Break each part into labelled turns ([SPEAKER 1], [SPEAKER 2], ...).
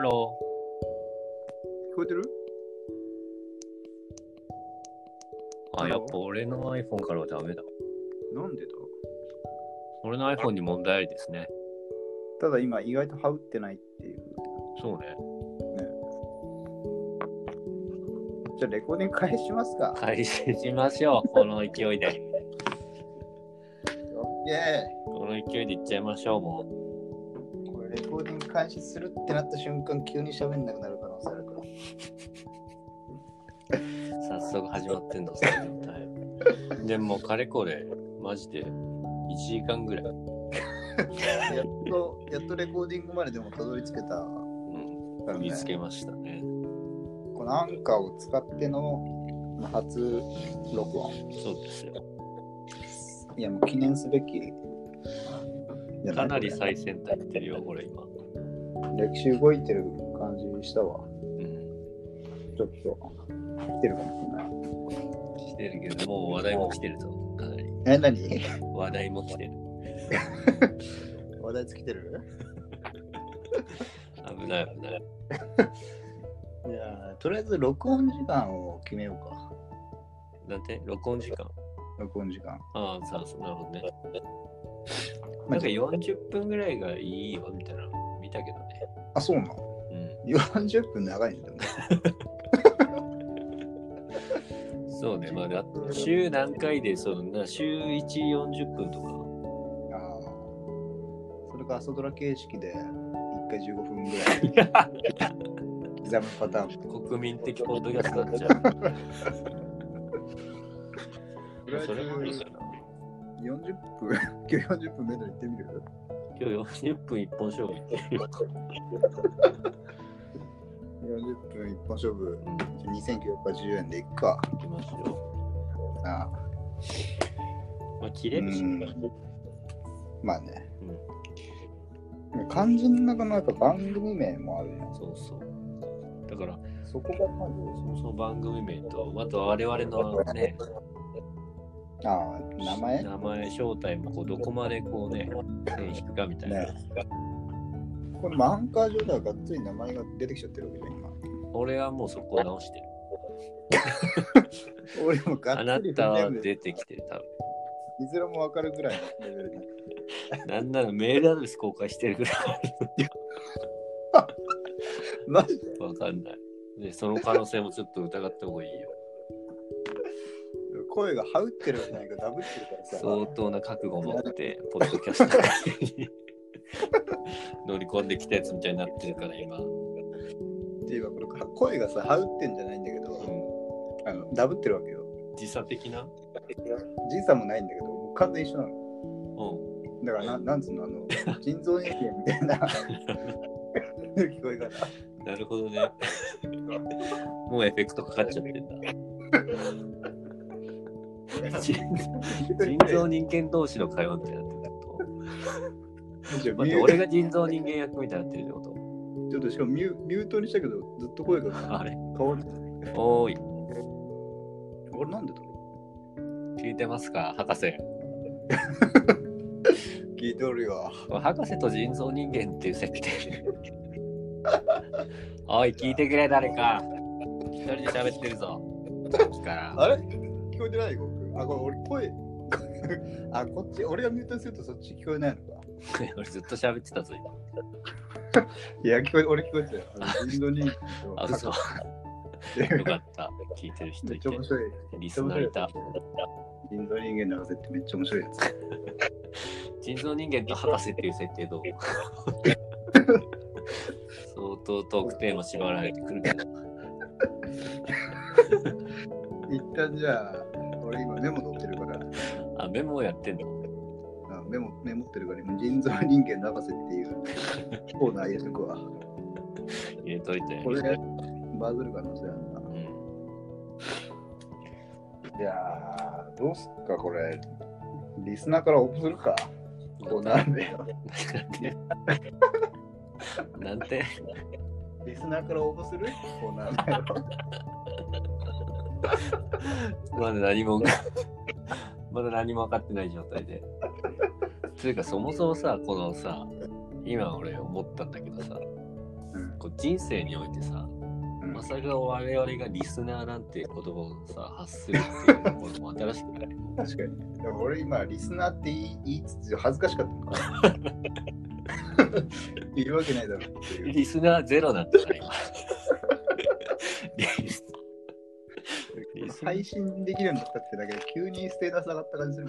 [SPEAKER 1] ロ
[SPEAKER 2] 聞こえてる
[SPEAKER 3] あ、
[SPEAKER 2] Hello？
[SPEAKER 3] やっぱ俺の iPhone からはダメだ。
[SPEAKER 2] なんでだ
[SPEAKER 3] 俺の iPhone に問題ありですね。
[SPEAKER 2] ただ今意外とハウってないっていう。
[SPEAKER 3] そうね。
[SPEAKER 2] じゃあレコーディング返しますか。
[SPEAKER 3] 開始しましょう。この勢いで。
[SPEAKER 2] オッケ
[SPEAKER 3] この勢いでいっちゃいましょう、も
[SPEAKER 2] ー。これレコーディング開始するってなった瞬間急に喋んなくなる可能性あるから。
[SPEAKER 3] う。早速始まってんだ、その状態。でも、かれこれ、マジで1時間ぐらい。
[SPEAKER 2] やっと、 やっとレコーディングまででもたどり着けた。
[SPEAKER 3] うん。
[SPEAKER 2] だよね
[SPEAKER 3] 見つけましたね。
[SPEAKER 2] このアンカーを使っての初録音。
[SPEAKER 3] そうですよ。
[SPEAKER 2] いや、もう記念すべき。じゃい
[SPEAKER 3] かなり最先端いってるよ、これ今。
[SPEAKER 2] 歴史動いてる感じにしたわ。
[SPEAKER 3] うん。
[SPEAKER 2] ちょっと、来てるかもしれない。
[SPEAKER 3] 来てるけど、もう話題も来てるぞ。かなり。
[SPEAKER 2] え、何
[SPEAKER 3] 話題も来てる。
[SPEAKER 2] 話題つきてる
[SPEAKER 3] 危ない危ない。
[SPEAKER 2] いやー、とりあえず録音時間を決めようか。
[SPEAKER 3] なんて録音時間。
[SPEAKER 2] 録音時間。
[SPEAKER 3] ああ、さあ、そうなるほどね。な
[SPEAKER 2] まあ
[SPEAKER 3] んか40分ぐらいがいいよみたいなの見たけどね。
[SPEAKER 2] あ、そうなの
[SPEAKER 3] う
[SPEAKER 2] ?40 分長いんだよね。
[SPEAKER 3] ん。そうね。まあ、だ週何回で、そんな、週1、40分とか。
[SPEAKER 2] ああ。それか朝ドラ形式で1回15分ぐらい刻むパターン。
[SPEAKER 3] 国民的ポッドキャストになっちゃう。 それもいいかな。
[SPEAKER 2] 40分、 今日40分目で行ってみる
[SPEAKER 3] 今日40分一本勝負いってるよ。
[SPEAKER 2] ?40 分一本勝負、
[SPEAKER 3] うん、
[SPEAKER 2] 2980円でいっか。
[SPEAKER 3] 行きますよ。
[SPEAKER 2] ああ
[SPEAKER 3] まあ、切れるし。
[SPEAKER 2] う
[SPEAKER 3] うんん。
[SPEAKER 2] まあね。肝心なのやっぱ番組名もあるやん。
[SPEAKER 3] そうそう。だから、
[SPEAKER 2] そこがま
[SPEAKER 3] その番組名と、あと我々のね、
[SPEAKER 2] ず、ああ、名前
[SPEAKER 3] 名前、正体もこうどこまでこうね、線引くかみたいな。
[SPEAKER 2] ねこれもアンカー上ではがっつり名前が出てきちゃってるわけだ、今。
[SPEAKER 3] 俺はもうそこを直してる。
[SPEAKER 2] 俺もが
[SPEAKER 3] あな
[SPEAKER 2] っつり
[SPEAKER 3] たは出て
[SPEAKER 2] き
[SPEAKER 3] きてる、多分。
[SPEAKER 2] いずれもわかるぐらいのレベルで。
[SPEAKER 3] なんならメールアドレス公開してるぐら
[SPEAKER 2] マジで
[SPEAKER 3] いわかんない。で、その可能性もちょっと疑った方がいいよ。
[SPEAKER 2] 声がハウってるわけじゃないか、ダブってるからさ。
[SPEAKER 3] 相当な覚悟を持って、ポッドキャストに乗り込んできたやつみたいになってるから、今。うん
[SPEAKER 2] っていうか、これ声がさ、ハウってんじゃないんだけど、あのダブってるわけよ。
[SPEAKER 3] 時差的な
[SPEAKER 2] じいさんもないんだけど、もう完全一緒なの。
[SPEAKER 3] うん。
[SPEAKER 2] だからな、なんつうの、あの、人造人間みたいな 聞こえ方。
[SPEAKER 3] なるほどね。 もうエフェクトかかっちゃってんだ。人人造人間同士の会話みたいになってるってこ
[SPEAKER 2] じゃあ
[SPEAKER 3] と待って、俺が人造人間役みたいになってるってこと
[SPEAKER 2] ちょっとしかもミュミュートにしたけど、ずっと声が
[SPEAKER 3] あれ
[SPEAKER 2] 変わる。
[SPEAKER 3] おーい、
[SPEAKER 2] 俺なんでだろ
[SPEAKER 3] 聞いてますか博士。
[SPEAKER 2] う聞いておるよ。
[SPEAKER 3] 博士と人造人間っていう設定 おい聞いてくれ誰か一人で喋ってるぞさっきから
[SPEAKER 2] あれ聞こえてない僕。あ、これ俺声。 あ、こっち、俺がミュートにするとそっち聞こえないのか。
[SPEAKER 3] 俺ずっと喋ってたぞ今
[SPEAKER 2] いや、聞こえ、俺聞こえてる。あ の人造人間
[SPEAKER 3] あ
[SPEAKER 2] と
[SPEAKER 3] 嘘よ かった聞いてる人
[SPEAKER 2] めっ
[SPEAKER 3] い
[SPEAKER 2] ちゃ
[SPEAKER 3] て
[SPEAKER 2] 面白い。
[SPEAKER 3] リスナーいた
[SPEAKER 2] 人造人間の話ってめっちゃ面白いやつ。
[SPEAKER 3] 人造人間と博士っていう設定 どう相当トークテーマ縛られてくるけど
[SPEAKER 2] 一旦じゃあ、俺今メモ取ってるから、
[SPEAKER 3] あメモをやってんの
[SPEAKER 2] あメモメモってるから、今人造人間の博士っていうコーナー入れとくわ。
[SPEAKER 3] 入れといて
[SPEAKER 2] これ、バズる可能性あるな。
[SPEAKER 3] うん
[SPEAKER 2] いやー、どうすっか、これ。リスナーから応募するか。こうなんだよ。
[SPEAKER 3] なんて なんて
[SPEAKER 2] リスナーから応募するこうなんだよ。
[SPEAKER 3] まだ何もまだ何も分かってない状態で。というかそもそもさこのさ今俺思ったんだけどさ
[SPEAKER 2] うん
[SPEAKER 3] こう人生においてさ、
[SPEAKER 2] うん
[SPEAKER 3] まさか我々がリスナーなんて言葉をさ、発するっていうところも新しくない。
[SPEAKER 2] 確かに。でも俺今、リスナーって言い言いつつ恥ずかしかったのか な。言うわけないだろうっていう。
[SPEAKER 3] リスナーゼロだったから今。リスリスナー
[SPEAKER 2] 配信できるようになったってだけで、急にステータス上がった感じする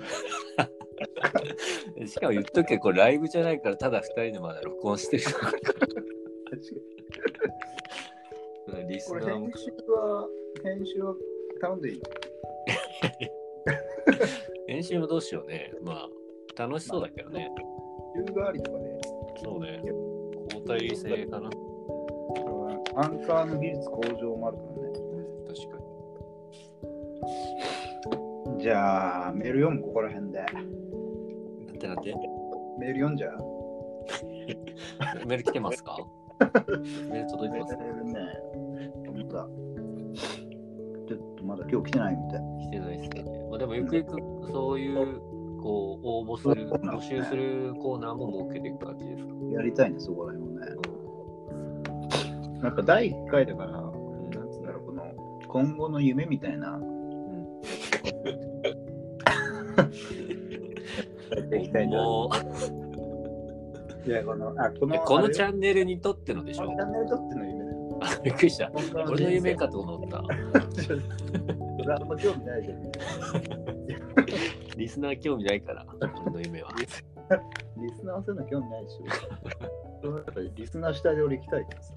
[SPEAKER 2] もん。
[SPEAKER 3] しかも言っとけ、これライブじゃないから、ただ2人でまだ録音してるか
[SPEAKER 2] 確かに
[SPEAKER 3] ら。リス
[SPEAKER 2] こ
[SPEAKER 3] ナ
[SPEAKER 2] れ
[SPEAKER 3] ーも
[SPEAKER 2] 編集は、編集は頼んでいい
[SPEAKER 3] 練習もどうしようね。まあ、楽しそうだけどね。
[SPEAKER 2] の理由がありとかね。
[SPEAKER 3] そうね。交代制かな。
[SPEAKER 2] これはアンカーの技術向上もあるからね。
[SPEAKER 3] 確かに。
[SPEAKER 2] じゃあ、メール読む、ここら辺で。
[SPEAKER 3] なんてなんて。
[SPEAKER 2] メール読んじゃう
[SPEAKER 3] メール来て ますかメール届いてますか
[SPEAKER 2] メールね。本当だ。ちょっとまだ今日来てないみたい。
[SPEAKER 3] 来てないですね。まあ、でも、ゆくゆくそういう、こう、応募する、募集するコーナーも設けていく感じですか。
[SPEAKER 2] やりたいね、そこら辺もね。なんか第1回だから、なんつうんだろう、この、今後の夢みたいな。やっていきたいな。
[SPEAKER 3] も
[SPEAKER 2] いや、この、あ、こ
[SPEAKER 3] う、
[SPEAKER 2] の、
[SPEAKER 3] このチ
[SPEAKER 2] ャン
[SPEAKER 3] ャンネルにとってのでし
[SPEAKER 2] こ
[SPEAKER 3] ょ
[SPEAKER 2] のチャンネル撮っての夢だよ。
[SPEAKER 3] びっくりした。
[SPEAKER 2] 本当の人
[SPEAKER 3] 俺
[SPEAKER 2] 生
[SPEAKER 3] の夢か。と思った。
[SPEAKER 2] ちょっと俺あんま興味ないじゃん。リ
[SPEAKER 3] リスナー興味ないから、俺の夢は。
[SPEAKER 2] スナーはそういうの興味ないでし ょ。やっぱりリスナー主体で俺行きたいからさ。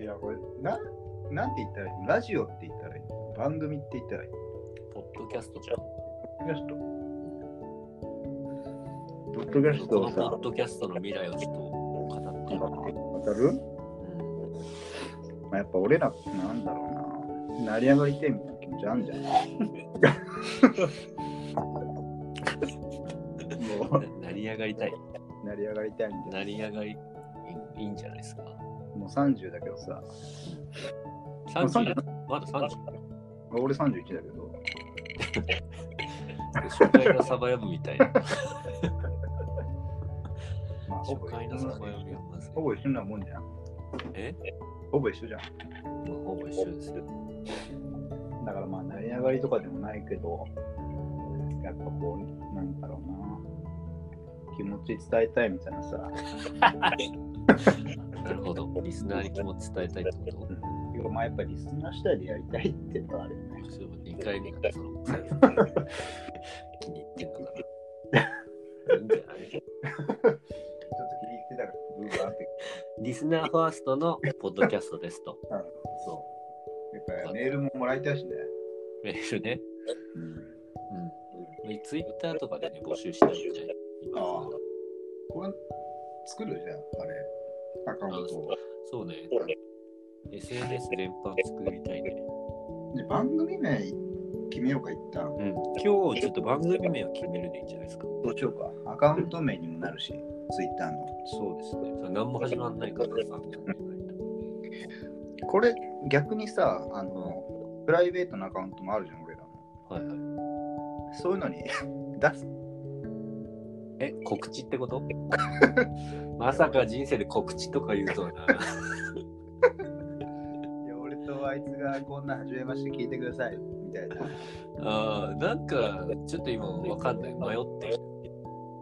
[SPEAKER 2] いや、これ、な、なんて言ったらいいのラジオって言ったらいいの番組って言ったらいいの
[SPEAKER 3] ポッドキャストじゃん。
[SPEAKER 2] ポッドキャスト。ポッドキャス
[SPEAKER 3] こ
[SPEAKER 2] ト
[SPEAKER 3] のポ
[SPEAKER 2] をさ
[SPEAKER 3] ッ、ドキャストの未来をちょっと語って
[SPEAKER 2] 当たる、
[SPEAKER 3] う
[SPEAKER 2] まあ、やっぱ俺らってなんだろうな。成り上がりてえみたいな気持ちあんじゃん。も
[SPEAKER 3] ん。な成り上がりたい。
[SPEAKER 2] う、成り上がりたいみたいな。
[SPEAKER 3] 成り上がりいいいいんじゃないですか。
[SPEAKER 2] もう30だけどさ、
[SPEAKER 3] 30まだ30。
[SPEAKER 2] 俺31だけど、
[SPEAKER 3] 初回のサバヤブみたいな。
[SPEAKER 2] まあ、
[SPEAKER 3] 初回のサバヤブやまずい
[SPEAKER 2] ほぼ一緒なもんじゃん。
[SPEAKER 3] え
[SPEAKER 2] ほぼ一緒じゃん。
[SPEAKER 3] まあほぼ一緒ですよ。
[SPEAKER 2] だからまあ、成り上がりとかでもないけど、やっぱこう、なんだろうな、気持ち伝えたいみたいなさ、
[SPEAKER 3] なるほど。リスナーに気持ち伝えたいってこと
[SPEAKER 2] 要はまあやっぱりリスナー主体でやりたいっていうのはあるよね。
[SPEAKER 3] そう2回目がその気に入ってんのかな。いいんじゃない
[SPEAKER 2] ちょっと気に入ってたから、ブーバーって。
[SPEAKER 3] リスナーファーストのポッドキャストですと。
[SPEAKER 2] そう。やっぱメールももらいたいしね。
[SPEAKER 3] メールね。
[SPEAKER 2] うん。
[SPEAKER 3] うん。ツイッターとかでね、募集してるんじゃない今
[SPEAKER 2] ああこれ、作るじゃん、あれ。アカウントを。
[SPEAKER 3] そうね。SNS 全般作りたいね。
[SPEAKER 2] で、番組名決めようか、一旦。
[SPEAKER 3] うん。今日ちょっと番組名を決めるでいいんじゃないですか。
[SPEAKER 2] どうしようか。アカウント名にもなるし、ツイッターの。
[SPEAKER 3] そうですね。それ何も始まんないからさ。
[SPEAKER 2] これ、逆にさ、あの、プライベートのアカウントもあるじゃん、俺らの。
[SPEAKER 3] はいはい。
[SPEAKER 2] そういうのに 出す。
[SPEAKER 3] え、告知ってこと まさか人生で告知とか言うとはな。
[SPEAKER 2] いや、俺とあいつがこんな始めまして聞いてください、みたいな。
[SPEAKER 3] あーなんか、ちょっと今わかんない。迷ってる。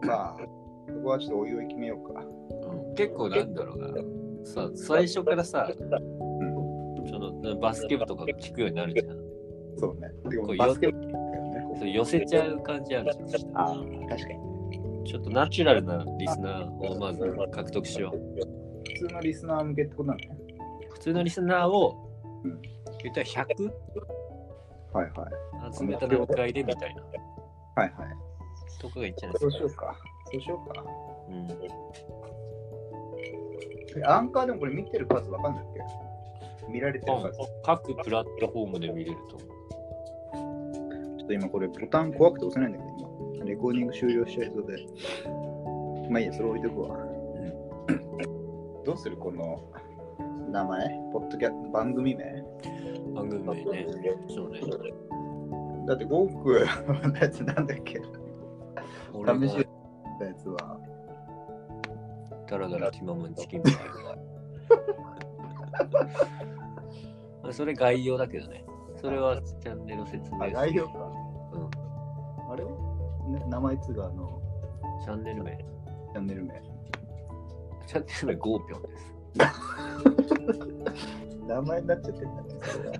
[SPEAKER 2] まあ、そこはちょっとおいおい決めようか。
[SPEAKER 3] 結構なんだろうな。さ、最初からさ、そのバスケ部とか聞くようになるじゃん。
[SPEAKER 2] そうね。で
[SPEAKER 3] こ
[SPEAKER 2] も
[SPEAKER 3] う
[SPEAKER 2] バスケットだよ
[SPEAKER 3] そ
[SPEAKER 2] ね。
[SPEAKER 3] う寄せちゃう感じあるじゃん。
[SPEAKER 2] ああ、確かに。
[SPEAKER 3] ちょっとナチュラルなリスナーをまず獲得しよう。
[SPEAKER 2] 普通のリスナー向けってことなのね。
[SPEAKER 3] 普通のリスナーを
[SPEAKER 2] うん、
[SPEAKER 3] 言ったら
[SPEAKER 2] はいはい。
[SPEAKER 3] 100集めた段階でみたいな。
[SPEAKER 2] はいはい。
[SPEAKER 3] とかがいいんじゃない
[SPEAKER 2] そ
[SPEAKER 3] で
[SPEAKER 2] う
[SPEAKER 3] す
[SPEAKER 2] し
[SPEAKER 3] か
[SPEAKER 2] ようか。そうしようか。
[SPEAKER 3] うん。
[SPEAKER 2] えアンカーでもこれ見てる数わかんないっけ見られてる数。ちょ
[SPEAKER 3] 各プラットフォームで見れると思
[SPEAKER 2] っと今これボタン怖くて押せないんだけど、今。レコーディング終了しちゃいそうで。まあいいや、それ置いとくわ。どうするこの名前ポッドキャ番組名
[SPEAKER 3] う。番組名ね。そうね。
[SPEAKER 2] だって5億のやつなんだっけ
[SPEAKER 3] 俺
[SPEAKER 2] 試し
[SPEAKER 3] が
[SPEAKER 2] でたやつは、
[SPEAKER 3] ダラダラ気ままにチキンみたいな。 それ概要だけどね。それはチャンネル説明
[SPEAKER 2] あ、
[SPEAKER 3] する
[SPEAKER 2] 概要か。
[SPEAKER 3] うん
[SPEAKER 2] あれ、ね、名前つがあの、
[SPEAKER 3] チャンネル名。
[SPEAKER 2] チャンネル名。
[SPEAKER 3] チャンネル名ゴーピョンです。
[SPEAKER 2] 名前になっちゃってんだね、それが。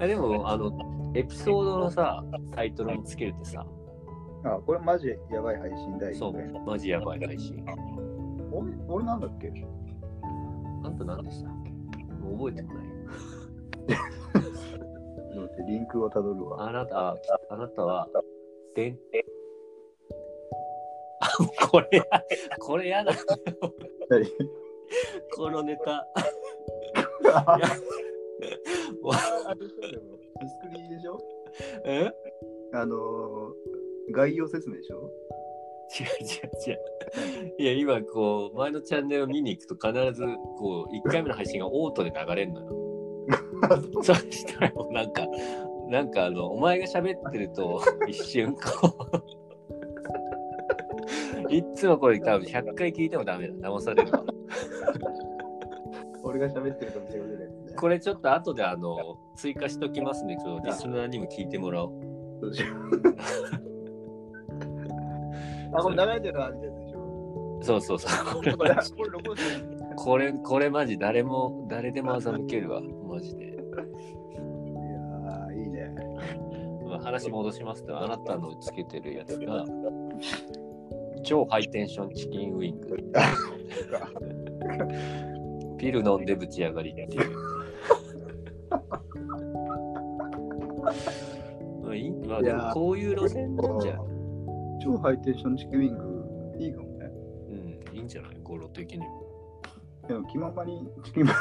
[SPEAKER 3] あでも、あの、エピソードのさ、タイトルもつけるってさ、
[SPEAKER 2] あ、これマジやばい配信だよ、ね。
[SPEAKER 3] そう、マジやばい配信。
[SPEAKER 2] 俺、俺なんだっけ
[SPEAKER 3] あんた何でしたっけもう覚えてもない。
[SPEAKER 2] どうってリンクをたどるわ。
[SPEAKER 3] あなた、あなたは、でん、あ、 これや、これやだ、
[SPEAKER 2] 何
[SPEAKER 3] このネタ。
[SPEAKER 2] あ
[SPEAKER 3] いや
[SPEAKER 2] れでしょでもミスクリでしょ
[SPEAKER 3] え違う
[SPEAKER 2] あのー、概要説明でしょ
[SPEAKER 3] 違う違う。いや、今、こう、前のチャンネルを見に行くと、必ず、こう、1回目の配信がオートで流れるのよ。そしたら、なんか、なんか、あの、お前が喋ってると、一瞬、こう、いっつもこれ、多分100回聞いてもダメだ。騙されるわ。
[SPEAKER 2] 俺が喋ってるかもしれないやつね。
[SPEAKER 3] これちょっと後であの追加しときますね。ちょっとリスナーにも聞いてもらおう。
[SPEAKER 2] どうしようあ、これ流れてるあるやつでしょ
[SPEAKER 3] そうそうそう。
[SPEAKER 2] これ、これ録音してる
[SPEAKER 3] これ、これマジ誰も、誰でも欺けるわ。マジで。
[SPEAKER 2] いやー、いいね。
[SPEAKER 3] まあ、話戻しますと、あなたのつけてるやつが、超ハイテンションチキンウィン グ。ピル飲んでぶち上がりって いう。まあいいまあ、でもこういう路線なんじゃ、
[SPEAKER 2] 超ハイテンションチキンウィング、いいかもね。
[SPEAKER 3] うん、いいんじゃない語呂的にも。
[SPEAKER 2] でも、気ままにチキンウィン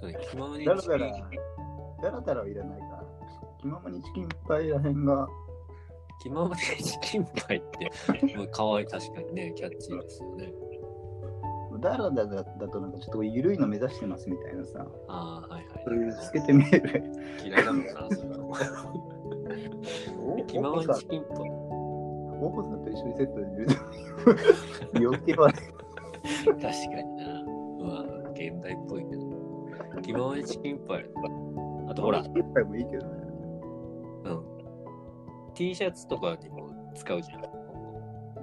[SPEAKER 3] そうね、気ままに
[SPEAKER 2] グ。
[SPEAKER 3] チキ
[SPEAKER 2] だ
[SPEAKER 3] ン
[SPEAKER 2] らだら、だらだらはいらないから。気ままにチキンいっぱいらへんが、
[SPEAKER 3] 気ままにチキンパイって、 もう可愛い確かにね、キャッチーですよね。
[SPEAKER 2] だらだらだとなんかちょっと緩いの目指してますみたいなさ、
[SPEAKER 3] ああ、はいはい。
[SPEAKER 2] そういう透けて見える。
[SPEAKER 3] 嫌いだもんな、そんなの。気ままにチキンパイ。
[SPEAKER 2] 大子さんと一緒にセットで言う余計はね
[SPEAKER 3] 確かにな。うわ、現代っぽいけど。気ままにチキンパイ。あとほら、
[SPEAKER 2] 一杯もいいけどね。
[SPEAKER 3] うん。T シャツとかにも使うじゃん。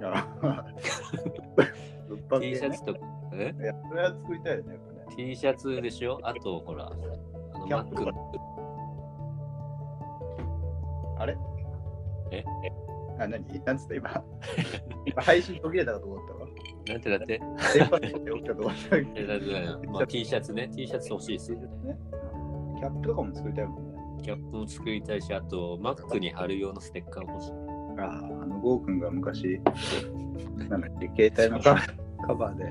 [SPEAKER 2] 物販
[SPEAKER 3] T
[SPEAKER 2] で
[SPEAKER 3] シャ
[SPEAKER 2] ね
[SPEAKER 3] ツとか、え
[SPEAKER 2] いやそれは作りたいよね。やっぱね
[SPEAKER 3] ?T シャツでしょあとほら、あの、
[SPEAKER 2] キ
[SPEAKER 3] マ
[SPEAKER 2] ャン
[SPEAKER 3] ッ
[SPEAKER 2] プ
[SPEAKER 3] ク
[SPEAKER 2] とかあれ
[SPEAKER 3] え
[SPEAKER 2] あ、何なんつった今。 今配信途切れたかと思ったわ。
[SPEAKER 3] なんてだって、
[SPEAKER 2] 電波で起きたと思ったけど
[SPEAKER 3] えだってだよまあ、T シャツね、T シャツ欲しいですよね。
[SPEAKER 2] キャップとかも作りたいもんね。
[SPEAKER 3] キャップも作りたいし、あと、マックに貼る用のステッカーも欲しい。
[SPEAKER 2] ああ、あの、ゴー君が昔、なんだっけ、携帯のカバーカバーで、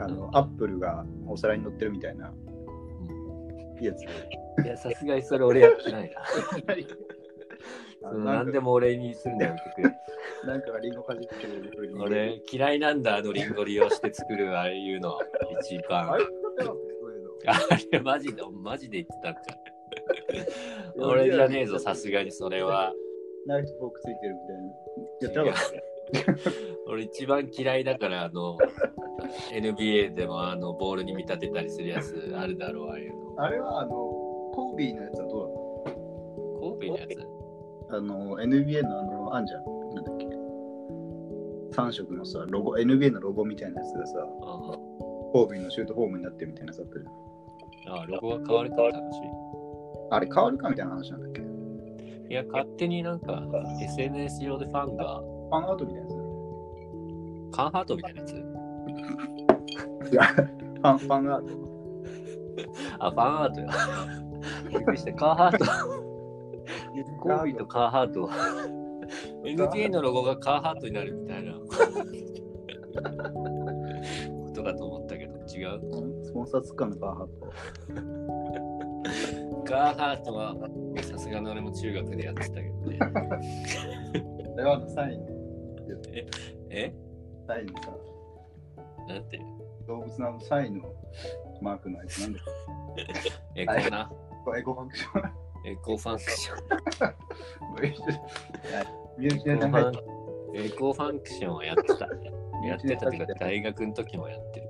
[SPEAKER 2] あの、アップルがお皿に乗ってるみたいな、い いやつ。
[SPEAKER 3] いや、さすがにそれ俺やって ないな。
[SPEAKER 2] あ
[SPEAKER 3] そ
[SPEAKER 2] の
[SPEAKER 3] の
[SPEAKER 2] な
[SPEAKER 3] 何
[SPEAKER 2] ん
[SPEAKER 3] で
[SPEAKER 2] か
[SPEAKER 3] も俺にするのやめてくれ。
[SPEAKER 2] なんかがリンゴかじってる風に。
[SPEAKER 3] 俺、嫌いなんだ、あのリンゴ利用して作るああいうのは一番。
[SPEAKER 2] あ
[SPEAKER 3] あ
[SPEAKER 2] れだよそういうの
[SPEAKER 3] れ、マジで、マジで言ってたんか。俺じゃねえぞ、さすがにそれは。
[SPEAKER 2] ナイフフォークついてるみたいな。やってなかっ
[SPEAKER 3] 俺一番嫌いだから、あの、NBA でもあの、ボールに見立てたりするやつあるだろう、ああいうの。
[SPEAKER 2] た。あれはあの、コービーのやつはど
[SPEAKER 3] 神戸のやつ
[SPEAKER 2] うなのあの、NBA のあの、あんじゃん。なんだっけ。3色のさ、ロゴ、NBA のロゴみたいなやつがさ、
[SPEAKER 3] あ
[SPEAKER 2] コービーのシュートフォームになってるみたいなやつあったじゃん
[SPEAKER 3] あああ、ロゴが変わるから楽しい。
[SPEAKER 2] あれ変わるかみたいな話なんだっけ。
[SPEAKER 3] いや、勝手になんか SNS 上でファンが
[SPEAKER 2] ファンアートみたいなや
[SPEAKER 3] カンハートみたいなやつ
[SPEAKER 2] つ。いや、ファン、ファンアート。
[SPEAKER 3] あ、ファンアートよ。 びっくりした、カンハー ト。コービーとカンハート。NBA のロゴがカンハートになるみたいなことかと思ったけど、違う。
[SPEAKER 2] スポンサーつかのファンアート。
[SPEAKER 3] カンハートはさすがの俺も中学でやってたけどね。
[SPEAKER 2] あれはあのサイン、
[SPEAKER 3] え
[SPEAKER 2] サインのさ、
[SPEAKER 3] なんて
[SPEAKER 2] 動物のあのサインのマークのやつなんだっ
[SPEAKER 3] エコな。
[SPEAKER 2] け。エコファンクシ ョン。
[SPEAKER 3] エコファンクション。
[SPEAKER 2] ミュージシャ
[SPEAKER 3] エ
[SPEAKER 2] ン
[SPEAKER 3] コ
[SPEAKER 2] じゃ
[SPEAKER 3] フ
[SPEAKER 2] ない
[SPEAKER 3] ァンエコーファンクションはやってた。やってたっていうか、大学の時もやってる。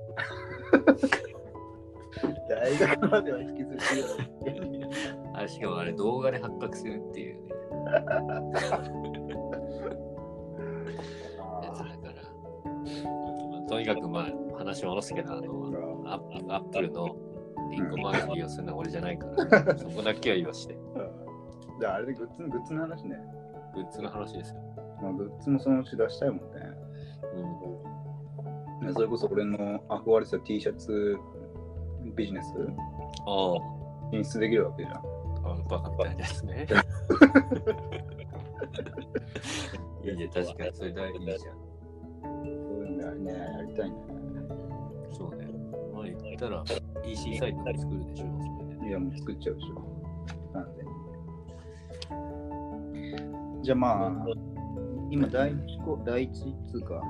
[SPEAKER 2] 大学までは引きずるよ。
[SPEAKER 3] あしかもあれ、動画で発覚するっていうね、やつだから。まあとにかく、まあ、話戻すけど、あの、アップアップルのリンゴマーク利用するのは俺じゃない から、そこだけは言わして。
[SPEAKER 2] じゃああれでグッズグッズの話ね。
[SPEAKER 3] グッズの話ですよ。
[SPEAKER 2] まあ、グッズもそのうち出したいもんね。
[SPEAKER 3] うん
[SPEAKER 2] ねそれこそ俺の憧れてた T シャツビジネス
[SPEAKER 3] あ
[SPEAKER 2] 進出できるわけじゃん。
[SPEAKER 3] あ、バカみたいですね。 いいね、確かにそれ大事じゃん。
[SPEAKER 2] そういうのね、やりたいね。
[SPEAKER 3] そうね。まあ言ったら EC サイトで作るでしょ、それで。
[SPEAKER 2] いや、もう作っちゃうでしょ。なんで。じゃあまあ、今第一候第一つうか、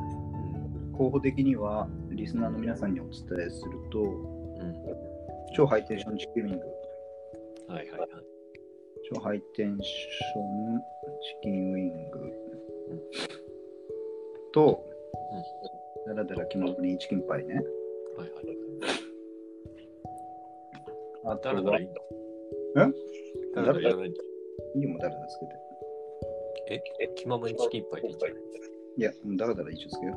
[SPEAKER 2] 候補的にはリスナーの皆さんにお伝えすると、
[SPEAKER 3] うん。
[SPEAKER 2] 超ハイテンションチキンング、
[SPEAKER 3] はいはいはい。
[SPEAKER 2] 超ハイテンションチキンウィングと、ダラダラ気まぐにチキンパイね。
[SPEAKER 3] はいはい。
[SPEAKER 2] あと
[SPEAKER 3] だ
[SPEAKER 2] は
[SPEAKER 3] らだらいい
[SPEAKER 2] え
[SPEAKER 3] のだらだらいらないんだ
[SPEAKER 2] いいよ、もうダラダラつけて。
[SPEAKER 3] え気ままにチキンいっぱいでいいじ
[SPEAKER 2] いや、もうダラダラ一応つけよ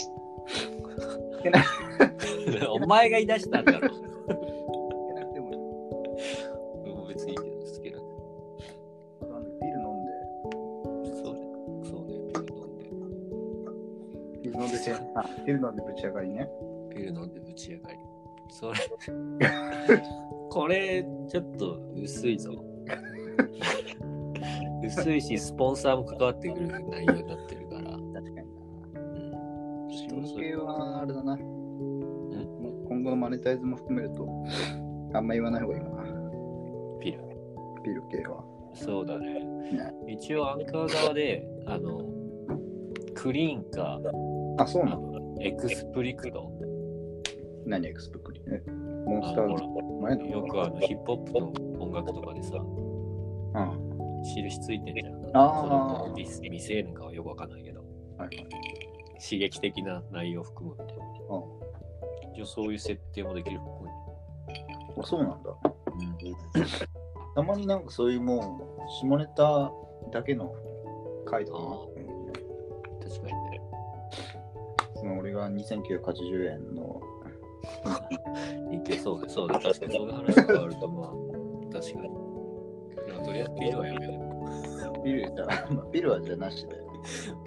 [SPEAKER 3] ゃ
[SPEAKER 2] う。
[SPEAKER 3] ん。お前が言い出したんだろ。
[SPEAKER 2] つけなくてもいい
[SPEAKER 3] うん別にいいけど、好きな
[SPEAKER 2] あとあのビール飲んで。
[SPEAKER 3] そうね。そうね。ビール飲んで。
[SPEAKER 2] ビール飲んでせあ、ビール飲んでぶち上がりね。
[SPEAKER 3] ビール飲んでぶち上がり。それ。 これ、ちょっと薄い ぞ。薄いし、スポンサーも関わってくる内容になってるから。
[SPEAKER 2] 確かにな。
[SPEAKER 3] うん。
[SPEAKER 2] 神経はあれだな。今後のマネタイズも含めると、あんま言わない方がいいかな。
[SPEAKER 3] ピル。
[SPEAKER 2] ビール系は。
[SPEAKER 3] そうだね
[SPEAKER 2] ね。
[SPEAKER 3] 一応、アンカー側で、あの、クリーンか、
[SPEAKER 2] あ、そう
[SPEAKER 3] あ
[SPEAKER 2] なの
[SPEAKER 3] のエクスプリクト。
[SPEAKER 2] 何エクスプクリね。モン
[SPEAKER 3] あ
[SPEAKER 2] スタ
[SPEAKER 3] の
[SPEAKER 2] ーズ
[SPEAKER 3] ほ
[SPEAKER 2] 前
[SPEAKER 3] ら
[SPEAKER 2] の
[SPEAKER 3] よくあのヒップホップの音楽とかでさ、
[SPEAKER 2] うん。
[SPEAKER 3] 印ついてんじゃん。
[SPEAKER 2] あー
[SPEAKER 3] 子供の未未成年かはよくわかんないけど、
[SPEAKER 2] はいはい。
[SPEAKER 3] 刺激的な内容を含むみたいな。一応そういう設定もできるっぽい。
[SPEAKER 2] あ、そうなんだ。たまになんかそういうもう、下ネタだけの回とかもあって
[SPEAKER 3] 確かにね。
[SPEAKER 2] その俺が2980円の
[SPEAKER 3] いけそうで、そうで、確かにそういう話があると、まあ、確かに。でもとりあえずビルはやめよ
[SPEAKER 2] ビルじゃ、 まあビルはじゃなしで。
[SPEAKER 3] う。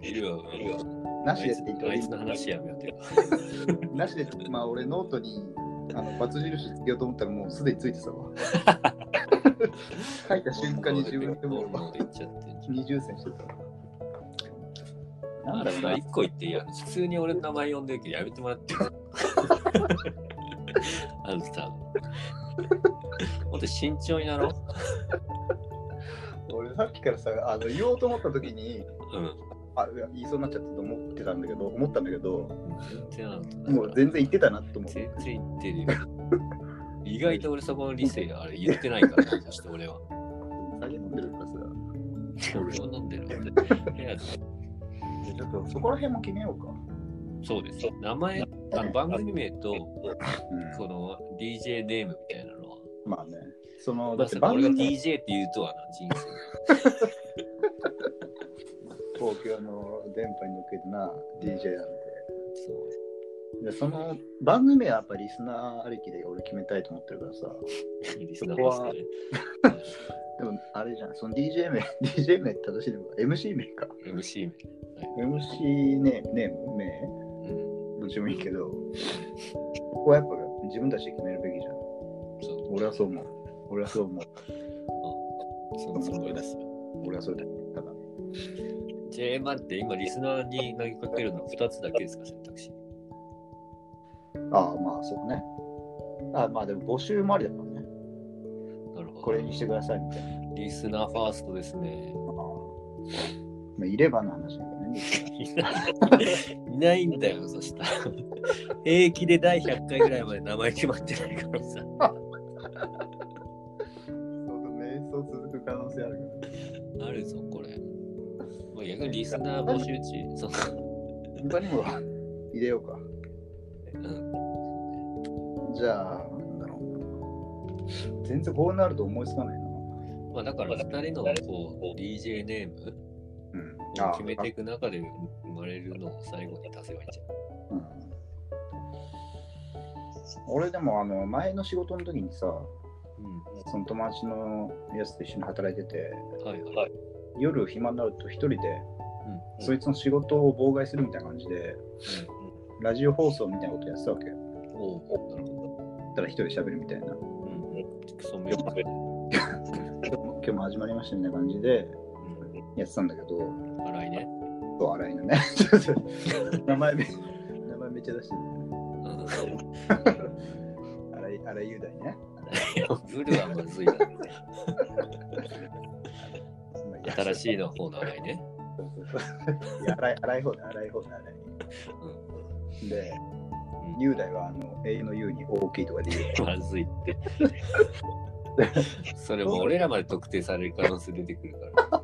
[SPEAKER 3] ビルは、ビルは。
[SPEAKER 2] なしでって言って
[SPEAKER 3] あ
[SPEAKER 2] もい
[SPEAKER 3] い
[SPEAKER 2] い
[SPEAKER 3] つの話やめようっていうか。
[SPEAKER 2] なしで、まあ俺ノートにあのバツ印つけようと思ったらもうすでについてたわ。書いた瞬間に自分でも
[SPEAKER 3] ボンボンで言っちゃってんじ
[SPEAKER 2] 20銭してた
[SPEAKER 3] ゃん。
[SPEAKER 2] わ。な
[SPEAKER 3] あ
[SPEAKER 2] ん
[SPEAKER 3] れ
[SPEAKER 2] だろ
[SPEAKER 3] さ、
[SPEAKER 2] うな。
[SPEAKER 3] 一個言って、いや、普通に俺の名前呼んでるけど、やめてもらって いいあのさ、もっと慎重になろう。
[SPEAKER 2] 俺さっきからさ、あの言おうと思った時に、
[SPEAKER 3] うん。
[SPEAKER 2] あいや言いそうになっちゃったと思ってたんだけど、思ったんだけど、
[SPEAKER 3] 全然あんた
[SPEAKER 2] もう全然言ってたなと思って。
[SPEAKER 3] 全然言ってるよ。意外と俺そこの理性、あれ言ってないから、そして俺は。
[SPEAKER 2] 酒飲んでるからさ。
[SPEAKER 3] 俺は飲んでるんで。いや
[SPEAKER 2] ちょっとそこら辺も決めようか。
[SPEAKER 3] そうです。名前、あの番組名と、
[SPEAKER 2] う
[SPEAKER 3] この DJ ネームみたいなのは、
[SPEAKER 2] ん、まあね。その、だ
[SPEAKER 3] ま
[SPEAKER 2] って
[SPEAKER 3] さか
[SPEAKER 2] 番
[SPEAKER 3] 俺が
[SPEAKER 2] 組の
[SPEAKER 3] DJ って言うとはな、人生。
[SPEAKER 2] 東京の電波に乗っけてな、DJ なんで。
[SPEAKER 3] そう
[SPEAKER 2] でその番組名はやっぱリスナーありきで俺決めたいと思ってるからさ。
[SPEAKER 3] リスナーですかね。
[SPEAKER 2] でもあれじゃん、その DJ 名、DJ 名正しいのか、MC 名か。
[SPEAKER 3] MC 名。
[SPEAKER 2] MC ね、ね、名
[SPEAKER 3] うん。
[SPEAKER 2] どっちもいいけ ど、ここはやっぱ自分たちで決めるべきじゃん。
[SPEAKER 3] そう。
[SPEAKER 2] 俺はそう思う。俺はそう思う。
[SPEAKER 3] そうそう思います。
[SPEAKER 2] 俺はそれだ。ただ、
[SPEAKER 3] じゃあ、待って、今、リスナーに投げかけるのは2つだけですか、選択肢。
[SPEAKER 2] ああ、まあそうね。ああまあでも募集もありだからね。
[SPEAKER 3] なるほど。
[SPEAKER 2] これにしてくださいみたいな。
[SPEAKER 3] リスナーファーストですね。
[SPEAKER 2] まあ、いればの話だからね。
[SPEAKER 3] いないいないんだよ、そ したら。平気で第100回ぐらいまで名前決まってないからさ。
[SPEAKER 2] そうだね、そう続く可能性あるから。
[SPEAKER 3] あるぞ、これ。もう逆にリスナー募集中、その
[SPEAKER 2] 他にも入れようか。
[SPEAKER 3] うん
[SPEAKER 2] じゃあ、なんだろうな。全然こうなると思いつかないな。
[SPEAKER 3] まあ、だから2人のこう DJ ネーム
[SPEAKER 2] うん。
[SPEAKER 3] を決めていく中で生まれるのを最後に足せばいいんじゃん。
[SPEAKER 2] うん俺でもあの前の仕事の時にさ
[SPEAKER 3] う
[SPEAKER 2] その友達のやつと一緒に働いてて
[SPEAKER 3] ん。はいはい。
[SPEAKER 2] 夜暇になると一人で、
[SPEAKER 3] うん。
[SPEAKER 2] そいつの仕事を妨害するみたいな感じで
[SPEAKER 3] うん
[SPEAKER 2] ラジオ放送みたいなことやってたわけ
[SPEAKER 3] う
[SPEAKER 2] よ
[SPEAKER 3] ん。おお、なるほ
[SPEAKER 2] だから一人で喋るみたいな今
[SPEAKER 3] ど。うんうん。クソみよく。
[SPEAKER 2] 日も始まりましたみたいな感じで
[SPEAKER 3] う
[SPEAKER 2] やってたんだけど
[SPEAKER 3] ん。荒いね。
[SPEAKER 2] そう荒いのね ちょっと名前め名前めっちゃ出してる
[SPEAKER 3] うん。
[SPEAKER 2] 荒井荒井雄大ね
[SPEAKER 3] ブルはまずいな。
[SPEAKER 2] まあいや
[SPEAKER 3] 新しいの方の荒いね。
[SPEAKER 2] そうそうそういや荒い荒い方だ荒い方だ荒いで
[SPEAKER 3] うん
[SPEAKER 2] 雄大はあの永遠の雄に大きいとかで言う
[SPEAKER 3] まずい って。それも俺らまで特定される可能性出てくるから。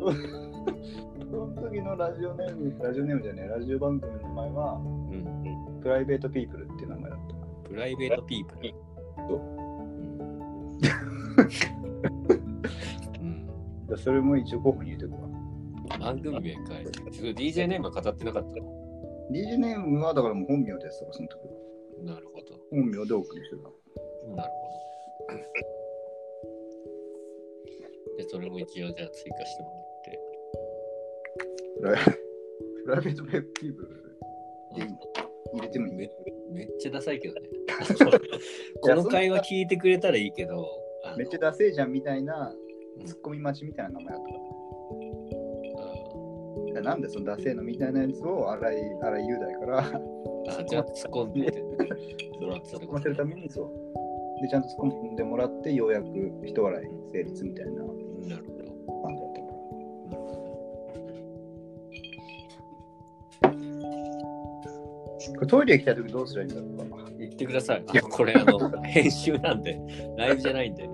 [SPEAKER 2] その時のラジオネーム、ラジオネームじゃねえ、ラジオ番組の名前は、
[SPEAKER 3] うん。
[SPEAKER 2] プライベートピープルっていう名前だった。
[SPEAKER 3] プライベートピープル。
[SPEAKER 2] そう
[SPEAKER 3] うん。
[SPEAKER 2] だそれも一応候補に入れておくわ。
[SPEAKER 3] 番組名かい。すごい DJ ネームは語ってなかったの
[SPEAKER 2] DJ ネームは、だからもう本名ですとか、その時は。
[SPEAKER 3] なるほど。
[SPEAKER 2] 本名でお送りしてた。
[SPEAKER 3] なるほど。で、それも一応じゃあ追加しても
[SPEAKER 2] プライプライベートピープル
[SPEAKER 3] らって。
[SPEAKER 2] 入れてもいい
[SPEAKER 3] め
[SPEAKER 2] め
[SPEAKER 3] めっちゃダサい けどね。この会話聞いてくれたらいいけど、あの
[SPEAKER 2] っちゃダセえじゃんみたいな
[SPEAKER 3] う、ん
[SPEAKER 2] ツッコミ待ちみたいな名前だったか
[SPEAKER 3] あ
[SPEAKER 2] ら。だからなんでそのダセえのみたいなやつを荒井荒井雄大 から、
[SPEAKER 3] あじゃあ突っ込んでてもらってたって
[SPEAKER 2] 突っ込
[SPEAKER 3] こ
[SPEAKER 2] ませ
[SPEAKER 3] と
[SPEAKER 2] るためにそう。で、ちゃんと突っ込んでもらって、ようやく一笑い成立みたいな
[SPEAKER 3] なるほ
[SPEAKER 2] 感じだったから。これトイレ行きたいときどうすればいいんだろうか
[SPEAKER 3] ど。言ってください。あのこれあの、編集なんで、ライブじゃないんで。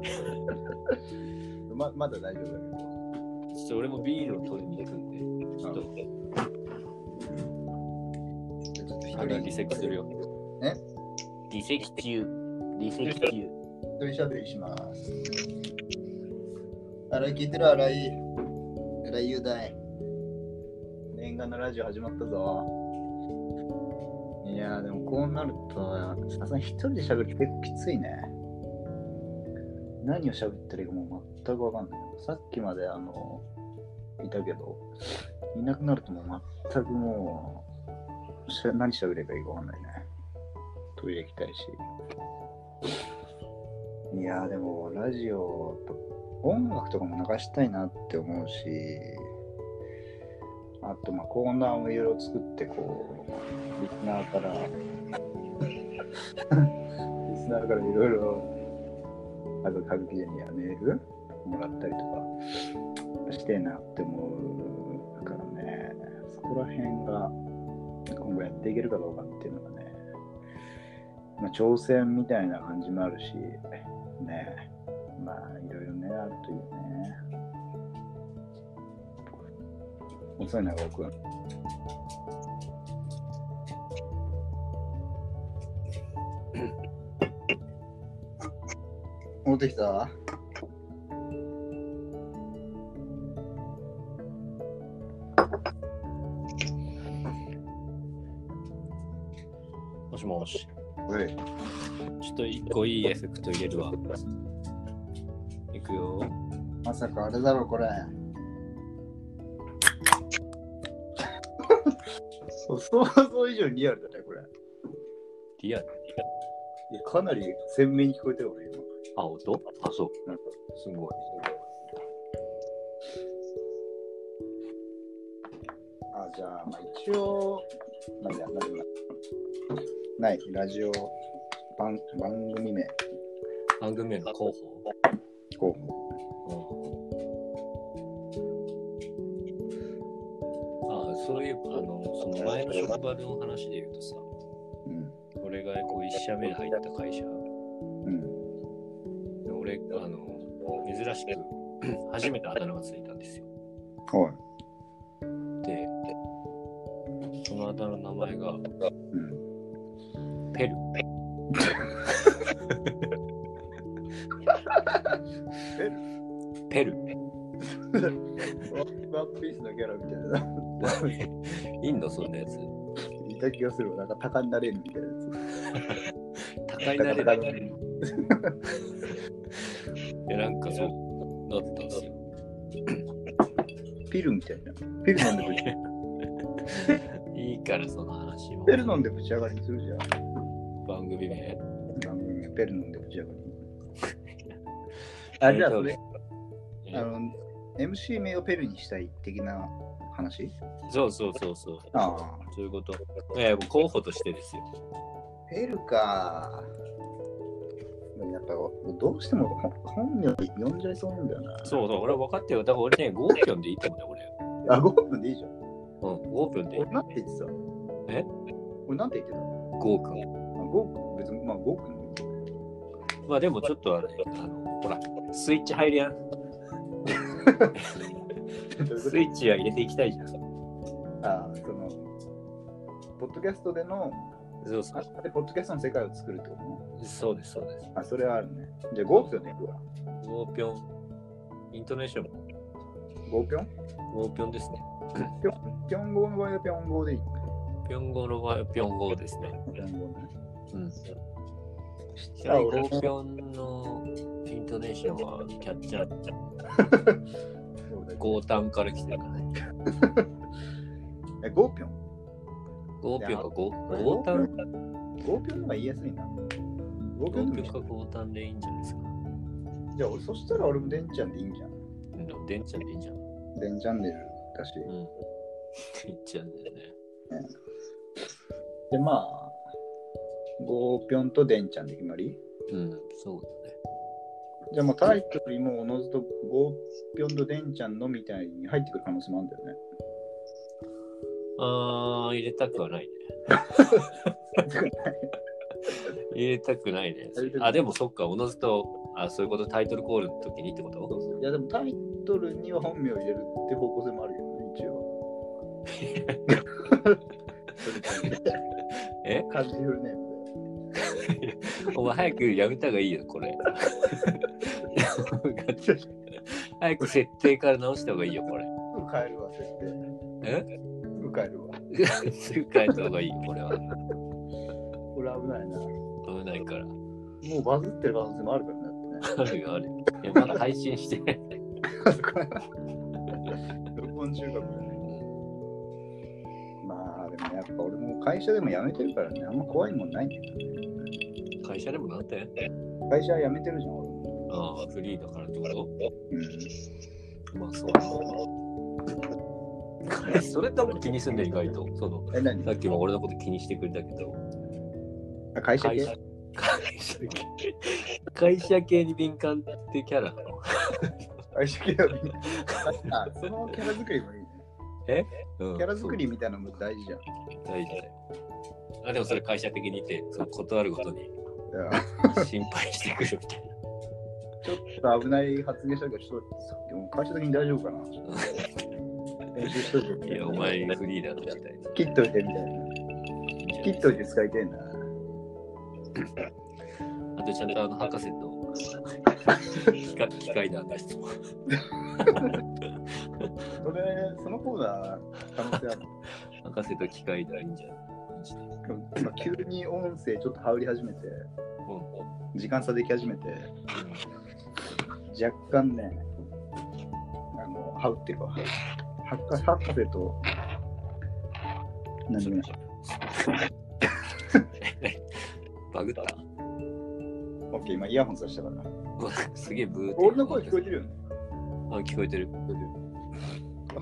[SPEAKER 2] ままだ大丈夫だけど。
[SPEAKER 3] ちょっと俺もビールを取りに行くんで、ちょっとあの離席するよ。
[SPEAKER 2] え
[SPEAKER 3] 離席中。離席中。
[SPEAKER 2] 一人喋りします。荒井聞いてる荒井。荒井雄大。念願のラジオ始まったぞ。いやーでもこうなると、さすがに一人で喋るって結構きついね。何を喋ってるかもう全くわかんない。さっきまであの、いたけど、いなくなるともう全くもう、しゃ何喋ればいいかわかんないね。トイレ行きたいし。いやーでもラジオやっぱ音楽とかも流したいなって思うしあとまあコーナーもいろいろ作ってこうリスナーからリスナーからいろいろあと歌舞伎にはメールもらったりとかしてえなって思うからねそこら辺が今後やっていけるかどうかっていうのがね、まあ、挑戦みたいな感じもあるしねえまあいろいろねあるといいよね遅いな僕 は戻ってきた
[SPEAKER 3] もしもし。
[SPEAKER 2] おい
[SPEAKER 3] ちょっと一個いいエフェクト入れるわ。いくよ。
[SPEAKER 2] まさかあれだろこれ そう想像以上にリアルだねこれ
[SPEAKER 3] リアル。
[SPEAKER 2] いやかなり鮮明に聞こえてる俺今
[SPEAKER 3] あ、音あ、そう。
[SPEAKER 2] なんか
[SPEAKER 3] すごい。
[SPEAKER 2] あ、じゃあ、まあ、一応、まあ、いいや、大丈夫だない、ラジオ番番組名、
[SPEAKER 3] 番組名の候補。
[SPEAKER 2] 候補。
[SPEAKER 3] ああそういえば、あの、その前の職場の話で言うとさ、
[SPEAKER 2] うん。
[SPEAKER 3] 俺がこう一社目で入った会社、
[SPEAKER 2] うん。
[SPEAKER 3] 俺、あの、珍しく初めてあだ名がついたんですよ。
[SPEAKER 2] はい。
[SPEAKER 3] で、そのあだ名の名前が
[SPEAKER 2] うん。
[SPEAKER 3] ペル。ペル。
[SPEAKER 2] ワンピースのキャラみたいな。
[SPEAKER 3] いいんだ、そんなやつ。
[SPEAKER 2] いた気がするわ。なんか高になれるみたいなや
[SPEAKER 3] 高いなれる。 で、なんかそう、なったんですよ。
[SPEAKER 2] つ。ピルみたいな。 ピル飲んでぶち、
[SPEAKER 3] いいから、その話も
[SPEAKER 2] ペ。ル飲んでぶち上がりするじゃん。
[SPEAKER 3] 番組名。
[SPEAKER 2] 番組ペル飲んでぶち上がり。あ、じゃあそれ、あの、MC 名をペルにしたい的な話
[SPEAKER 3] そうそうそうそう。
[SPEAKER 2] ああ。
[SPEAKER 3] そういうこと。ええ候補としてですよ。
[SPEAKER 2] ペルか。やっぱどうしても本本名呼んじゃいそうなんだよな。
[SPEAKER 3] そうそう、俺は分かってるよ。だから俺ね、ゴーピョンでいいと思うんだよ、
[SPEAKER 2] あ、5分でいいじゃん。
[SPEAKER 3] 俺。うん、ゴーピョンでいい
[SPEAKER 2] 俺なんて言ってた
[SPEAKER 3] え
[SPEAKER 2] 俺なんて言ってたの
[SPEAKER 3] ゴー君。
[SPEAKER 2] あ5別に、まあ5分でいい
[SPEAKER 3] まあでもちょっとあれ、あの、ほら、スイッチ入るやん。スイッチは入れていきたいじゃん。そ
[SPEAKER 2] あその、ポッドキャストでの、
[SPEAKER 3] うそ
[SPEAKER 2] あ
[SPEAKER 3] う。
[SPEAKER 2] でポッドキャストの世界を作るってことね。
[SPEAKER 3] そうです、そうです。
[SPEAKER 2] あ、それはあるね。じゃあ5分でいくわ。
[SPEAKER 3] ゴーピョン。イントネーションも
[SPEAKER 2] 5ぴょん
[SPEAKER 3] ゴーピョンですね。
[SPEAKER 2] ぴょんぴょん号の場合はぴょん号でいい。
[SPEAKER 3] ピョンゴの場合はピョンゴですね。
[SPEAKER 2] ぴょん号ね。
[SPEAKER 3] うん。
[SPEAKER 2] じゃあ
[SPEAKER 3] ゴ
[SPEAKER 2] 俺
[SPEAKER 3] ーピョンのイントネーションはキャッチャー、ゴータンから来てるからね。
[SPEAKER 2] え、5ぴょん
[SPEAKER 3] ゴーピョンかゴーゴータン
[SPEAKER 2] ?5 ぴょんの方が言いやすいな。5ぴ
[SPEAKER 3] ゴ
[SPEAKER 2] ょん
[SPEAKER 3] ー
[SPEAKER 2] で
[SPEAKER 3] ピョ
[SPEAKER 2] もいい
[SPEAKER 3] ンかゴータンでいいんじゃないですか。
[SPEAKER 2] じゃあ俺、そしたら俺もデンちゃんでいいんじゃん。
[SPEAKER 3] でも、デンちゃんでいいじゃん。う
[SPEAKER 2] デンチャンネルだし。
[SPEAKER 3] ん。デンちゃんだよね。
[SPEAKER 2] で、まあ、5ぴょんとデンちゃんで決まり
[SPEAKER 3] うん、そうだね。
[SPEAKER 2] じゃあもうタイトルにもおのずと5ぴょんとデンちゃんのみたいに入ってくる可能性もあるんだよね。
[SPEAKER 3] あー、入れたくは ないね。入れたくないね
[SPEAKER 2] 入れたく。ない
[SPEAKER 3] あ、でもそっか、おのずと、あ、そういうこと、タイトルコールの時にってこと
[SPEAKER 2] いやでもタイトルには本名を入れるって方向性もあるよね、一応。
[SPEAKER 3] え
[SPEAKER 2] 漢字フルネームで。
[SPEAKER 3] お前早くやめた方がいいよ、こ れ。早く設定から直した方がいいよ、これ。
[SPEAKER 2] すぐ変えるわ、設定。
[SPEAKER 3] え
[SPEAKER 2] すぐ変えるわ。
[SPEAKER 3] すぐ変えた方がいいよ、これは。
[SPEAKER 2] これ危ないな。
[SPEAKER 3] 危ないから。
[SPEAKER 2] もうバズってる可能性もあるからね。だ
[SPEAKER 3] あるよ、ある。いや、まだ配信してない。
[SPEAKER 2] ってね録音中学だね。まあでもやっぱ俺も会社でも辞めてるからね、あんま怖いもんないんだけどね。
[SPEAKER 3] 会社でもなって。
[SPEAKER 2] 会社は辞めてるじゃん、俺も。
[SPEAKER 3] ああ、フリーだからってこと
[SPEAKER 2] うん
[SPEAKER 3] まあそうだな それ多分気にすんね意外とその
[SPEAKER 2] え、何
[SPEAKER 3] さっきも俺のこと気にしてくれたけど
[SPEAKER 2] あ会社
[SPEAKER 3] 会
[SPEAKER 2] 系
[SPEAKER 3] 社会社系会社系に敏感ってキャラなの
[SPEAKER 2] 会社系は みんなあ、そのキャラ作りもいいね。
[SPEAKER 3] うん
[SPEAKER 2] キャラ作りみたいなのも大事じゃん。
[SPEAKER 3] そう大事だよあでもそれ会社的にってその断るごとに
[SPEAKER 2] いや
[SPEAKER 3] 心配してくるみたい
[SPEAKER 2] ちょっと危ない発言したけど、ちょっとでも会社的に大丈夫かな練習しとく
[SPEAKER 3] ないやお前フリーだとみたいな
[SPEAKER 2] 切っといてみたいな。切っといて使いたいな。
[SPEAKER 3] あとちゃんとあの博士と機械機械の話も
[SPEAKER 2] それ、そのコーナー、可能性ある。
[SPEAKER 3] 博士と機械だいいんじゃない
[SPEAKER 2] 今急に音声ちょっと羽織り始めて、時間差でき始めて、若干ね、あの、羽織ってるわ。ハッカハッカセと、何でもない。
[SPEAKER 3] バグった
[SPEAKER 2] オッケー、今イヤホンさしたから。
[SPEAKER 3] うわすげえブーって
[SPEAKER 2] 俺の声聞こえてるよね。
[SPEAKER 3] あ聞こえてる。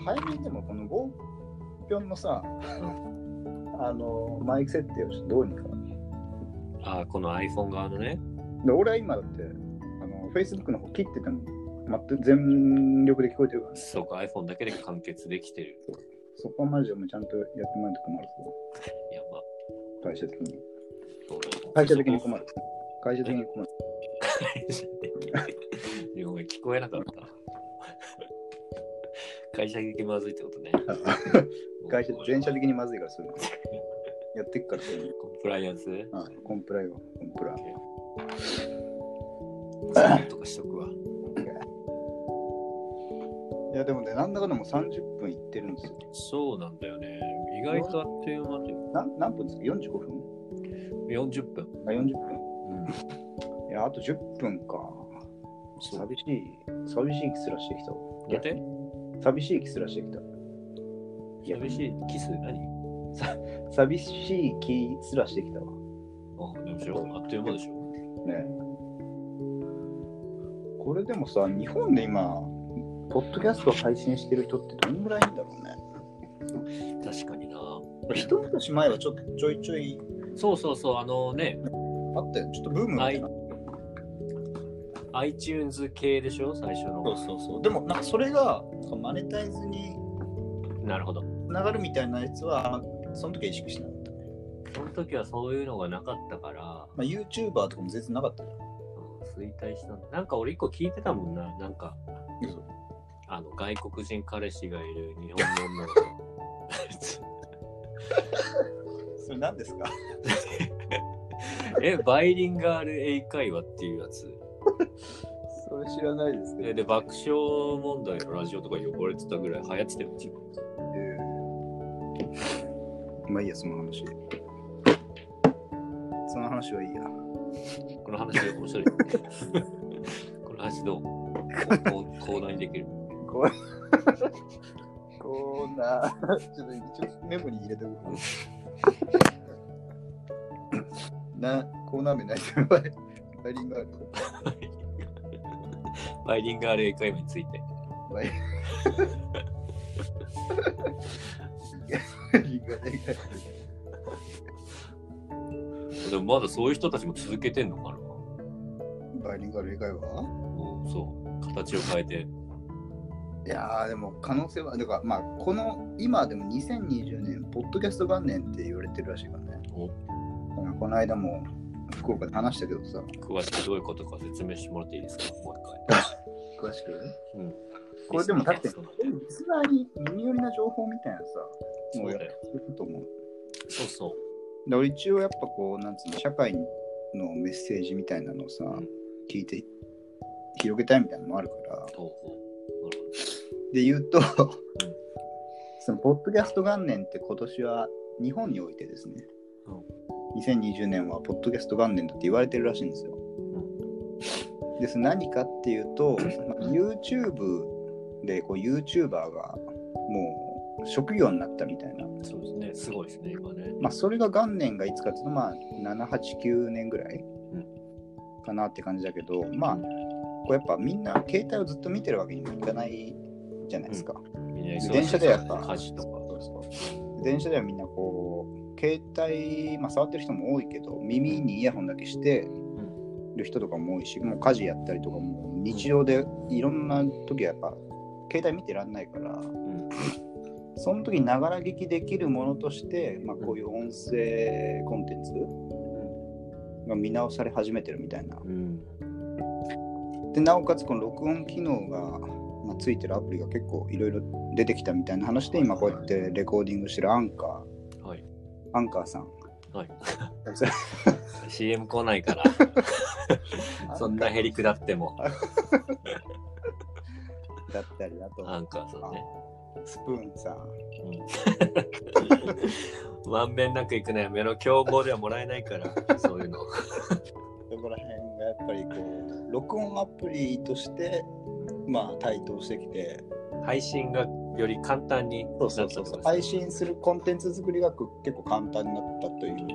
[SPEAKER 2] 早めにでもこのゴーピョンのさ、あのマイク設定をちょっとどうにか。
[SPEAKER 3] あこの iPhone 側のね。
[SPEAKER 2] で俺は今だって、あの Facebook の方切ってても、全く全力で聞こえてるから、ね、
[SPEAKER 3] そうか、iPhone だけで完結できてる。
[SPEAKER 2] そこはマジでもうちゃんとやってもらうと困る
[SPEAKER 3] やば。
[SPEAKER 2] ぞ、会社的に。会社的に困
[SPEAKER 3] る。
[SPEAKER 2] る。会社的に困る。
[SPEAKER 3] 会社的に。いやごめん聞こえなかった。会社的にまずいってことね。
[SPEAKER 2] 会社全社的にまずいからそういうのやってっからそういうの
[SPEAKER 3] コンプライアンスね
[SPEAKER 2] あコンプライはコンプラ
[SPEAKER 3] とかしとくわ。
[SPEAKER 2] いやでもねなんだかんだもう30分いってるんですよ
[SPEAKER 3] そうなんだよね。意外とあっという間で
[SPEAKER 2] な何分ですか45分
[SPEAKER 3] 40分。
[SPEAKER 2] あ40分いやあと10分か
[SPEAKER 3] そう
[SPEAKER 2] 寂しい寂しい気すらしてきた
[SPEAKER 3] だって
[SPEAKER 2] 寂しい気すらしてきたや
[SPEAKER 3] 寂しいキス何
[SPEAKER 2] 寂しい気すらしてきたわ
[SPEAKER 3] あでもしょあっという間でしょ。
[SPEAKER 2] ねこれでもさ日本で今ポッドキャストを配信してる人ってどんぐらいいんだろうね
[SPEAKER 3] 確かにな。
[SPEAKER 2] 一昔前はちょっとちょいちょい
[SPEAKER 3] そうそうそう、あのね、
[SPEAKER 2] あったよちょっとブームみたいな
[SPEAKER 3] iTunes 系でしょ、最初
[SPEAKER 2] そう
[SPEAKER 3] の。
[SPEAKER 2] そうそうでもなんかそれがなんかマネタイズに
[SPEAKER 3] なるほど。
[SPEAKER 2] つながるみたいなやつはあんまその時は意識しなかったね、
[SPEAKER 3] その時はそういうのがなかったから、
[SPEAKER 2] まあ、YouTuber とかも全然なかったじゃん
[SPEAKER 3] うん衰退した。なんか俺一個聞いてたもんな、なんか
[SPEAKER 2] 嘘、
[SPEAKER 3] あの外国人彼氏がいる日本の女の子。
[SPEAKER 2] それ何ですか
[SPEAKER 3] え、バイリンガール英会話っていうやつ。
[SPEAKER 2] それ知らないです
[SPEAKER 3] で、で爆笑問題のラジオとか呼ばれてたぐらい流行ってたよ、一番。
[SPEAKER 2] まあいいやその話その話はいいや
[SPEAKER 3] この話面白い。この話どうこうこう講談にできる。
[SPEAKER 2] こうこうなちょっと一応メモに入れておこう なコーナー名ないとバイバイリンガール
[SPEAKER 3] バイリンガール英会話について。
[SPEAKER 2] バイ バイリンガール
[SPEAKER 3] でもまだそういう人たちも続けてんのかな
[SPEAKER 2] バイリンガール英会
[SPEAKER 3] う
[SPEAKER 2] 話
[SPEAKER 3] んそう。形を変えて。
[SPEAKER 2] いやーでも可能性はだからまあこの今でも2020年ポッドキャスト元年って言われてるらしいからね
[SPEAKER 3] お
[SPEAKER 2] なんかこの間も福岡で話したけどさ
[SPEAKER 3] 詳しくどういうことか説明してもらっていいですかもう一
[SPEAKER 2] 詳しく
[SPEAKER 3] 回。うん、
[SPEAKER 2] これでもだって
[SPEAKER 3] リスナー
[SPEAKER 2] リスナーに耳寄りな情報みたいなさもう
[SPEAKER 3] そう
[SPEAKER 2] や
[SPEAKER 3] だ
[SPEAKER 2] って
[SPEAKER 3] よ。
[SPEAKER 2] ると思う
[SPEAKER 3] そうそう。
[SPEAKER 2] で俺一応やっぱこうなんつうの社会のメッセージみたいなのをさ、
[SPEAKER 3] うん
[SPEAKER 2] 聞いて広げたいみたいなのもあるから
[SPEAKER 3] ほうほうなる
[SPEAKER 2] で言うと そのポッドキャスト元年って今年は日本においてですね、2020年はポッドキャスト元年だって言われてるらしいんですよ、です何かっていうと、まあ YouTube でこう YouTuber がもう職業になったみたいな
[SPEAKER 3] ほどそうですね。すごいですね、今ね。
[SPEAKER 2] まあ、それが元年がいつかっていうと、まあ、7、8、9年ぐらい
[SPEAKER 3] うん
[SPEAKER 2] かなって感じだけど、まあ、こうやっぱみんな携帯をずっと見てるわけにもいかないじゃないですか。
[SPEAKER 3] みんな忙しい
[SPEAKER 2] 電車でやっぱ
[SPEAKER 3] 家事とか。
[SPEAKER 2] 電車ではみんなこう、携帯、まあ、触ってる人も多いけど、耳にイヤホンだけしてる人とかも多いし、もう家事やったりとか、もう日常でいろんな時はやっぱ、携帯見てらんないから、
[SPEAKER 3] うん
[SPEAKER 2] その時にながら聞きできるものとして、まあ、こういう音声コンテンツが見直され始めてるみたいな。
[SPEAKER 3] うん。
[SPEAKER 2] でなおかつこの録音機能が、まあ、ついてるアプリが結構いろいろ出てきたみたいな話で今こうやってレコーディングしてるアンカ
[SPEAKER 3] うん。はい。
[SPEAKER 2] ーアンカーさん
[SPEAKER 3] はい。
[SPEAKER 2] そ
[SPEAKER 3] CM 来ない から。そんなへりくだっても。
[SPEAKER 2] だったりだと
[SPEAKER 3] アンカーさんね。
[SPEAKER 2] スプーンさん
[SPEAKER 3] うんまんべんなくいくのやめろ。競合ではもらえないから、そういうの。
[SPEAKER 2] そこら辺がやっぱりこう録音アプリとしてまあ台頭してきて
[SPEAKER 3] 配信がより簡単になったってことですね
[SPEAKER 2] 配信するコンテンツ作りが結構簡単になったといううん
[SPEAKER 3] うんうん。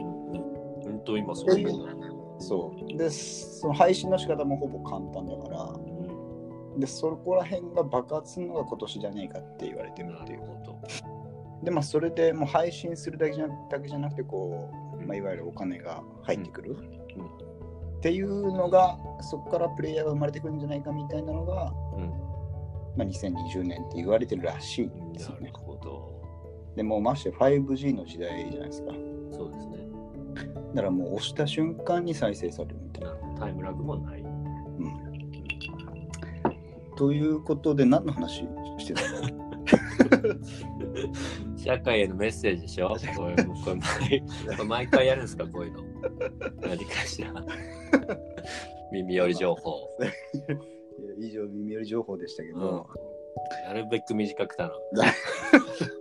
[SPEAKER 3] 本当今そういうの。
[SPEAKER 2] そうでその配信の仕方もほぼ簡単だから
[SPEAKER 3] うん
[SPEAKER 2] でそこら辺が爆発するのが今年じゃねえかって言われてる
[SPEAKER 3] な
[SPEAKER 2] ってい
[SPEAKER 3] る
[SPEAKER 2] う
[SPEAKER 3] ほど。
[SPEAKER 2] でまあそれでもう配信するだけじゃだけじゃなくてこう、
[SPEAKER 3] うん
[SPEAKER 2] まあ、いわゆるお金が入ってく
[SPEAKER 3] う
[SPEAKER 2] る、
[SPEAKER 3] ん
[SPEAKER 2] っていうのがそこからプレイヤーが生まれてくるんじゃないかみたいなのが、
[SPEAKER 3] うん
[SPEAKER 2] まあ、2020年って言われてるらしいんです
[SPEAKER 3] な
[SPEAKER 2] よね
[SPEAKER 3] るほど。
[SPEAKER 2] でもうまして 5G の時代じゃないですか
[SPEAKER 3] そうですね。
[SPEAKER 2] だからもう押した瞬間に再生されるみたいな
[SPEAKER 3] なるほどタイムラグもない。
[SPEAKER 2] ということで何の話してたの
[SPEAKER 3] 社会へのメッセージでしょこれもうこれ毎これ毎回やるんですかこういうの。何かし ら。耳寄り情報。
[SPEAKER 2] いや以上、耳寄り情報でしたけ
[SPEAKER 3] う
[SPEAKER 2] ど、
[SPEAKER 3] ん。なるべく短く頼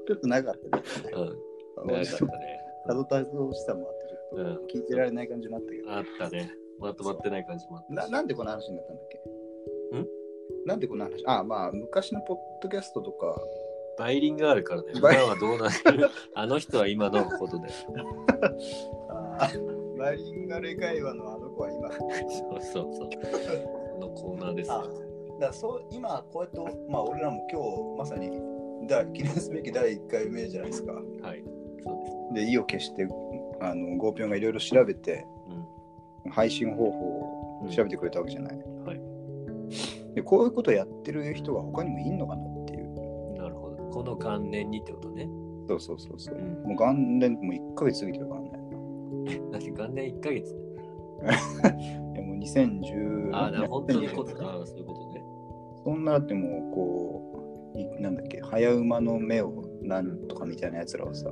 [SPEAKER 2] ちょっと長かったですね。
[SPEAKER 3] む。うん。
[SPEAKER 2] あの
[SPEAKER 3] 長かったね。
[SPEAKER 2] アドタイズのしさもあって、ちょっと聞いてられない感じもあったけど、
[SPEAKER 3] あったね。まとまってない感じもあった
[SPEAKER 2] な
[SPEAKER 3] し。
[SPEAKER 2] なんでこの話になったんだっけ
[SPEAKER 3] ん
[SPEAKER 2] なんでこの話あ、まあ、昔のポッドキャストとか、
[SPEAKER 3] バイリンガールからね。今
[SPEAKER 2] バイ
[SPEAKER 3] はどうなってる あの人は今のことで。
[SPEAKER 2] あ ーバイリンガル会話のあの子は今、
[SPEAKER 3] そうそうそう。のコーナーですよ。
[SPEAKER 2] あだからそう今こうやって、まあ、俺らも今日まさにだ記念すべき第1回目じゃないですか。
[SPEAKER 3] はい。そうです。
[SPEAKER 2] で意を決してあのゴーピョンがいろいろ調べて配信方法
[SPEAKER 3] う
[SPEAKER 2] を
[SPEAKER 3] ん。
[SPEAKER 2] 調べてくれたわけじゃない。
[SPEAKER 3] うんはい。
[SPEAKER 2] でこういうことやってる人が他にもいんのかなっていう。
[SPEAKER 3] なるほど。この元年にってことね。
[SPEAKER 2] そうそうそうそう。
[SPEAKER 3] うん
[SPEAKER 2] もう元年もう1ヶ月過ぎてるからね。
[SPEAKER 3] だって元年1ヶ月。
[SPEAKER 2] いやもう2010
[SPEAKER 3] ああ、だから本当にこ
[SPEAKER 2] 2020
[SPEAKER 3] と、ああ、そういうことね。
[SPEAKER 2] そんなだってもうこういなんだっけ早馬の目をなんとかみたいなやつらはさ。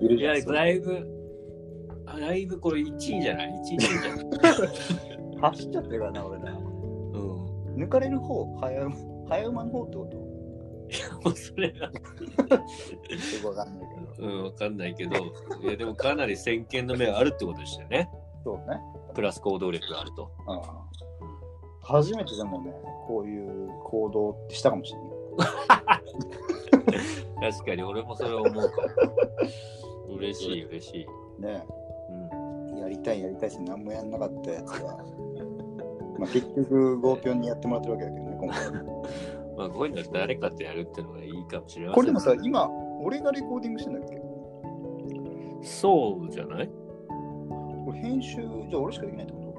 [SPEAKER 2] い る
[SPEAKER 3] い
[SPEAKER 2] じ
[SPEAKER 3] や
[SPEAKER 2] ゃない、
[SPEAKER 3] だいぶ、あだいぶこれ1位じゃない ?1 位じゃない
[SPEAKER 2] 走っちゃってるからな俺ら。
[SPEAKER 3] うん。
[SPEAKER 2] 抜かれる方早馬早馬の方ってこと
[SPEAKER 3] もう それは、
[SPEAKER 2] よくわかんないけど。
[SPEAKER 3] うん、わかんないけど、いや、でもかなり先見の目があるってことでしたよね。
[SPEAKER 2] そうね。
[SPEAKER 3] プラス行動力があると。
[SPEAKER 2] ああ初めてでもね、こういう行動ってしたかもしれない。
[SPEAKER 3] 確かに俺もそれは思うから。 嬉しい、嬉しい。
[SPEAKER 2] ね
[SPEAKER 3] うん。
[SPEAKER 2] やりたいやりたいって何もやんなかったやつが。 まあ結局、ゴーピョンにやってもらってるわけだけどね、今回。
[SPEAKER 3] まあ、こういうのは誰かとやるってのがいいかもしれません。
[SPEAKER 2] これでもさ、今、俺がレコーディングしてんだっけ
[SPEAKER 3] そうじゃない
[SPEAKER 2] これ編集、じゃあ俺しかできないってこ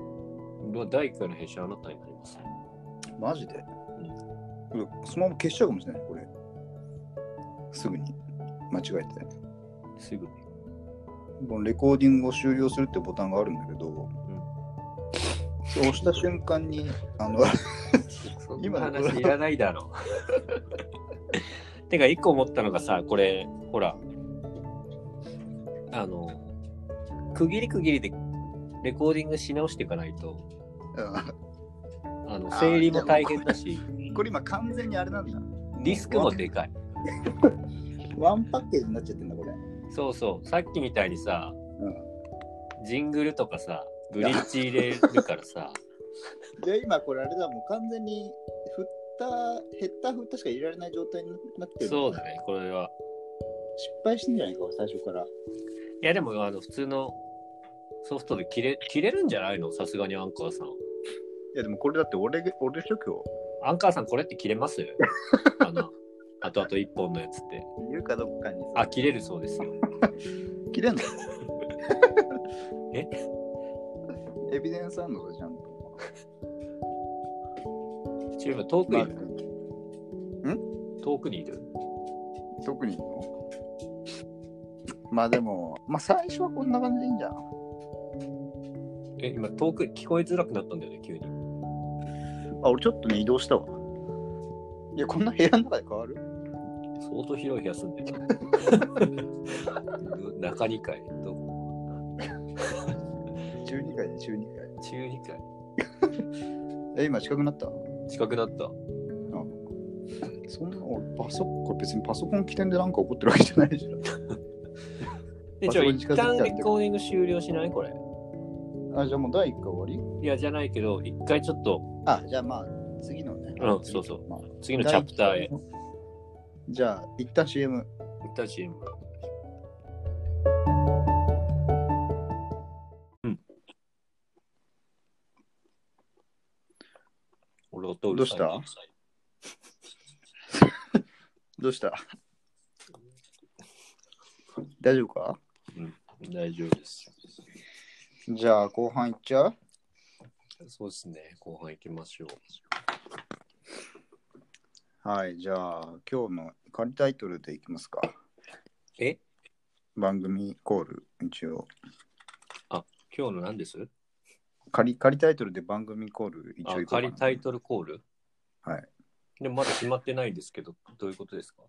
[SPEAKER 3] まあ第1回の編集あなたになります。
[SPEAKER 2] とマジで、うん、そのまま消しちゃうかもしれない、これ。すぐに。間違えて。
[SPEAKER 3] すぐに。
[SPEAKER 2] このレコーディングを終了するってボタンがあるんだけど、そう押した瞬間に、あの、
[SPEAKER 3] そん
[SPEAKER 2] 今
[SPEAKER 3] な
[SPEAKER 2] の
[SPEAKER 3] 話いらないだろう。 てか、一個思ったのがさ、これ、ほら、あの、区切り区切りでレコーディングし直していかないと、あの
[SPEAKER 2] あー
[SPEAKER 3] 整理も大変だし、
[SPEAKER 2] これ今完全にあれなんだ。
[SPEAKER 3] リスクもでかい。
[SPEAKER 2] ワンワンパッケージになっちゃってんだ、これ。
[SPEAKER 3] そうそう、さっきみたいにさ、
[SPEAKER 2] う
[SPEAKER 3] ジングルとかさ、ブリッジ入れるからさ、
[SPEAKER 2] ん、で、今これあれだ、もう完全に振った、減った振ったしか入れられない状態になって る。
[SPEAKER 3] そうだね、これは。
[SPEAKER 2] 失敗してんじゃないか、俺最初から。
[SPEAKER 3] いや、でも、あの、普通のソフトで切れ切れるんじゃないのさすがにアンカーさん。
[SPEAKER 2] いや、でもこれだって俺、俺でしょ、今
[SPEAKER 3] アンカーさん、これって切れます あの、あとあと1本のやつって。
[SPEAKER 2] 日。言うかどっかに
[SPEAKER 3] あ、切れるそうですよ。
[SPEAKER 2] 切れんの
[SPEAKER 3] え
[SPEAKER 2] エビデンスあんのか、ちゃんと。
[SPEAKER 3] チューブ、遠くにいる、
[SPEAKER 2] まあ
[SPEAKER 3] 遠くにいる
[SPEAKER 2] 特にいいのまあでも、まあ最初はこんな感じでいいんじゃん。
[SPEAKER 3] え、今、遠く、聞こえづらくなったんだよね、急に。
[SPEAKER 2] あ、俺ちょっとね、移動したわ。いや、こんな部屋の中で変わる
[SPEAKER 3] 相当広い部屋住んで る。ど中2階、どこ
[SPEAKER 2] ?12 階で12階。
[SPEAKER 3] 中2階。
[SPEAKER 2] え、今近くなった
[SPEAKER 3] 近くなった。
[SPEAKER 2] そんな、俺パソコン、これ別にパソコン起点でなんか怒ってるわけじゃないじゃ
[SPEAKER 3] え、
[SPEAKER 2] あ
[SPEAKER 3] じゃあ、
[SPEAKER 2] そこに
[SPEAKER 3] 一
[SPEAKER 2] 近づいちゃう
[SPEAKER 3] 旦
[SPEAKER 2] んだ
[SPEAKER 3] レコーディング終了しないこれ。
[SPEAKER 2] ん。あ、じゃあもう第1回終わ
[SPEAKER 3] いや、じゃないけど、一回ちょっと、
[SPEAKER 2] りあ、じゃあまあ、次のね。
[SPEAKER 3] うんそうそう
[SPEAKER 2] まあ
[SPEAKER 3] 次のチャプターへ。。
[SPEAKER 2] じゃあ、一旦 CM。
[SPEAKER 3] 行ったチーム。俺が通る際
[SPEAKER 2] どうどうした大丈夫か
[SPEAKER 3] 大丈夫です。
[SPEAKER 2] じゃあ、後半いっちゃう
[SPEAKER 3] そうですね。後半行きましょう。
[SPEAKER 2] はい、じゃあ、今日の仮タイトルでいきますか。
[SPEAKER 3] え
[SPEAKER 2] 番組コール、一応。
[SPEAKER 3] 今日の何です
[SPEAKER 2] 仮仮タイトルで番組コール一
[SPEAKER 3] あ
[SPEAKER 2] 応行こうかな
[SPEAKER 3] 仮タイトルコール
[SPEAKER 2] はい。
[SPEAKER 3] でもまだ決まってないですけど、どういうことですか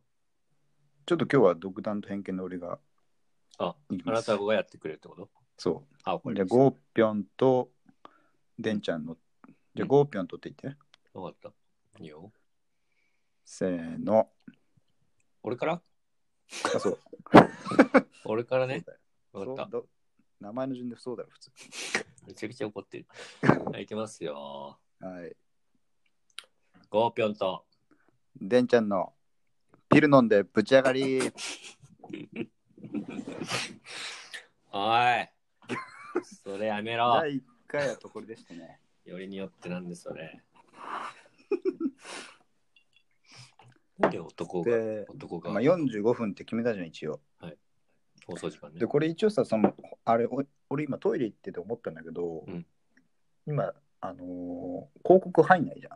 [SPEAKER 2] ちょっと今日は独断と偏見の俺が
[SPEAKER 3] あ、
[SPEAKER 2] いき
[SPEAKER 3] あ
[SPEAKER 2] ま
[SPEAKER 3] な
[SPEAKER 2] す
[SPEAKER 3] た。がやってくれるってこと
[SPEAKER 2] そ
[SPEAKER 3] あ、こ
[SPEAKER 2] う。
[SPEAKER 3] れ
[SPEAKER 2] じゃあ、ゴーピョンと、デンちゃんの、じゃあ、
[SPEAKER 3] うん
[SPEAKER 2] ゴーピョンとって言って。
[SPEAKER 3] わかった。いいよ。
[SPEAKER 2] せーの。
[SPEAKER 3] 俺から
[SPEAKER 2] あ、そう。
[SPEAKER 3] 俺からね
[SPEAKER 2] そう。だよ
[SPEAKER 3] わかった
[SPEAKER 2] そう。ど名前の順でそうだろ、普通。
[SPEAKER 3] めちゃくちゃ怒ってる。 はい、いきますよ。
[SPEAKER 2] はい。
[SPEAKER 3] ゴーピョンと。
[SPEAKER 2] デンちゃんの、ピル飲んでぶち上がり。
[SPEAKER 3] おい。それやめろ。
[SPEAKER 2] 第1回はところでしたね。
[SPEAKER 3] よりによってなんでそれ。 なんで男が、
[SPEAKER 2] で、
[SPEAKER 3] 男が
[SPEAKER 2] まあ、45分って決めたじゃん、一応。
[SPEAKER 3] 放送時間ね
[SPEAKER 2] で、。これ一応さ、その、あれ、お俺今トイレ行ってて思ったんだけど、
[SPEAKER 3] うん
[SPEAKER 2] 今、あのー広告入んないじゃ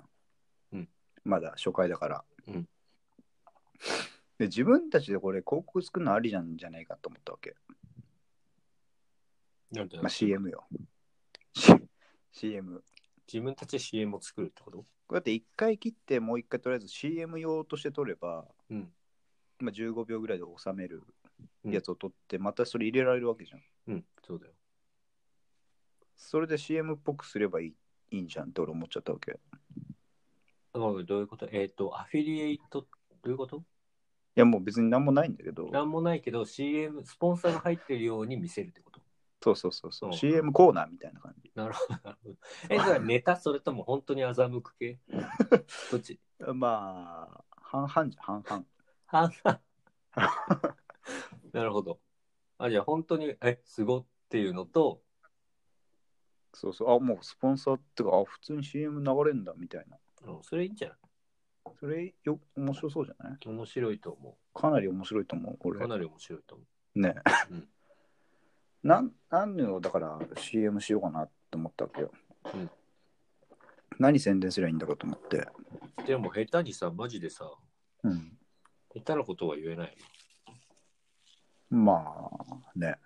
[SPEAKER 2] ん。
[SPEAKER 3] うん
[SPEAKER 2] まだ初回だから。
[SPEAKER 3] うん
[SPEAKER 2] で、自分たちでこれ広告作るのありなんじゃないかと思ったわけ。
[SPEAKER 3] なんで
[SPEAKER 2] まあ、CM よ。CM。
[SPEAKER 3] 自分たちで CM を作るってこと
[SPEAKER 2] こうやって1回切って、もう1回とりあえず CM 用として取れば、
[SPEAKER 3] うん。
[SPEAKER 2] まあ、15秒ぐらいで収めるやつを取って、またそれ入れられるわけじゃん。
[SPEAKER 3] うん、そうだよ。
[SPEAKER 2] それで CM っぽくすればいいいいんじゃんって俺思っちゃったわけ。い
[SPEAKER 3] あごめんどういうことえっ、と、アフィリエイト、どういうこと
[SPEAKER 2] やもう別に何もないんだけど、
[SPEAKER 3] なんもないけど、CM、スポンサーが入ってるように見せるってこと
[SPEAKER 2] そうそうそうそう、
[SPEAKER 3] うん
[SPEAKER 2] CM コーナーみたいな感じ。
[SPEAKER 3] なるほど。え、それはネタそれとも本当に欺く系 どっち
[SPEAKER 2] まあ、半々じゃん、半
[SPEAKER 3] 半々。なるほど。あ、じゃあ本当に、え、すごっていうのと、
[SPEAKER 2] 々。そうそう、あ、もうスポンサーってか、あ、普通に CM 流れんだみたいな。
[SPEAKER 3] うん、それいいんじゃない
[SPEAKER 2] それよ、面白そうじゃない
[SPEAKER 3] 面白いと思
[SPEAKER 2] かなり面白いと思う、
[SPEAKER 3] う。
[SPEAKER 2] 俺
[SPEAKER 3] か。なり面白いと思
[SPEAKER 2] ね。
[SPEAKER 3] うん
[SPEAKER 2] なん、何をだから CM しようかなって思ったわけよ。
[SPEAKER 3] うん
[SPEAKER 2] 何宣伝すればいいんだろうと思って。
[SPEAKER 3] う。でも下手にさ、マジでさ、
[SPEAKER 2] うん。
[SPEAKER 3] 下手なことは言えない。
[SPEAKER 2] まあね。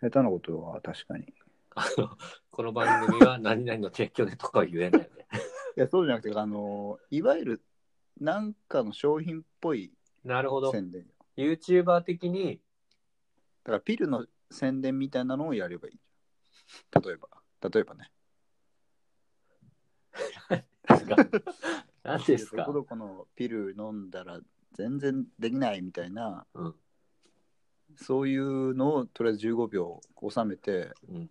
[SPEAKER 2] 下手なことは確かに。い
[SPEAKER 3] あの、この番組は何々の提供でとかは言え ないよね。
[SPEAKER 2] や、そうじゃなくて、あの、いわゆるなんかの商品っぽい
[SPEAKER 3] なるほど。
[SPEAKER 2] 宣伝。
[SPEAKER 3] YouTuber 的に、
[SPEAKER 2] だからピルの宣伝みたいなのをやればいい。例えば、例えばね。
[SPEAKER 3] 何ですか
[SPEAKER 2] どこどこのピル飲んだら全然できないみたいな、
[SPEAKER 3] うん
[SPEAKER 2] そういうのをとりあえず15秒収めて、
[SPEAKER 3] うん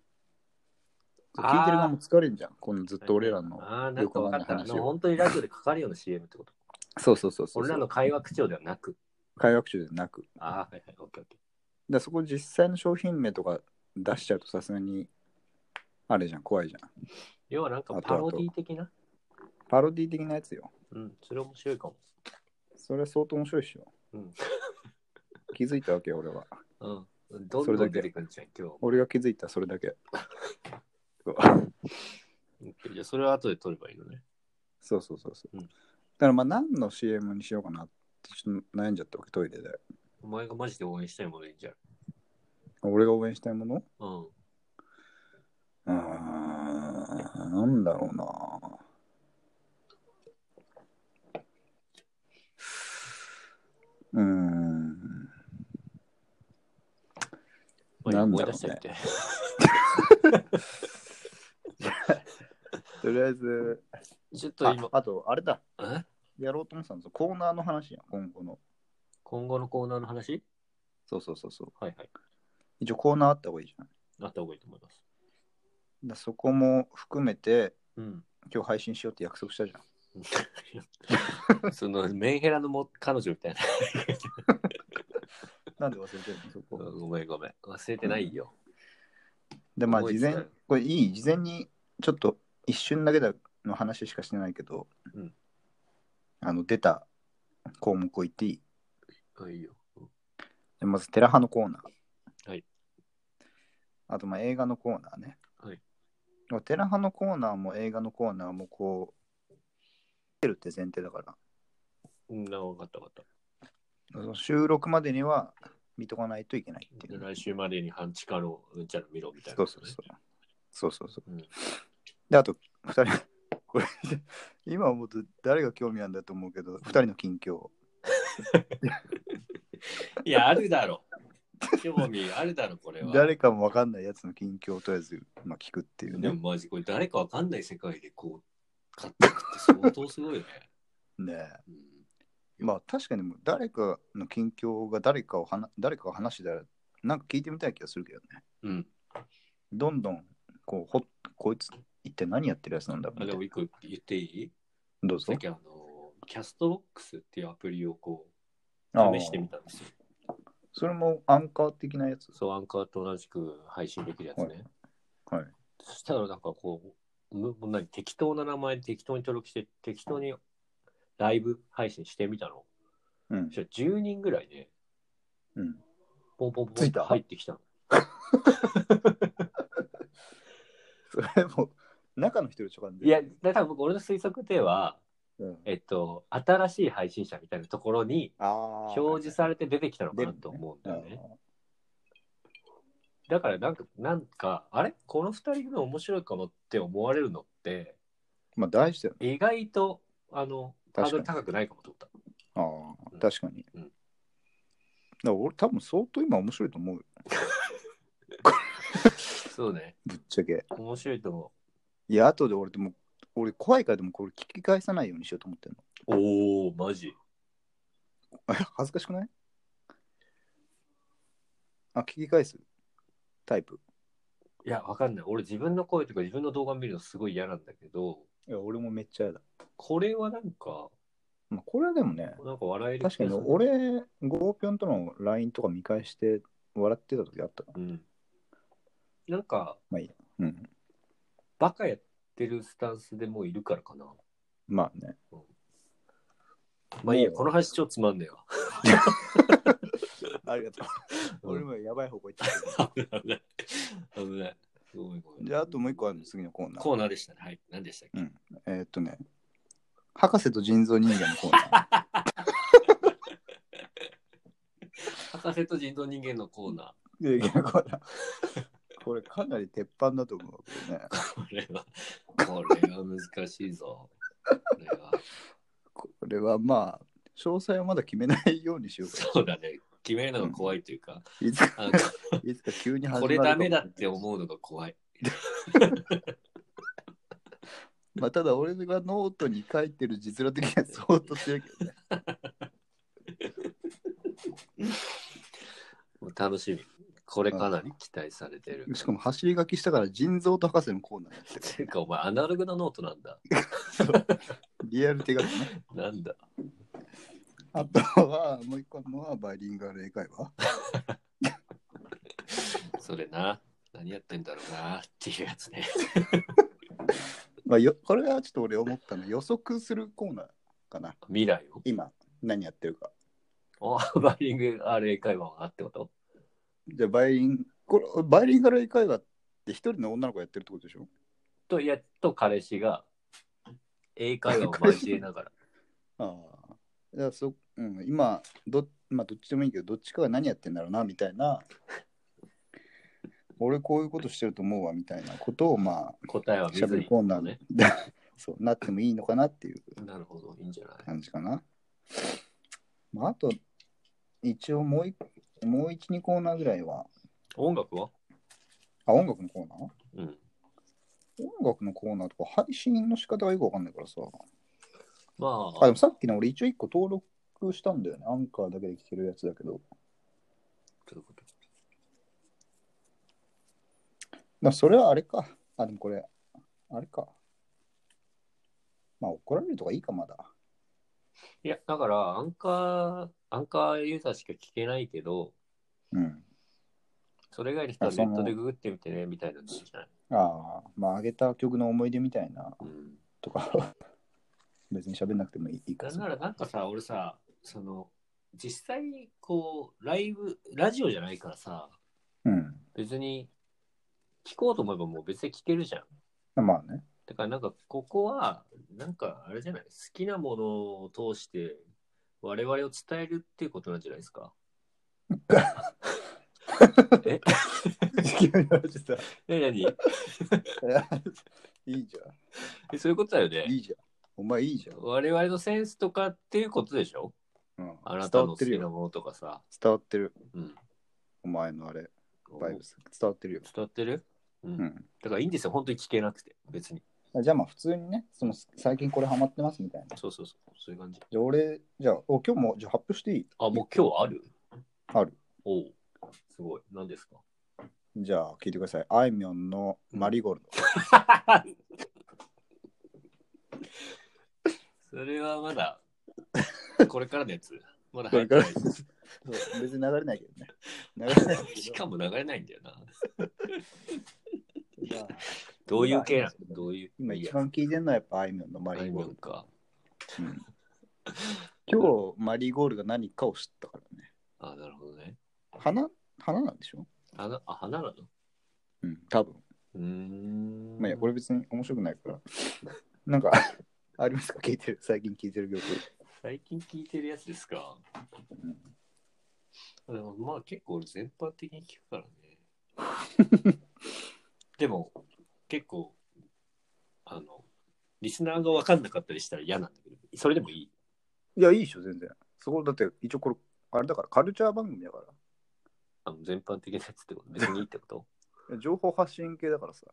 [SPEAKER 2] そう聞いてる側も疲れんじゃん。このずっと俺らの。
[SPEAKER 3] ああ、なんか分かった。あ
[SPEAKER 2] よくわかんない話を
[SPEAKER 3] の本当にラジオでかかるような CM ってこと。
[SPEAKER 2] そうそうそうそう。
[SPEAKER 3] 俺らの会話口調ではなく。
[SPEAKER 2] 会話中でなく。
[SPEAKER 3] ああ、はいはい、オッケーオッケ
[SPEAKER 2] だそこ実際の商品名とか出しちゃうとさすがにあれじゃん怖いじゃん
[SPEAKER 3] ー。要はなんかパロディ的な。
[SPEAKER 2] パロディ的なやつよ
[SPEAKER 3] うん、それ面白いかも。
[SPEAKER 2] それは相当面白いっしょ、
[SPEAKER 3] うん
[SPEAKER 2] 気づいたわけよ俺は
[SPEAKER 3] うん。どん
[SPEAKER 2] それ
[SPEAKER 3] ど
[SPEAKER 2] だ
[SPEAKER 3] ん
[SPEAKER 2] け
[SPEAKER 3] 出てくるじゃん、今日
[SPEAKER 2] 俺が気づいたそれだけそう
[SPEAKER 3] オッケー。じゃあそれは後で撮ればいいのね。
[SPEAKER 2] そうそうそうそう、
[SPEAKER 3] うん
[SPEAKER 2] だからまあ何の CM にしようかなってちょっと悩んじゃったわけトイレで
[SPEAKER 3] お前がマジで応援したいものいいんじゃん。
[SPEAKER 2] 俺が応援したいもの
[SPEAKER 3] うん。
[SPEAKER 2] うーんなんだろうなうーん
[SPEAKER 3] まあ
[SPEAKER 2] なん
[SPEAKER 3] 思
[SPEAKER 2] だ
[SPEAKER 3] い
[SPEAKER 2] ろ
[SPEAKER 3] 出
[SPEAKER 2] うね
[SPEAKER 3] したいって。
[SPEAKER 2] とりあえず、
[SPEAKER 3] ちょっと
[SPEAKER 2] あ
[SPEAKER 3] 今、
[SPEAKER 2] あと、あれだ、
[SPEAKER 3] え
[SPEAKER 2] やろうと思ってたんですよ。コーナーの話やん、今後の。
[SPEAKER 3] 今後のコーナーの話
[SPEAKER 2] そうそうそうそう。
[SPEAKER 3] はいはい。
[SPEAKER 2] 一応コーナーあった方がいいじゃん。だか
[SPEAKER 3] あった方がいいと思います。
[SPEAKER 2] らそこも含めて、
[SPEAKER 3] うん。
[SPEAKER 2] 今日配信しようって約束したじゃん。
[SPEAKER 3] そのメンヘラのも彼女みたいな。
[SPEAKER 2] なんで忘れてるの、そこ。
[SPEAKER 3] ごめんごめん。忘れてないよ。
[SPEAKER 2] で、まあ、
[SPEAKER 3] 覚え
[SPEAKER 2] 事
[SPEAKER 3] てない
[SPEAKER 2] 前、これいい、事前に、ちょっと一瞬だけだの話しかしてないけど、
[SPEAKER 3] うん
[SPEAKER 2] あの、出た項目を言っていい
[SPEAKER 3] あいいよ。
[SPEAKER 2] でまず、テラ派のコーナー。
[SPEAKER 3] はい。
[SPEAKER 2] あと、まあ、映画のコーナーね。
[SPEAKER 3] はい。
[SPEAKER 2] でもテラ派のコーナーも映画のコーナーもこう、出るって前提だから、
[SPEAKER 3] うん、な分かった分かっ
[SPEAKER 2] その収録までには見とかないといけないって
[SPEAKER 3] た。で
[SPEAKER 2] いう。
[SPEAKER 3] 来週までに半地下のうんちゃら見ろみたいな
[SPEAKER 2] そ
[SPEAKER 3] こと
[SPEAKER 2] うそう
[SPEAKER 3] ね、
[SPEAKER 2] そう。そうそうそう。
[SPEAKER 3] うん
[SPEAKER 2] で、あと、二人、これ、今思うと誰が興味あるんだと思うけど、二人の近況。
[SPEAKER 3] いや、あるだろ。興味あるだろ、これは。
[SPEAKER 2] 誰かもわかんないやつの近況をとりあえず、まあ、聞くっていう
[SPEAKER 3] で
[SPEAKER 2] ね。
[SPEAKER 3] もマジこれ誰かわかんない世界でこう、買っていくって相当すごい ね。
[SPEAKER 2] ねえ
[SPEAKER 3] うん
[SPEAKER 2] まあ確かにもう誰かの近況が誰かをはな誰かが話してたら、なんか聞いてみたい気がするけどね。
[SPEAKER 3] うん。
[SPEAKER 2] どんどん、こう、ほこいつ一体何やってるやつなんだろう
[SPEAKER 3] あ、で
[SPEAKER 2] みた
[SPEAKER 3] も
[SPEAKER 2] いな
[SPEAKER 3] 一個言っていい
[SPEAKER 2] どうぞ
[SPEAKER 3] さっ。きあの、キャストボックスっていうアプリをこ
[SPEAKER 2] ああ
[SPEAKER 3] う、試してみたんですよ。
[SPEAKER 2] それもアンカー的なやつ。
[SPEAKER 3] そう、アンカーと同じく配信できるやつね。
[SPEAKER 2] はい。
[SPEAKER 3] そしたらなんかこう、むもう何適当な名前で適当に登録して、適当にライブ配信してみたの。
[SPEAKER 2] う ん
[SPEAKER 3] そ。したら10人ぐらいで、
[SPEAKER 2] うん。
[SPEAKER 3] ポンポンポ
[SPEAKER 2] つ
[SPEAKER 3] ン
[SPEAKER 2] い
[SPEAKER 3] って
[SPEAKER 2] た
[SPEAKER 3] 入ってきたの。
[SPEAKER 2] それも、中の一人直感で。
[SPEAKER 3] いや、だから僕、俺の推測では、
[SPEAKER 2] うん、
[SPEAKER 3] えっと、新しい配信者みたいなところに
[SPEAKER 2] ああ。
[SPEAKER 3] 表示されて出てきたのかなと思うんだよね。だからなんか、なんか、あれこの二人が面白いかもって思われるのって、
[SPEAKER 2] まあ大事だよね。
[SPEAKER 3] 意外と、あの、ハードル
[SPEAKER 2] 確か
[SPEAKER 3] 高くないかもと思った。
[SPEAKER 2] あ
[SPEAKER 3] う
[SPEAKER 2] あ、
[SPEAKER 3] ん
[SPEAKER 2] 確かに。
[SPEAKER 3] うん
[SPEAKER 2] だから俺多分相当今面白いと思うよ。
[SPEAKER 3] そうね。
[SPEAKER 2] ぶっちゃけ。
[SPEAKER 3] 面白いと思
[SPEAKER 2] いや、後で俺でも、俺怖いからでもこれ聞き返さないようにしようと思ってるの。
[SPEAKER 3] う。おおマジ。
[SPEAKER 2] あれ 恥ずかしくないあ、聞き返すタイプ。
[SPEAKER 3] いや、わかんない。俺、自分の声とか自分の動画見るのすごい嫌なんだけど、
[SPEAKER 2] いや、俺もめっちゃ嫌だ。
[SPEAKER 3] これはなんか、
[SPEAKER 2] まあ、これはでもね、
[SPEAKER 3] なんか笑える
[SPEAKER 2] 確かに
[SPEAKER 3] 俺、
[SPEAKER 2] 俺、ゴーピョンとの LINE とか見返して笑ってた時あったな。
[SPEAKER 3] うん。なんか、
[SPEAKER 2] うん。
[SPEAKER 3] バカやってるスタンスでもういるからかな。
[SPEAKER 2] まあね。
[SPEAKER 3] まあいいや、
[SPEAKER 2] もう
[SPEAKER 3] この話超つまんねえわ。
[SPEAKER 2] ありがとう。俺
[SPEAKER 3] 俺
[SPEAKER 2] もやばい方向行ってる。
[SPEAKER 3] 危ない。危ない。ごめんごめん
[SPEAKER 2] じゃあ、あともう一個あるの、次のコーナー。
[SPEAKER 3] コーナーでしたね。はい。何でしたっけ
[SPEAKER 2] えーっとね、博士と人造人間のコーナー。
[SPEAKER 3] 博士と人造人間のコーナ
[SPEAKER 2] いやいやコーナー これかなり鉄板だと思うけどね。
[SPEAKER 3] ー。これは、これは難しいぞ。これは。
[SPEAKER 2] これはまあ、詳細はまだ決めないようにしようか。
[SPEAKER 3] そうだね。決めるのが怖いというか、
[SPEAKER 2] いつか、
[SPEAKER 3] あの
[SPEAKER 2] いつか急に始まる
[SPEAKER 3] これ
[SPEAKER 2] かも
[SPEAKER 3] ダメだって思うのが怖い。
[SPEAKER 2] まあ、ただ俺がノートに書いてる実力的には相当強いけどね。
[SPEAKER 3] もう楽しみ。これかなり期待されてる。
[SPEAKER 2] しかも走り書きしたから人造と博士のコーナーやってる
[SPEAKER 3] ていうか、お前、アナログなノートなんだ。
[SPEAKER 2] リアル手書き ね。
[SPEAKER 3] なんだ。
[SPEAKER 2] あとは、もう一個あるのはバイリンガル英会話。
[SPEAKER 3] それな。何やってんだろうなっていうやつね。
[SPEAKER 2] まあ、よこれはちょっと俺思ったの予測するコーナーかな。
[SPEAKER 3] 未来を。
[SPEAKER 2] 今、何やってるか。
[SPEAKER 3] おバイリング RA 会話がってこと
[SPEAKER 2] じゃあバイリン、これバイリンガル英会話って一人の女の子がやってるってことでしょ
[SPEAKER 3] と、いや、と彼氏が英会話を交えな がら。
[SPEAKER 2] ああ。だからそうん、今ど、まあ、どっちでもいいけど、どっちかが何やってんだろうな、みたいな。 俺こういうことしてると思うわ、みたいなことを、まあ、
[SPEAKER 3] 答えは
[SPEAKER 2] し
[SPEAKER 3] 水
[SPEAKER 2] ゃべる
[SPEAKER 3] に
[SPEAKER 2] コーナーで
[SPEAKER 3] ね。、
[SPEAKER 2] そうなってもいいのかなっていう
[SPEAKER 3] なるほど、いいんじゃない
[SPEAKER 2] 感じかな。まあ、あと、一応もう一、もう一、二コーナーぐらいは、
[SPEAKER 3] 音楽は
[SPEAKER 2] あ、音楽のコーナー
[SPEAKER 3] うん。
[SPEAKER 2] 音楽のコーナーとか配信の仕方がよくわかんないからさ。
[SPEAKER 3] ま
[SPEAKER 2] あ、
[SPEAKER 3] あ、
[SPEAKER 2] でもさっきの俺一応一個登録したんだよね。アンカーだけで聞けるやつだけど。だか
[SPEAKER 3] ということ
[SPEAKER 2] らそれはあれか。あ、でもこれ、あれか。まあ怒られるとかいいか、まだ。
[SPEAKER 3] いや、だから、アンカー、アンカーユーザーしか聞けないけど、
[SPEAKER 2] うん。
[SPEAKER 3] それ以外の人は
[SPEAKER 2] あ
[SPEAKER 3] ネ
[SPEAKER 2] その
[SPEAKER 3] ットでググってみてね、みたいなのでいいんじゃない
[SPEAKER 2] ああ、まあ上げた曲の思い出みたいな
[SPEAKER 3] うん。
[SPEAKER 2] とか、別に喋んなくてもいいいいか
[SPEAKER 3] なんなら、なんかさ、俺さ、その、実際にこう、ライブ、ラジオじゃないからさ、
[SPEAKER 2] うん。
[SPEAKER 3] 別に、聞こうと思えばもう別に聞けるじゃん。
[SPEAKER 2] まあ ね。
[SPEAKER 3] だからなんかここはなんかあれじゃない好きなものを通して我々を伝えるっていうことなんじゃないですかええ何
[SPEAKER 2] いいじゃ
[SPEAKER 3] えそういうことだよ
[SPEAKER 2] ん。い
[SPEAKER 3] ね
[SPEAKER 2] いじゃん。お前いいじゃん。
[SPEAKER 3] 我々のセンスとかっていうことでしょ
[SPEAKER 2] うん、
[SPEAKER 3] あなたの
[SPEAKER 2] 伝わ
[SPEAKER 3] 好
[SPEAKER 2] ってる
[SPEAKER 3] きな
[SPEAKER 2] よ。
[SPEAKER 3] ものとかさ。
[SPEAKER 2] 伝わってる。
[SPEAKER 3] うん。
[SPEAKER 2] お前のあれ、バイブ
[SPEAKER 3] 伝
[SPEAKER 2] ス。伝わってるよ。
[SPEAKER 3] わってるうん
[SPEAKER 2] うん。
[SPEAKER 3] だからいいんですよ。本当に聞けなくて。別に。
[SPEAKER 2] じゃあまあ普通にね、その最近これハマってますみたいな。
[SPEAKER 3] そうそうそう。そういう感じ。
[SPEAKER 2] じゃあ俺、じゃあ、お今日もじゃあ発表していい
[SPEAKER 3] あ、もう今日ある
[SPEAKER 2] ある。
[SPEAKER 3] おう。すごい。何ですか
[SPEAKER 2] じゃあ聞いてください。あいみょんのマリーゴールド。
[SPEAKER 3] それはま だ、これからのやつ。まだ
[SPEAKER 2] こ
[SPEAKER 3] 入
[SPEAKER 2] れ
[SPEAKER 3] っ
[SPEAKER 2] か
[SPEAKER 3] て
[SPEAKER 2] ら
[SPEAKER 3] ない
[SPEAKER 2] そう別に流れないけ どね。流れないけ
[SPEAKER 3] しかも流れないんだよな。
[SPEAKER 2] どじゃあ。
[SPEAKER 3] どういう系なのどういう。
[SPEAKER 2] 今一
[SPEAKER 3] い
[SPEAKER 2] 番聞いてるのはやっぱあいみょんのマ
[SPEAKER 3] や
[SPEAKER 2] リ
[SPEAKER 3] あい
[SPEAKER 2] ーゴ
[SPEAKER 3] み
[SPEAKER 2] ー
[SPEAKER 3] ょん
[SPEAKER 2] ル
[SPEAKER 3] か。
[SPEAKER 2] ド。うん今日マリーゴールドが何かを知ったからね。
[SPEAKER 3] あ、なるほどね。
[SPEAKER 2] 花花なんでしょ
[SPEAKER 3] 花あ、花なの
[SPEAKER 2] うん、多分。
[SPEAKER 3] うーん。
[SPEAKER 2] まあいいや、これ別に面白くないから。なんか、 ありますか聞いてる、最近聞いてる曲。
[SPEAKER 3] 最近聞いてるやつですか。でもまあ結構俺全般的に聞くからね。 でも結構、あの、リスナーが分かんなかったりしたら嫌なんだけど、それでもいい。
[SPEAKER 2] いや、いいでしょ、全然。そこ、だって一応これ、あれだから、カルチャー番組だか
[SPEAKER 3] あの全般的なやつってこと別にいいってこと
[SPEAKER 2] ら。情報発信系だからさ。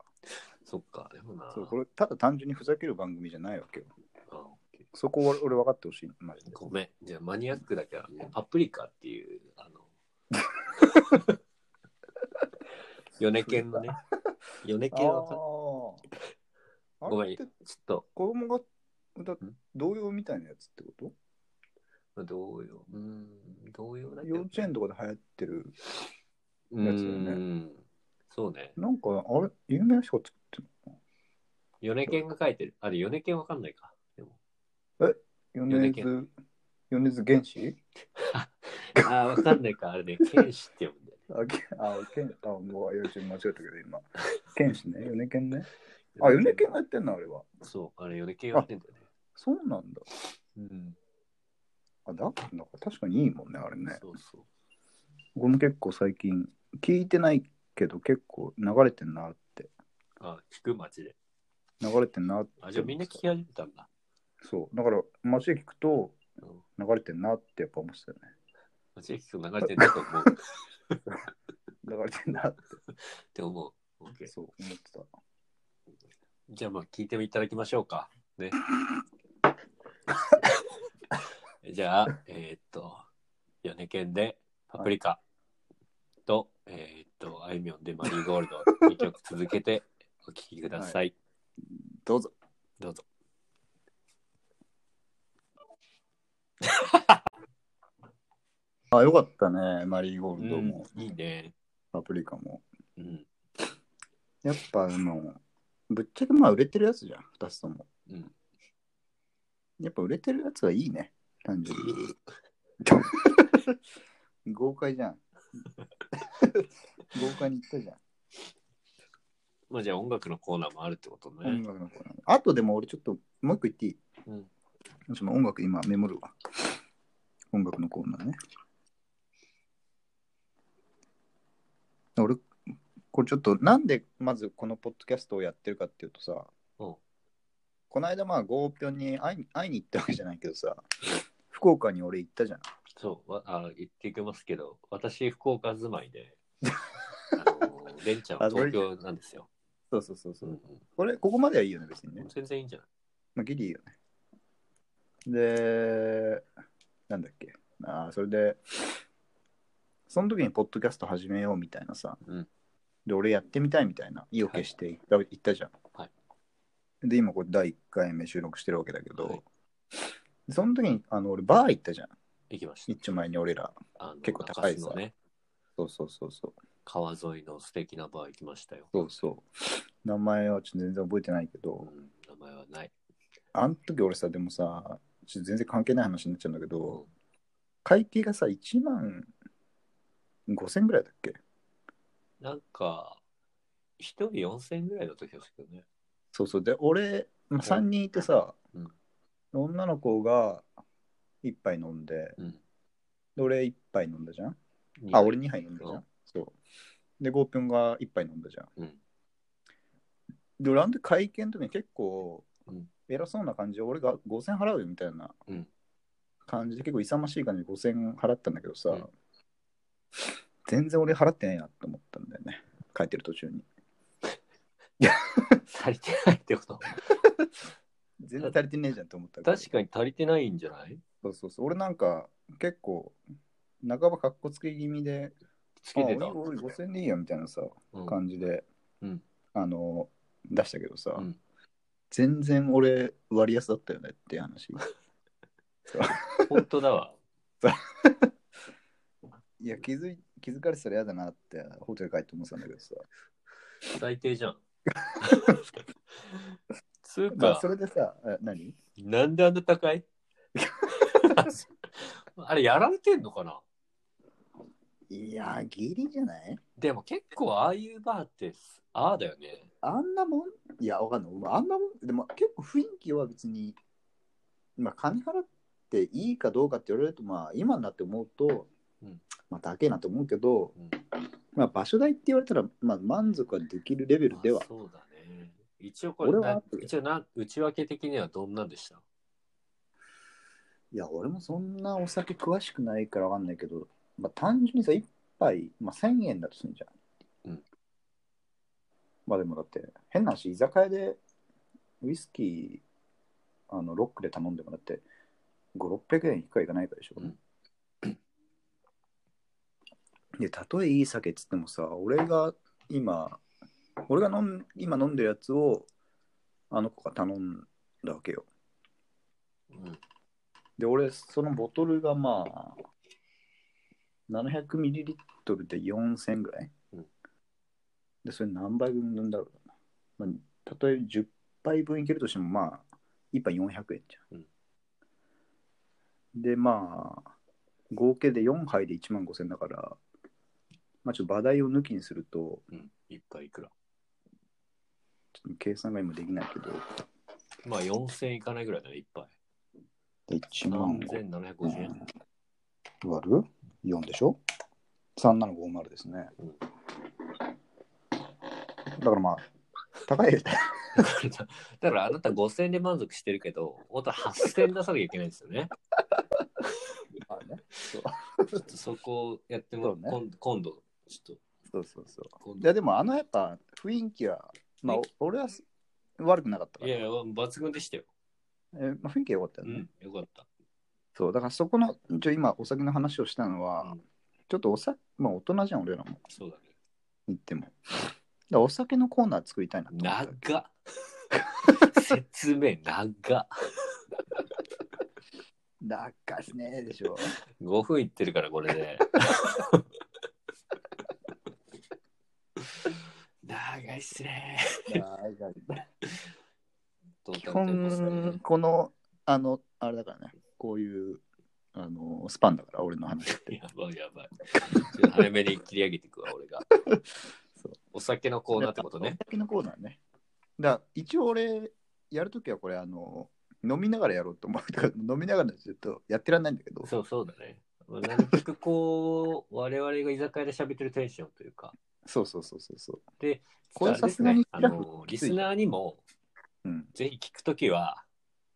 [SPEAKER 3] そっか、でもな。
[SPEAKER 2] そう、これ、ただ単純にふざける番組じゃないわけよ。
[SPEAKER 3] あオッケ
[SPEAKER 2] そこ俺、俺分かってほしい。マジで
[SPEAKER 3] ーごめん。じゃあマニアックだけど、パプリカっていう、あの、 米犬のね、米犬わかん
[SPEAKER 2] あー
[SPEAKER 3] ご
[SPEAKER 2] あ
[SPEAKER 3] め
[SPEAKER 2] れ
[SPEAKER 3] ん
[SPEAKER 2] って
[SPEAKER 3] ちょっと、
[SPEAKER 2] 子供が歌っ
[SPEAKER 3] ん
[SPEAKER 2] 童謡みたいなやつってこと
[SPEAKER 3] 同様。うーん、同様だけど
[SPEAKER 2] 幼稚園とかで流行ってる
[SPEAKER 3] う
[SPEAKER 2] やつだよね
[SPEAKER 3] ーんそうね。
[SPEAKER 2] なんかあれ有名な人が作ってる
[SPEAKER 3] 米犬が書いてる。あれ、米犬わかんない か。でも
[SPEAKER 2] の米津米津玄師
[SPEAKER 3] あー、わかんないか。あれね、剣士って読むんだよね。
[SPEAKER 2] あ、けあ、けん、あ、もう幼稚園間違えたけど今。剣士ね、米剣ね。あ、米剣がやってんのあれは。
[SPEAKER 3] そう、あれ、米犬やってんだよね。
[SPEAKER 2] そうなんだ。
[SPEAKER 3] うん。
[SPEAKER 2] あ、だなんか確かにいいもんね、あれね。
[SPEAKER 3] そうそう。
[SPEAKER 2] 僕も結構最近、聞いてないけど結構流れてんなって。
[SPEAKER 3] あ、聞く街で。
[SPEAKER 2] 流れてんなって。
[SPEAKER 3] あ、じゃあみんな聞き始めたんだ。
[SPEAKER 2] そう。だから街で聞くと
[SPEAKER 3] うん
[SPEAKER 2] 流れてんなってやっぱ思ってたよね。
[SPEAKER 3] 街で聞く流れてんだと思う。っ
[SPEAKER 2] 流れてんなって
[SPEAKER 3] 思う。オッケ
[SPEAKER 2] て
[SPEAKER 3] ー。
[SPEAKER 2] そう思ってた。
[SPEAKER 3] じゃあまあ、聞いていただきましょうか。 ね。じゃあ、えーっと、米犬でパプリカと、えーっと、あいみょんでマリーゴール ド2曲続けてお聴きください。
[SPEAKER 2] どうぞ。
[SPEAKER 3] どうぞ。
[SPEAKER 2] あ、よかったね。マリーゴールドも、
[SPEAKER 3] いいね。
[SPEAKER 2] パプリカも。
[SPEAKER 3] うん。
[SPEAKER 2] やっぱあの、ぶっちゃけまあ売れてるやつじゃん、2つとも。
[SPEAKER 3] うん。
[SPEAKER 2] やっぱ売れてるやつはいいね。単純に。豪快じゃん。 豪快に言ったじゃん。
[SPEAKER 3] まあじゃあ音楽のコーナーもあるってこと
[SPEAKER 2] 音
[SPEAKER 3] ね。
[SPEAKER 2] 楽のコーナー。あとでも俺ちょっともう一個言っていい
[SPEAKER 3] うん。
[SPEAKER 2] もしも音楽今メモるわ。音楽のコーナーね。俺、これちょっとなんでまずこのポッドキャストをやってるかっていうとさ、
[SPEAKER 3] うん
[SPEAKER 2] この間まあゴーピョンに会いに会いに行ったわけじゃないけどさ、福岡に俺行ったじゃん。
[SPEAKER 3] そうわあ、言っていきますけど、私、福岡住まい で、あのレンちゃんは東京なんですよ。
[SPEAKER 2] そうそうそう
[SPEAKER 3] う
[SPEAKER 2] そ
[SPEAKER 3] ん
[SPEAKER 2] う。これ、ここまではいいよね、別に
[SPEAKER 3] う
[SPEAKER 2] ね
[SPEAKER 3] ん、。全然いいんじゃない
[SPEAKER 2] まあ、ギリいいよね。で、なんだっけ。ああ、それで、その時にポッドキャスト始めようみたいなさ。
[SPEAKER 3] うん
[SPEAKER 2] で、俺やってみたいみたいな。意を決して言った,、言ったじゃん。
[SPEAKER 3] はい
[SPEAKER 2] で、今これ第1回目収録してるわけだけど、
[SPEAKER 3] はい
[SPEAKER 2] でその時にあの俺バー行ったじゃん。
[SPEAKER 3] 行きました
[SPEAKER 2] 一丁前に俺ら。
[SPEAKER 3] あの
[SPEAKER 2] 結構高い
[SPEAKER 3] 中洲のね
[SPEAKER 2] そうそうそうそう。
[SPEAKER 3] 川沿いの素敵なバー行きましたよ、
[SPEAKER 2] そうそう。名前はちょっと全然覚えてないけ
[SPEAKER 3] う
[SPEAKER 2] ど、
[SPEAKER 3] ん、名前はない、
[SPEAKER 2] あの時俺さ、でもさ、ちょっと全然関係ない話になっちゃうんだけど、
[SPEAKER 3] うん
[SPEAKER 2] 会計がさ、1万5千ぐらいだっけ
[SPEAKER 3] なんか一人4000円ぐらいだった気がするけどね
[SPEAKER 2] そうそう。で、俺、まあ、3人いてさ、
[SPEAKER 3] うん
[SPEAKER 2] 女の子が1杯飲んで、
[SPEAKER 3] うん
[SPEAKER 2] で俺1杯飲んだじゃん。あ、俺
[SPEAKER 3] に
[SPEAKER 2] 2杯飲んだじゃ。
[SPEAKER 3] うん
[SPEAKER 2] そう。で、ゴーピョンが1杯飲んだじゃん。
[SPEAKER 3] うん
[SPEAKER 2] で、俺、あの時会見の時に結構、
[SPEAKER 3] うん
[SPEAKER 2] 偉そうな感じで、俺が5000払うよみたいな
[SPEAKER 3] うん
[SPEAKER 2] 感じで、結構勇ましい感じで5000払ったんだけどさ、
[SPEAKER 3] うん
[SPEAKER 2] 全然俺払ってないなって思ったんだよね。帰ってる途中に。
[SPEAKER 3] 足りてないって こと
[SPEAKER 2] 全然足りてねえじゃんって思ったけど
[SPEAKER 3] 確かに足りてないんじゃない
[SPEAKER 2] そうそうそう。俺なんか結構、半ばかっこつけ気味で、
[SPEAKER 3] つけてた
[SPEAKER 2] あ俺俺5000でいいよみたいなさ、
[SPEAKER 3] うん
[SPEAKER 2] 感じで、
[SPEAKER 3] うん
[SPEAKER 2] あの、出したけどさ、
[SPEAKER 3] うん
[SPEAKER 2] 全然俺割安だったよねっていう話。
[SPEAKER 3] 本当だわ
[SPEAKER 2] いや気づい気づかれてたら嫌だなってホテル帰って思ってたんだけどさ、
[SPEAKER 3] 最低じ ゃんつう
[SPEAKER 2] まあ、
[SPEAKER 3] か
[SPEAKER 2] それでさえ何
[SPEAKER 3] なんであんな高い あれやられてんのかない
[SPEAKER 2] やーギリじゃない
[SPEAKER 3] でも結構ああいうバーってああだよね
[SPEAKER 2] あんなもんいやわかんない俺あんなもんでも結構雰囲気は別にまあ金払っていいかどうかって言われるとまあ今になって思うと、
[SPEAKER 3] うん
[SPEAKER 2] まあ高えなと思うけど、
[SPEAKER 3] うん
[SPEAKER 2] まあ場所代って言われたらまあ満足はできるレベルでは
[SPEAKER 3] まあそうだね一応これ
[SPEAKER 2] 俺は
[SPEAKER 3] な一応な内訳的にはどんなんでした
[SPEAKER 2] いや、俺もそんなお酒詳しくないからわかんないけど、まあ、単純にさ、一杯、まあ、1000円だとするじゃん。
[SPEAKER 3] うん
[SPEAKER 2] まあでもだって、変な話、居酒屋でウイスキー、あの、ロックで頼んでもだって、5、600円いくかいかないかでしょ。
[SPEAKER 3] うん
[SPEAKER 2] で、たとえいい酒っつってもさ、俺が今、俺が飲ん今飲んでるやつを、あの子が頼んだわけよ。
[SPEAKER 3] うん
[SPEAKER 2] で、俺、そのボトルがまあ、700ml で4000ぐらい。
[SPEAKER 3] うん
[SPEAKER 2] で、それ何杯分飲んだろうな。まあ、例えば10杯分いけるとしても、まあ、1杯400円じゃん。
[SPEAKER 3] うん
[SPEAKER 2] で、まあ、合計で4杯で1万5000だから、まあ、ちょっと場代を抜きにすると、
[SPEAKER 3] うん一杯いくら
[SPEAKER 2] ちょっと計算が今できないけど、
[SPEAKER 3] まあ4000いかないぐらいだね一杯
[SPEAKER 2] 1万5
[SPEAKER 3] 3750円
[SPEAKER 2] 割る ?4 でしょ ?3750 ですね。
[SPEAKER 3] うん
[SPEAKER 2] だからまあ、高い。
[SPEAKER 3] だから だからあなた5000円で満足してるけど本当は8000円出さなきゃいけないんですよねちょっとそこをやっても、
[SPEAKER 2] そうね
[SPEAKER 3] 今今度ちょっ
[SPEAKER 2] そうそうそ
[SPEAKER 3] と今
[SPEAKER 2] う。い
[SPEAKER 3] 度
[SPEAKER 2] やでもあのやっぱ雰囲気は、まあ
[SPEAKER 3] 雰囲
[SPEAKER 2] お俺はす悪くなかったか
[SPEAKER 3] い
[SPEAKER 2] ら。
[SPEAKER 3] やいや抜群でしたよ
[SPEAKER 2] えまあ、雰囲気は良かった
[SPEAKER 3] う
[SPEAKER 2] よね。
[SPEAKER 3] んよかった
[SPEAKER 2] そう、だからそこの、ちょ今お酒の話をしたのは、
[SPEAKER 3] うん
[SPEAKER 2] ちょっとお酒、まあ大人じゃん俺らも
[SPEAKER 3] そうだね
[SPEAKER 2] 言っても。だからお酒のコーナー作りたいなと思った。
[SPEAKER 3] 長っ 説明長っ
[SPEAKER 2] 長いっすねでし ょ。
[SPEAKER 3] 5分いってるからこれで 長いっすね
[SPEAKER 2] 長い。基本、この、あの、あれだからね、こういう、あの、スパンだから、俺の話って。
[SPEAKER 3] やばいやばいちょっと早めに切り上げていくわ俺が
[SPEAKER 2] そう
[SPEAKER 3] お酒のコーナーってことね
[SPEAKER 2] お酒のコーナーね。だから一応俺、やるときはこれ、あの、飲みながらやろうと思うから、飲みながらちょっとやってらんないんだけど、
[SPEAKER 3] そうそうだねまあなるべくこう我々が居酒屋で喋ってるテンションというか
[SPEAKER 2] そうそうそうそうそう。
[SPEAKER 3] で
[SPEAKER 2] こ
[SPEAKER 3] あ
[SPEAKER 2] れ
[SPEAKER 3] です
[SPEAKER 2] さすがに
[SPEAKER 3] あのリスナーにも
[SPEAKER 2] うん、
[SPEAKER 3] ぜひ聞くときは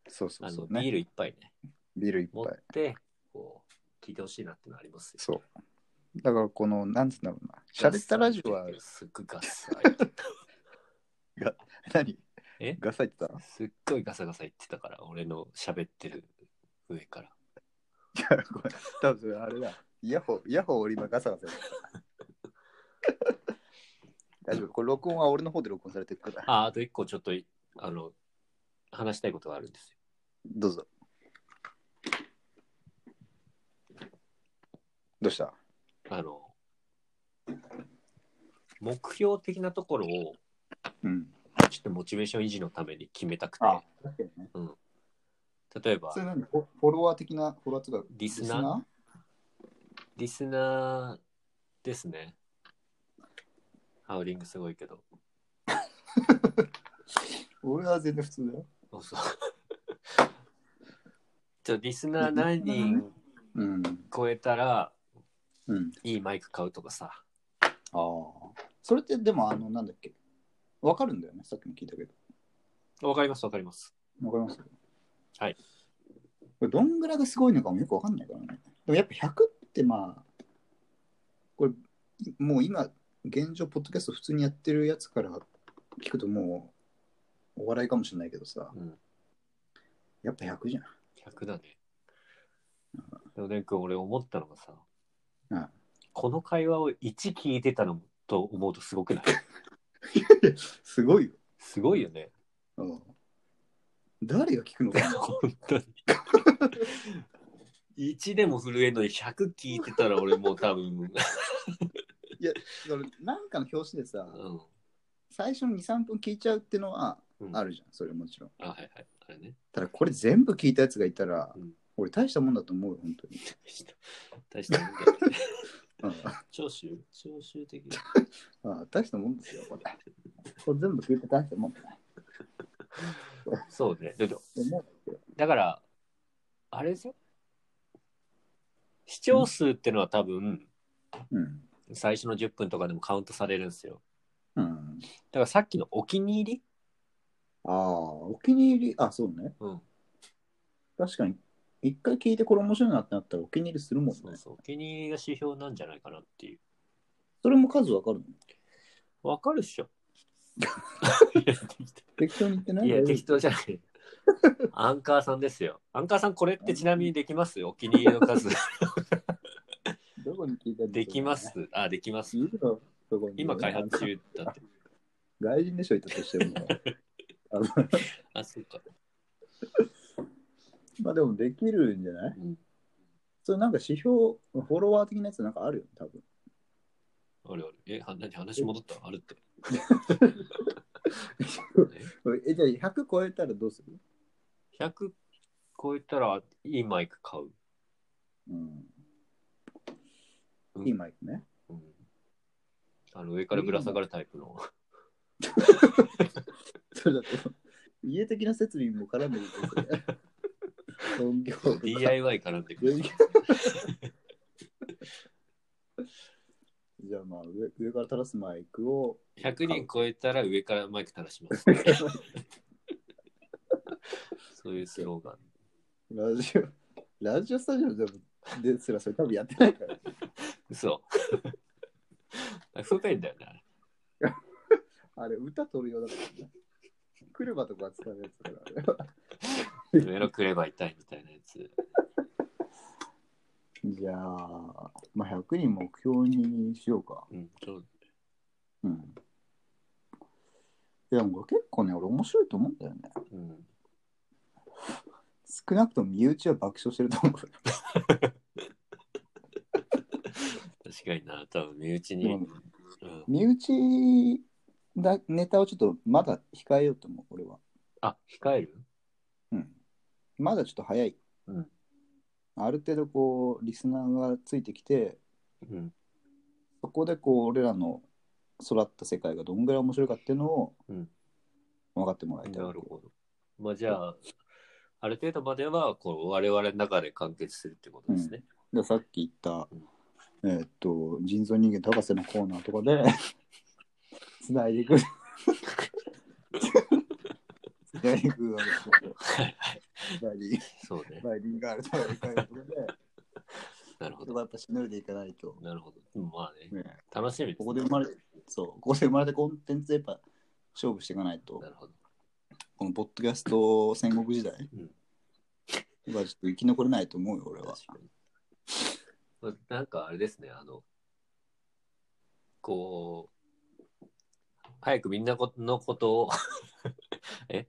[SPEAKER 2] そうそう
[SPEAKER 3] あ
[SPEAKER 2] そ
[SPEAKER 3] の
[SPEAKER 2] う、
[SPEAKER 3] ビー
[SPEAKER 2] ね。
[SPEAKER 3] ル一杯ね
[SPEAKER 2] ビール一
[SPEAKER 3] 持っ
[SPEAKER 2] 杯。
[SPEAKER 3] てこう聞いてほしいなってのありますよ
[SPEAKER 2] そう。だから、この、なんつうんだろうな、しゃべったラジオは、
[SPEAKER 3] すっごいガサ言ってた
[SPEAKER 2] 何
[SPEAKER 3] え
[SPEAKER 2] ガサ言って た
[SPEAKER 3] すっごいガサガサ言ってたから俺の喋ってる上から
[SPEAKER 2] いや、これ、多分それあれだ。イヤホー、イヤホー俺今ガサガサやった。 大丈夫。これ録音は俺の方で録音されてるから。
[SPEAKER 3] ああと一個ちょっといあの話したいことがあるんですよ
[SPEAKER 2] どうぞ。どうした
[SPEAKER 3] あの目標的なところを
[SPEAKER 2] うん。
[SPEAKER 3] ちょっとモチベーション維持のために決めたくて
[SPEAKER 2] あ、確かにね。
[SPEAKER 3] 例えば
[SPEAKER 2] それ何フォフォロワー的な、フォロワーとか、
[SPEAKER 3] リスナーリスナーですねハウリングすごいけど
[SPEAKER 2] ー俺は全然普通だよ。
[SPEAKER 3] そう そうじゃあリスナー何人
[SPEAKER 2] うん。
[SPEAKER 3] 超えたら
[SPEAKER 2] うん。
[SPEAKER 3] いいマイク買うとかさ
[SPEAKER 2] ああ。それってでも、あの、なんだっけ。わかるんだよね。さっきも聞いたけど。
[SPEAKER 3] わかりますわかります
[SPEAKER 2] わかります
[SPEAKER 3] はい。
[SPEAKER 2] これどんぐらいがすごいのかもよくわかんないからね。でもやっぱ100ってまあ、これ、もう今、現状、ポッドキャスト普通にやってるやつから聞くともう、お笑いかもしれないけどさ、
[SPEAKER 3] うん
[SPEAKER 2] やっぱ100じゃん。
[SPEAKER 3] 100だね。でもなんか俺思ったのがさ、
[SPEAKER 2] うん
[SPEAKER 3] この会話を1聞いてたのと思うとすごくない
[SPEAKER 2] すごいよ。
[SPEAKER 3] すごいよ ね。
[SPEAKER 2] うん誰が聞くのかな
[SPEAKER 3] 本当に。1でも震えんのに100聞いてたら俺もう多分、
[SPEAKER 2] それなんかの表紙でさ、
[SPEAKER 3] うん。
[SPEAKER 2] 最初の2、3分聞いちゃうってのは
[SPEAKER 3] うん
[SPEAKER 2] あるじゃん、それはもちろん。
[SPEAKER 3] あ、はいはい。あれね。
[SPEAKER 2] ただこれ全部聞いたやつがいたら、
[SPEAKER 3] うん
[SPEAKER 2] 俺大したもんだと思うよ、本当に。
[SPEAKER 3] 大したもんだよね。
[SPEAKER 2] うん
[SPEAKER 3] 長州長州的な。
[SPEAKER 2] ああ大したもんですよ、これ。これ全部聞いて大したもんだね。
[SPEAKER 3] そうね。だって
[SPEAKER 2] でも
[SPEAKER 3] だから、あれですよ。視聴数ってのは多分、
[SPEAKER 2] うん。
[SPEAKER 3] 最初の10分とかでもカウントされるんですよ。
[SPEAKER 2] うん。
[SPEAKER 3] だからさっきのお気に入り
[SPEAKER 2] ああ、お気に入り、あそうね。
[SPEAKER 3] うん。
[SPEAKER 2] 確かに、一回聞いてこれ面白いなってなったらお気に入りするもんね。
[SPEAKER 3] そうそう。お気に入りが指標なんじゃないかなっていう。
[SPEAKER 2] それも数わかるの
[SPEAKER 3] わかるっしょ。
[SPEAKER 2] 適当に言ってない
[SPEAKER 3] いや、適
[SPEAKER 2] 当。
[SPEAKER 3] 当じゃない。アンカーさんですよ。アンカーさん、これってちなみにできますお気に入りの数。
[SPEAKER 2] どこに聞いたん
[SPEAKER 3] できますす。あ、できます。
[SPEAKER 2] 言うのどこに
[SPEAKER 3] 今開発中だって。
[SPEAKER 2] 外人でしょ、いたとして も。あの
[SPEAKER 3] あ、そうか。
[SPEAKER 2] まあでもできるんじゃない
[SPEAKER 3] うん。
[SPEAKER 2] それなんか指標、フォロワー的なやつなんかあるよね、多分。
[SPEAKER 3] あれあれ。え、は何話戻ったあるって。
[SPEAKER 2] え、じゃあ100超えたらどうする
[SPEAKER 3] 100超えたらいいマイク買う。
[SPEAKER 2] う
[SPEAKER 3] うん
[SPEAKER 2] ん。いいマイクね。
[SPEAKER 3] うん、あの上からぶら下がるタイプの。
[SPEAKER 2] それだと、家的な設備も絡んでるんですね。音響とか
[SPEAKER 3] DIY 絡んでく
[SPEAKER 2] 上
[SPEAKER 3] る
[SPEAKER 2] に。じゃあまあ上、上から垂らすマイクを。
[SPEAKER 3] 100人超えたら上からマイク垂らし ます。そういうスローガン。
[SPEAKER 2] ラジオ、ラジオスタジオでもですらそれ多分やってないから。
[SPEAKER 3] 嘘。不便だよね。あれ
[SPEAKER 2] あれ、歌取るようだったんだ。クルマとか使うやつだからね。
[SPEAKER 3] 上のくれば痛いみたいなやつ。
[SPEAKER 2] じゃあ、まあ100人目標にしようか。
[SPEAKER 3] うん、そう
[SPEAKER 2] うん。でも結構ね、俺面白いと思うんだよね。
[SPEAKER 3] うん、
[SPEAKER 2] 少なくとも身内は爆笑してると思う。
[SPEAKER 3] 確かにな、多分身内に。うん、
[SPEAKER 2] 身内だネタをちょっとまだ控えようと思う、俺は。
[SPEAKER 3] あ、控える
[SPEAKER 2] うん。まだちょっと早い。
[SPEAKER 3] うん
[SPEAKER 2] ある程度こう、リスナーがついてきて、
[SPEAKER 3] うん。
[SPEAKER 2] そこでこう、俺らの育った世界がどんぐらい面白いかっていうのを
[SPEAKER 3] うん
[SPEAKER 2] 分かってもらいたい。
[SPEAKER 3] なるほど。まあじゃあ、ある程度まではこう我々の中で完結するってことですね。
[SPEAKER 2] でさっき言った、えーっと、人造人間高瀬のコーナーとかで、 つないでいく。 つないでいくわけですよ。
[SPEAKER 3] はいはい。
[SPEAKER 2] つないでいく
[SPEAKER 3] そうね。
[SPEAKER 2] ライディングがあるとかいうことで、
[SPEAKER 3] なるほ
[SPEAKER 2] ちょっ
[SPEAKER 3] ど。
[SPEAKER 2] とやっぱしのいでいかないと、
[SPEAKER 3] なるほど。うんまあね。
[SPEAKER 2] ね、
[SPEAKER 3] 楽しみです、ね。
[SPEAKER 2] ここで生まれて、そう、ここで生まれたコンテンツでやっぱ勝負していかないと
[SPEAKER 3] な、るほど。
[SPEAKER 2] このポッドキャスト戦国時代、
[SPEAKER 3] うん
[SPEAKER 2] やっぱちょっと生き残れないと思うよ、俺は。
[SPEAKER 3] 確かにまあなんかあれですね、あの、こう、早くみんなこのことを、
[SPEAKER 2] え、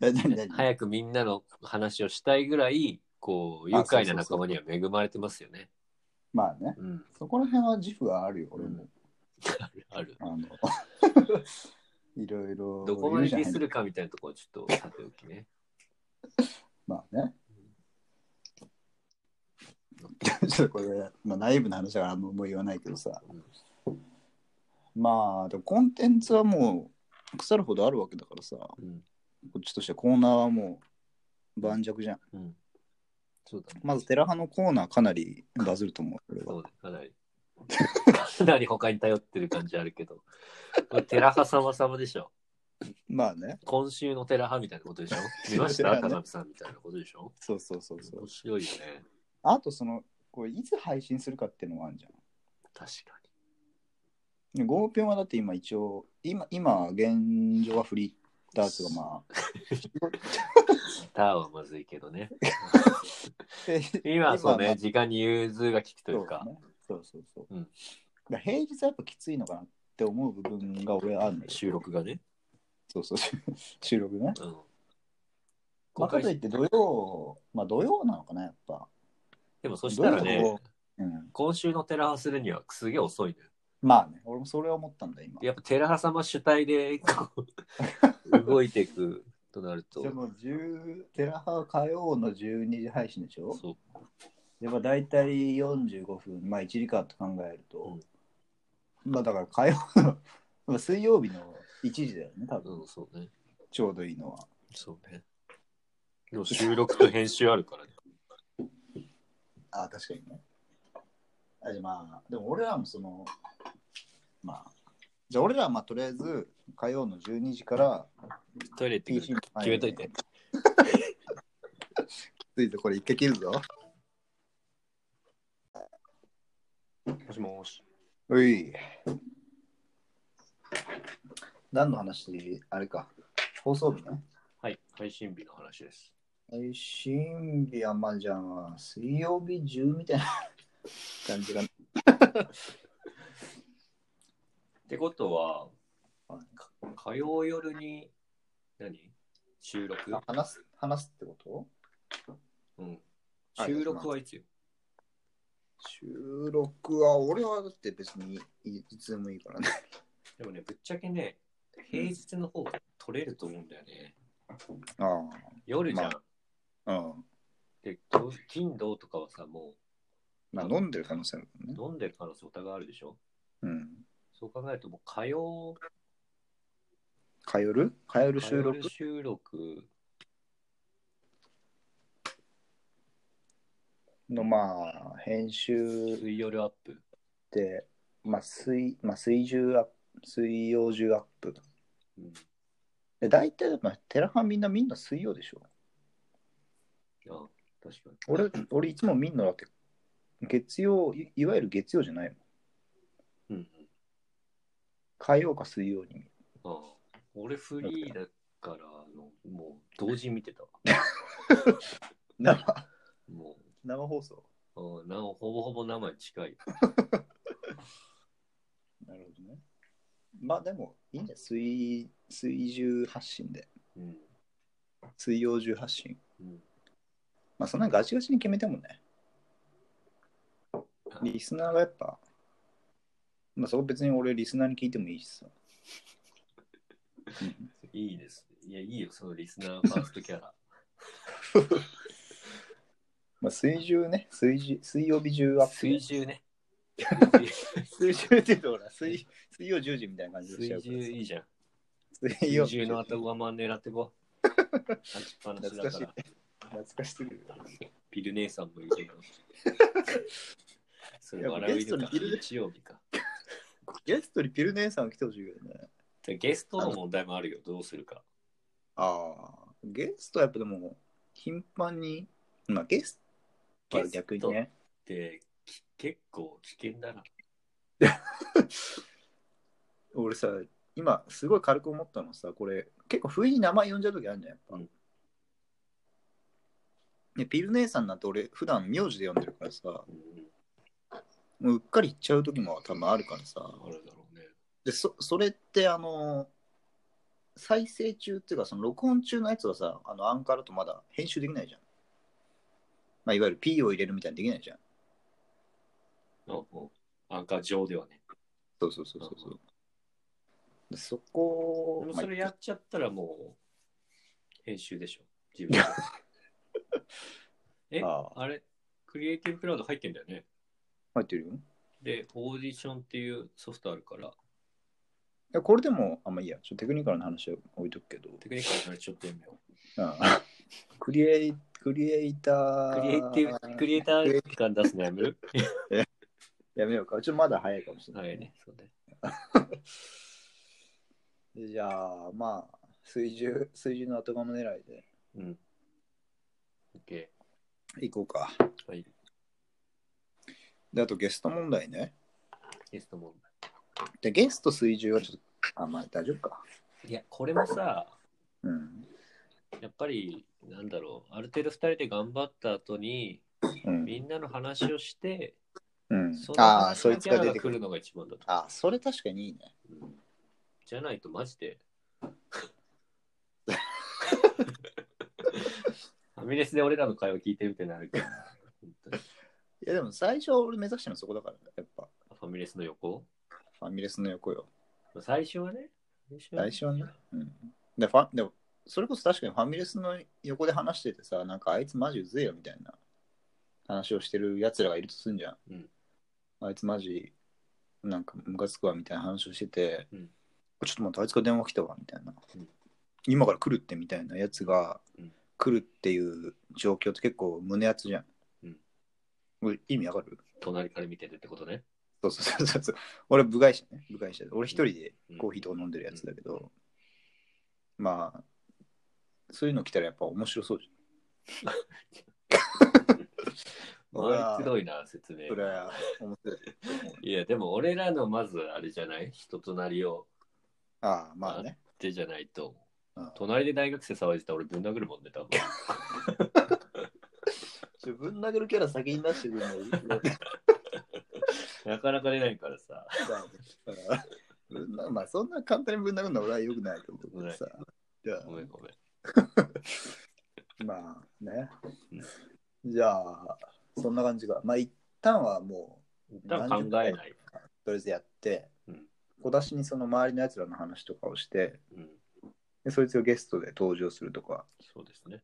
[SPEAKER 2] 何何
[SPEAKER 3] 早くみんなの話をしたいぐらい、こう、愉
[SPEAKER 2] あそうそうそう
[SPEAKER 3] 快な仲間には恵まれてますよね。
[SPEAKER 2] まあね、
[SPEAKER 3] うん。
[SPEAKER 2] そこら辺は自負はあるよ、俺も。
[SPEAKER 3] あるある。
[SPEAKER 2] あ のいろいろ
[SPEAKER 3] どこまでデ
[SPEAKER 2] 言う
[SPEAKER 3] ィ
[SPEAKER 2] じゃ
[SPEAKER 3] ス
[SPEAKER 2] ん
[SPEAKER 3] るかみたいなところをちょっとさておきね。
[SPEAKER 2] まあね。 ちょっとこれ、まあ、内部の話だからあんまもう言わないけどさ。まあ、でもコンテンツはもう腐るほどあるわけだからさ、こ
[SPEAKER 3] うん。
[SPEAKER 2] っちとしてはコーナーはもう盤石じゃん。
[SPEAKER 3] うん。そうだね。
[SPEAKER 2] まず、テラハのコーナーかなりバズると思う。俺
[SPEAKER 3] そ
[SPEAKER 2] は
[SPEAKER 3] うね、かなり。 かなり他に頼ってる感じあるけど。これ寺派様様でしょ。
[SPEAKER 2] まあね。
[SPEAKER 3] 今週のテラ派みたいなことでしょ見まし
[SPEAKER 2] テラ
[SPEAKER 3] た田
[SPEAKER 2] 派ね
[SPEAKER 3] 辺さんみたいなことでしょ
[SPEAKER 2] そうそうそうそう
[SPEAKER 3] 面。白いよね。
[SPEAKER 2] あとその、これいつ配信するかっていうのもあるじゃん。
[SPEAKER 3] 確かに。
[SPEAKER 2] でゴーピョンはだって今一応、今、今、現状はフリーダーツが まあ、
[SPEAKER 3] ターはまずいけどね。
[SPEAKER 2] で
[SPEAKER 3] 今はそう
[SPEAKER 2] 今はまあ
[SPEAKER 3] ね、時間に融通が利くとい
[SPEAKER 2] そう
[SPEAKER 3] か。
[SPEAKER 2] うねそうそうそう。
[SPEAKER 3] うん
[SPEAKER 2] だから平日はやっぱきついのかなって思う部分が俺はあるんだよ。
[SPEAKER 3] 収録がね。
[SPEAKER 2] そうそう、 収録ね。
[SPEAKER 3] うん。
[SPEAKER 2] ま
[SPEAKER 3] 公
[SPEAKER 2] あ、か
[SPEAKER 3] 開
[SPEAKER 2] とい
[SPEAKER 3] し
[SPEAKER 2] って土曜、まあ土曜なのかな、やっぱ。
[SPEAKER 3] でもそしたら
[SPEAKER 2] 土
[SPEAKER 3] ね
[SPEAKER 2] 曜を、うん、
[SPEAKER 3] 今週のテラハするにはすげえ遅いのよ。
[SPEAKER 2] まあね、俺もそれは思ったんだ、今。
[SPEAKER 3] やっぱテラハ様主体でこ う動いていくとなると
[SPEAKER 2] で。も10、テラハ火曜の12時配信でしょ
[SPEAKER 3] そう
[SPEAKER 2] でまあ大体45分、まあ1時間と考えると、まあだから火曜の、 まあ水曜日の1時だよね、多分、
[SPEAKER 3] うん、そうね。
[SPEAKER 2] ちょうどいいのは。
[SPEAKER 3] そうね。でも収録と編集あるからね。
[SPEAKER 2] あ、確かにね。あじゃあまあ、でも俺らもその、まあ、じゃあ俺らはまあとりあえず火曜の12時から
[SPEAKER 3] トイレ行ってくる。
[SPEAKER 2] PC
[SPEAKER 3] 決めといて。
[SPEAKER 2] ついてこれ一回切るぞ。
[SPEAKER 3] もしもし。
[SPEAKER 2] うい。何の話あれか。放送日ね。
[SPEAKER 3] はい、配信日の話です。
[SPEAKER 2] 配信日はまあじゃあ、水曜日中みたいな感じが。
[SPEAKER 3] ってことは
[SPEAKER 2] は、
[SPEAKER 3] か火曜夜に何収録
[SPEAKER 2] あ話す、話すってこと
[SPEAKER 3] うん。
[SPEAKER 2] はい
[SPEAKER 3] 収録はいつよ
[SPEAKER 2] 収録は、俺はだって別にいいつでもいいからね。
[SPEAKER 3] でもね、ぶっちゃけね、平日の方が取れると思うんだよね。
[SPEAKER 2] あ
[SPEAKER 3] 夜じゃん。
[SPEAKER 2] まあ、うん。
[SPEAKER 3] で、今日金土とかはさ、も
[SPEAKER 2] まあ飲んでる可能性あるもん
[SPEAKER 3] う
[SPEAKER 2] ね。
[SPEAKER 3] 飲んでる可能性お互いあるでしょ
[SPEAKER 2] うん。
[SPEAKER 3] そう考えると、もう火曜
[SPEAKER 2] 通る通る収
[SPEAKER 3] 火曜
[SPEAKER 2] 録
[SPEAKER 3] 夜収録
[SPEAKER 2] のまあ、編集
[SPEAKER 3] 水曜夜アップ。
[SPEAKER 2] で、まあ、水、まあ、水中アップ、水曜中アップ。
[SPEAKER 3] うん。
[SPEAKER 2] で、大体、まあ、テラハみんなみんな水曜でしょ。
[SPEAKER 3] あ、確かに。
[SPEAKER 2] 俺、俺いつもみんなだって、月曜い、いわゆる月曜じゃない
[SPEAKER 3] う
[SPEAKER 2] もん。
[SPEAKER 3] んうん。
[SPEAKER 2] 火曜か水曜に 見る。
[SPEAKER 3] ああ俺フリーだからあの、もう同時に見てたわ。
[SPEAKER 2] 生
[SPEAKER 3] も
[SPEAKER 2] 生放送。
[SPEAKER 3] う、うんなおほぼほぼ生に近い。
[SPEAKER 2] なるほどね。まあでも、いいんじゃない水、水中発信で。
[SPEAKER 3] うん。
[SPEAKER 2] 水曜中発信。
[SPEAKER 3] うん、
[SPEAKER 2] まあそんなガチガチに決めてもね。リスナーがやっぱ、まあそこ別に俺リスナーに聞いてもいいしさ。 うん
[SPEAKER 3] いいです。いや、いいよ、そのリス ナーファーストキャラ。
[SPEAKER 2] まあ水中ね、水中水曜日中アップ。
[SPEAKER 3] 水中 ね。
[SPEAKER 2] 水中っていうとほら、水水曜10時みたいな感じでしちゃ
[SPEAKER 3] 水
[SPEAKER 2] うか
[SPEAKER 3] 中
[SPEAKER 2] ら
[SPEAKER 3] いいじゃん。
[SPEAKER 2] さ。水曜
[SPEAKER 3] 水中の後ごま狙ってこう。立ちっぱなし
[SPEAKER 2] 懐か
[SPEAKER 3] だ
[SPEAKER 2] し
[SPEAKER 3] か
[SPEAKER 2] い
[SPEAKER 3] ら。。
[SPEAKER 2] 懐かしすぎる。
[SPEAKER 3] ビル姉さんもいるけ ど。それ笑う
[SPEAKER 2] ゲスト
[SPEAKER 3] 犬
[SPEAKER 2] に
[SPEAKER 3] か
[SPEAKER 2] ビル
[SPEAKER 3] 日曜日か。
[SPEAKER 2] ゲストにピル姉さんが来てほしいけどね。
[SPEAKER 3] でゲストの問題もあるよ、どうするか。
[SPEAKER 2] ああ、ゲストはやっぱでも、頻繁に、まあゲストは逆にね。
[SPEAKER 3] で、き結構危険だな。
[SPEAKER 2] 俺さ今すごい軽く思ったのさこれ結構不意に名前呼んじゃう時あるんじゃんやっぱ、
[SPEAKER 3] うん
[SPEAKER 2] ねピル姉さんなんて俺普段名字で呼んでるからさも
[SPEAKER 3] うん、
[SPEAKER 2] ううっかり言っちゃう時も多分あるからさ
[SPEAKER 3] あるだろうね。
[SPEAKER 2] でそそれってあの再生中っていうかその録音中のやつはさあのアンカーだとまだ編集できないじゃん、まあ、いわゆる P を入れるみたいにできないじゃん
[SPEAKER 3] あうんアンカー上ではね。
[SPEAKER 2] そうそうそうそうそううでそこ
[SPEAKER 3] でもそれやっちゃったらもう、編集でしょ。自分でえ、
[SPEAKER 2] ああ
[SPEAKER 3] あれ、クリエイティブクラウド入ってんだよね。
[SPEAKER 2] 入ってるよ
[SPEAKER 3] で、オーディションっていうソフトあるから、
[SPEAKER 2] いやこれでも、あんまあ、いいや、ちょっとテクニカルな話は置いとくけど、
[SPEAKER 3] テクニックの話ちょっと読めよ
[SPEAKER 2] ああ クリエイクリエイタ
[SPEAKER 3] う。ク
[SPEAKER 2] ー
[SPEAKER 3] リエイティブ、クリエイター感出すのやめる
[SPEAKER 2] やめようか、ちょっとまだ早いかもしれない。
[SPEAKER 3] はいね、そうね。
[SPEAKER 2] でじゃあ、まあ、水中、水中の後釜狙いで
[SPEAKER 3] うん。OK。
[SPEAKER 2] 行こうか。
[SPEAKER 3] はい。
[SPEAKER 2] で、あとゲスト問題ね。
[SPEAKER 3] ゲスト問題。
[SPEAKER 2] で、ゲスト水中はちょっと、あ、まあ大丈夫か。
[SPEAKER 3] いや、これもさ、
[SPEAKER 2] うん。
[SPEAKER 3] やっぱり、なんだろう、ある程度2人で頑張った後に、
[SPEAKER 2] うん。
[SPEAKER 3] みんなの話をして、
[SPEAKER 2] うん
[SPEAKER 3] そ、の
[SPEAKER 2] ああ、
[SPEAKER 3] 話
[SPEAKER 2] そい
[SPEAKER 3] の
[SPEAKER 2] つ
[SPEAKER 3] キャ
[SPEAKER 2] が
[SPEAKER 3] ラ
[SPEAKER 2] 出
[SPEAKER 3] が
[SPEAKER 2] てく
[SPEAKER 3] 来
[SPEAKER 2] る。
[SPEAKER 3] るのが一番だと。
[SPEAKER 2] あ、それ確かにいいね。
[SPEAKER 3] うんじゃないと、マジ で。ファミレスで俺らの会話聞いてるってなるけど、本当に
[SPEAKER 2] いや、でも最初俺目指したのそこだから、やっぱ。
[SPEAKER 3] ファミレスの横
[SPEAKER 2] ファミレスの横よ。
[SPEAKER 3] 最初はね、最初
[SPEAKER 2] 最初はね。うん。で、ファでも、それこそ確かにファミレスの横で話しててさ、なんかあいつマジうぜえよみたいな話をしてるやつらがいるとすんじゃん。
[SPEAKER 3] うん
[SPEAKER 2] あいつマジ、なんかムカつくわみたいな話をしてて、
[SPEAKER 3] うん
[SPEAKER 2] ちょっと待って、あいつから電話来たわみたいな。
[SPEAKER 3] うん
[SPEAKER 2] 今から来るってみたいなやつが
[SPEAKER 3] うん
[SPEAKER 2] 来るっていう状況って結構胸熱じゃん。
[SPEAKER 3] うん
[SPEAKER 2] これ意味わかる
[SPEAKER 3] 隣から見てるってことね。
[SPEAKER 2] そうそうそうそう。俺、部外者ね。部外者で。俺一人でコーヒーとか飲んでるやつだけど、まあ、そういうの来たらやっぱ面白そうじ ゃん。俺
[SPEAKER 3] まあ、
[SPEAKER 2] は
[SPEAKER 3] くどいな、説明
[SPEAKER 2] そ。れは面白い。
[SPEAKER 3] いや、でも俺らのまずあれじゃない人となりを
[SPEAKER 2] ああ、まあね。
[SPEAKER 3] ってじゃないと。
[SPEAKER 2] うん
[SPEAKER 3] 隣で大学生騒いでたら俺ぶん殴るもんね、多 分。
[SPEAKER 2] 自分殴るキャラ先に出してくるの
[SPEAKER 3] なかなか出ないからさ。
[SPEAKER 2] ぶんな まあそんな簡単にぶん殴るのは俺はよくないと思うけどさ。じゃ
[SPEAKER 3] ごめんごめん。
[SPEAKER 2] あまあね。じゃあそんな感じか。まあ一旦はも
[SPEAKER 3] 多分考えない。
[SPEAKER 2] うとりあえずやって、
[SPEAKER 3] うん
[SPEAKER 2] 小出しにその周りのやつらの話とかをして
[SPEAKER 3] うん。
[SPEAKER 2] で、そいつがゲストで登場するとか。
[SPEAKER 3] そうですね。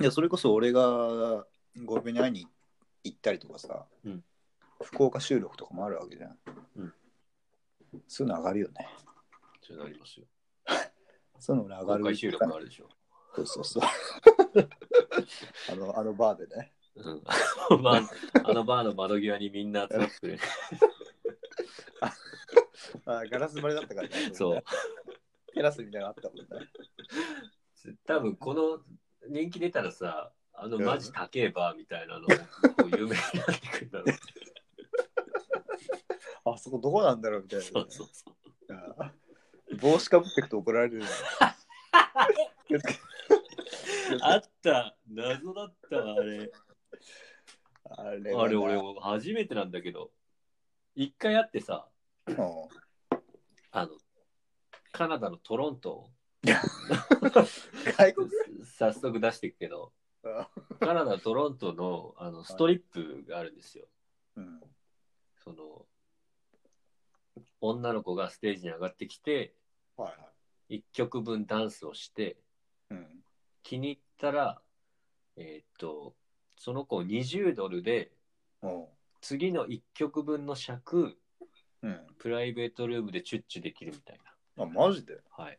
[SPEAKER 2] いやそれこそ俺がゴルベに会いに行ったりとかさ、
[SPEAKER 3] うん
[SPEAKER 2] 福岡収録とかもあるわけじゃん。
[SPEAKER 3] うん
[SPEAKER 2] そういうの上がるよね。
[SPEAKER 3] そうなりますよ。
[SPEAKER 2] そういうの俺上が
[SPEAKER 3] 公
[SPEAKER 2] る。
[SPEAKER 3] 開収録あるでしょ。
[SPEAKER 2] そうそ うそう。あの、あのバーでね。
[SPEAKER 3] うん。あのバーあのバーの窓際にみんな集まってくれる。
[SPEAKER 2] あガラス張りだったからね。
[SPEAKER 3] そう。。
[SPEAKER 2] テラスみたいなのあったもんね。
[SPEAKER 3] 多分この人気出たらさ、あのマジ高えバーみたいなの、こう有名になってくるんだろう。
[SPEAKER 2] あそこどこなんだろうみたいなね、
[SPEAKER 3] そうそうそう。
[SPEAKER 2] あ 帽子かぶってくと怒られる。
[SPEAKER 3] あった謎だったわあれ。
[SPEAKER 2] あれはな
[SPEAKER 3] あれ俺初めてなんだけど、一回会ってさ、
[SPEAKER 2] うん
[SPEAKER 3] あの、カナダのトロント
[SPEAKER 2] 外国
[SPEAKER 3] 早速出していくけど、カナダ・トロントのあのストリップがあるんですよ。
[SPEAKER 2] うん。
[SPEAKER 3] その女の子がステージに上がってきて
[SPEAKER 2] はいはい。
[SPEAKER 3] 1曲分ダンスをして
[SPEAKER 2] うん。
[SPEAKER 3] 気に入ったら、えーっとその子を20ドルで
[SPEAKER 2] うん
[SPEAKER 3] 次の1曲分の尺
[SPEAKER 2] うん。
[SPEAKER 3] プライベートルームでチュッチュできるみたい
[SPEAKER 2] あ、マジで
[SPEAKER 3] な。はい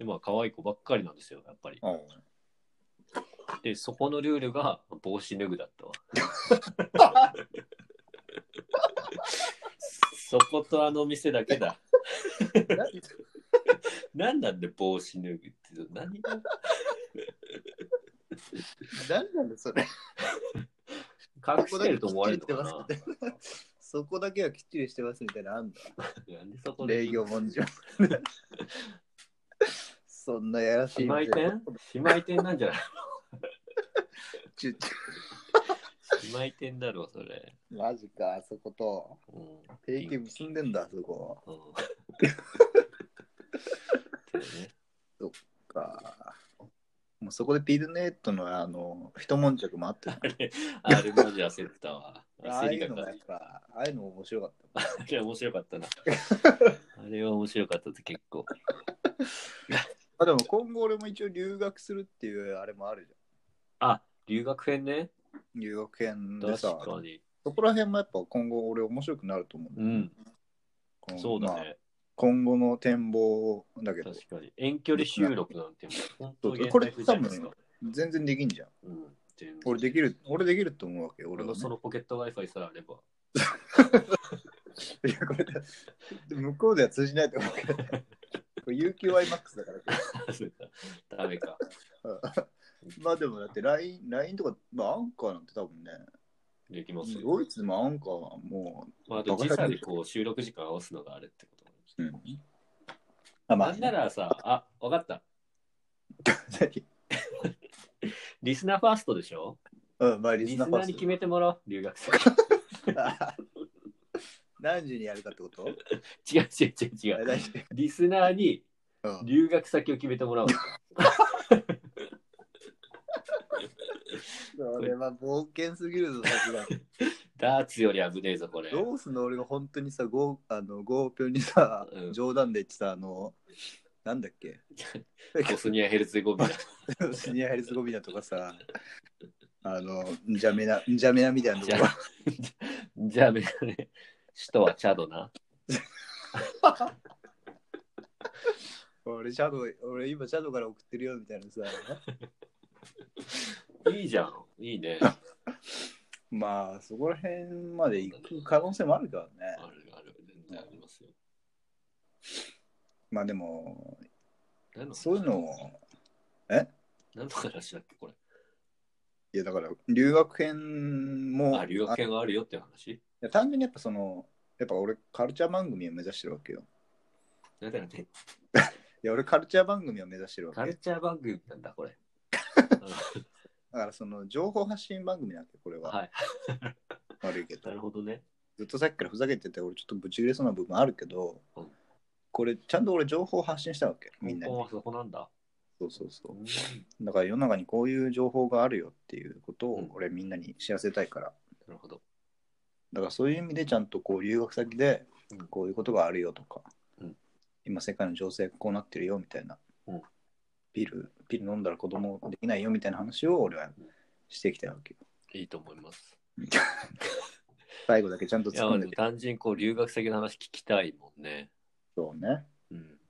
[SPEAKER 3] でまあ可愛い子ばっかりなんですよやっぱり。
[SPEAKER 2] うん。
[SPEAKER 3] でそこのルールが帽子脱ぐだったわ。そことあの店だけだ。なんなんで帽子脱ぐって 何が
[SPEAKER 2] 何なんだそれ。
[SPEAKER 3] 隠してると思われるのかな
[SPEAKER 2] そこだけはきっちりしてますみたいなのあんだ。
[SPEAKER 3] なんでそこで
[SPEAKER 2] 礼儀をもんじゃ。 そんなやらし
[SPEAKER 3] 姉
[SPEAKER 2] い
[SPEAKER 3] 妹
[SPEAKER 2] 店
[SPEAKER 3] 店姉妹店なんじゃない
[SPEAKER 2] ちゅち
[SPEAKER 3] 姉妹店だろそれ、
[SPEAKER 2] ゅマジか、あそこと。
[SPEAKER 3] うん
[SPEAKER 2] 定期結んでんだ、あそこ。
[SPEAKER 3] うんってね
[SPEAKER 2] か。もうそこでピルネットのあの、一悶着もあったよね。
[SPEAKER 3] あれマジ焦ったわ
[SPEAKER 2] ああ
[SPEAKER 3] 焦
[SPEAKER 2] い
[SPEAKER 3] り
[SPEAKER 2] う
[SPEAKER 3] が
[SPEAKER 2] の
[SPEAKER 3] か
[SPEAKER 2] が
[SPEAKER 3] か
[SPEAKER 2] やっ
[SPEAKER 3] る
[SPEAKER 2] ぱ、ああいうの面白かった。
[SPEAKER 3] あれ面白かった なあれは面白かったって結構
[SPEAKER 2] あでも今後俺も一応留学するっていうあれもあるじ
[SPEAKER 3] あ留学編ね
[SPEAKER 2] ゃん。留学編で
[SPEAKER 3] 確
[SPEAKER 2] さ、
[SPEAKER 3] かに
[SPEAKER 2] そこら辺もやっぱ今後俺面白くなると思う。
[SPEAKER 3] うん
[SPEAKER 2] この
[SPEAKER 3] そうだ
[SPEAKER 2] まあ
[SPEAKER 3] ね、
[SPEAKER 2] 今後の展望だけど、
[SPEAKER 3] 確かに遠距離収録なんてもう本当に
[SPEAKER 2] これ
[SPEAKER 3] 現代風じゃないですか
[SPEAKER 2] 全然できんじゃん。
[SPEAKER 3] うん全然
[SPEAKER 2] 俺できる、俺できると思うわけよ。
[SPEAKER 3] 俺
[SPEAKER 2] 俺は
[SPEAKER 3] の
[SPEAKER 2] ね
[SPEAKER 3] そのポケット Wi-Fi さえあれば。
[SPEAKER 2] いや、これだ、向こうでは通じないと思う けど。これ UQIMAX だから。
[SPEAKER 3] ダメか。
[SPEAKER 2] うん まあでもだって LINE, LINE とか、まあアンカーなんて多分ね、
[SPEAKER 3] できますよ。
[SPEAKER 2] ドイツでもアンカーはも
[SPEAKER 3] まあ、あと時差でこう収録時間合わすのがあれってことなんです
[SPEAKER 2] う、
[SPEAKER 3] ね
[SPEAKER 2] うん。あ、ま
[SPEAKER 3] な
[SPEAKER 2] あ
[SPEAKER 3] ん、ならさ、あ、わかった。リスナーファーストでしょ
[SPEAKER 2] うん、まあリ
[SPEAKER 3] リス
[SPEAKER 2] ス
[SPEAKER 3] ナ
[SPEAKER 2] ナー
[SPEAKER 3] ー
[SPEAKER 2] パス
[SPEAKER 3] に決めてもらおう、留学生。
[SPEAKER 2] 何時にやるかってこと
[SPEAKER 3] 違う違う違う違
[SPEAKER 2] あ
[SPEAKER 3] う。
[SPEAKER 2] 大丈
[SPEAKER 3] リスナーに
[SPEAKER 2] 夫うん
[SPEAKER 3] 留学先を決めてもらおう。
[SPEAKER 2] それは冒険すぎるぞ、さすが に。
[SPEAKER 3] ダーツより危ねえぞ、これ。
[SPEAKER 2] どうすんの俺が本当にさ、ゴーあのゴーピョにさ
[SPEAKER 3] う、ん
[SPEAKER 2] 冗談で言ってさ、あの、なんだっけ
[SPEAKER 3] ボスニア・ヘルツェゴビナ。
[SPEAKER 2] シニアヘルスゴビナとかさ、あの、んじゃめな、んじゃめなみたいなと
[SPEAKER 3] じゃ
[SPEAKER 2] こ
[SPEAKER 3] あ、じゃあ、メガネ。首都はチャドな。
[SPEAKER 2] 俺、シャドウ、俺今、シャドウから送ってるよみたいなさ。
[SPEAKER 3] いいじゃん。いいね。
[SPEAKER 2] まあ、そこら辺まで行く可能性もあるからね。
[SPEAKER 3] あるある。全然ありますよ。
[SPEAKER 2] まあでも、
[SPEAKER 3] 何の
[SPEAKER 2] そういうのを、
[SPEAKER 3] 何の話だっけ、これ。
[SPEAKER 2] いやだから、留学編も、
[SPEAKER 3] あ、留学
[SPEAKER 2] あい
[SPEAKER 3] 券があるよって話
[SPEAKER 2] や単純にやっぱその、やっぱ俺、カルチャー番組を目指してるわけよ。
[SPEAKER 3] なんだよね。
[SPEAKER 2] いや、俺、カルチャー番組を目指してるわ
[SPEAKER 3] カ
[SPEAKER 2] け。
[SPEAKER 3] ルチャー番組なんだ、こ れ。
[SPEAKER 2] だから、その、情報発信番組なんだけどこれは。
[SPEAKER 3] はい。
[SPEAKER 2] 悪いけど
[SPEAKER 3] な。るほどね。
[SPEAKER 2] ずっとさっきからふざけてて、俺ちょっとぶち切れそうな部分あるけど
[SPEAKER 3] うん、
[SPEAKER 2] これ、ちゃんと俺、情報発信したわけ。み
[SPEAKER 3] 根
[SPEAKER 2] んな
[SPEAKER 3] 本
[SPEAKER 2] に。
[SPEAKER 3] はそこなんだ。
[SPEAKER 2] そうそうそうう。
[SPEAKER 3] ん
[SPEAKER 2] だから、世の中にこういう情報があるよっていうこと
[SPEAKER 3] うん
[SPEAKER 2] を、俺、みんなに知らせたいから。
[SPEAKER 3] なるほど。
[SPEAKER 2] だからそういう意味でちゃんとこう留学先で
[SPEAKER 3] うん
[SPEAKER 2] こういうことがあるよとか、
[SPEAKER 3] うん
[SPEAKER 2] 今世界の情勢こうなってるよみたいな、
[SPEAKER 3] うん
[SPEAKER 2] ピルピル飲んだら子供できないよみたいな話を俺はしてきたわけよ
[SPEAKER 3] いいと思います。
[SPEAKER 2] 最後だけちゃんと
[SPEAKER 3] い
[SPEAKER 2] 突
[SPEAKER 3] や、
[SPEAKER 2] っ込ん
[SPEAKER 3] 俺
[SPEAKER 2] で
[SPEAKER 3] も
[SPEAKER 2] て
[SPEAKER 3] 単純にこう留学先の話聞きたいもんね。
[SPEAKER 2] そうね
[SPEAKER 3] うん。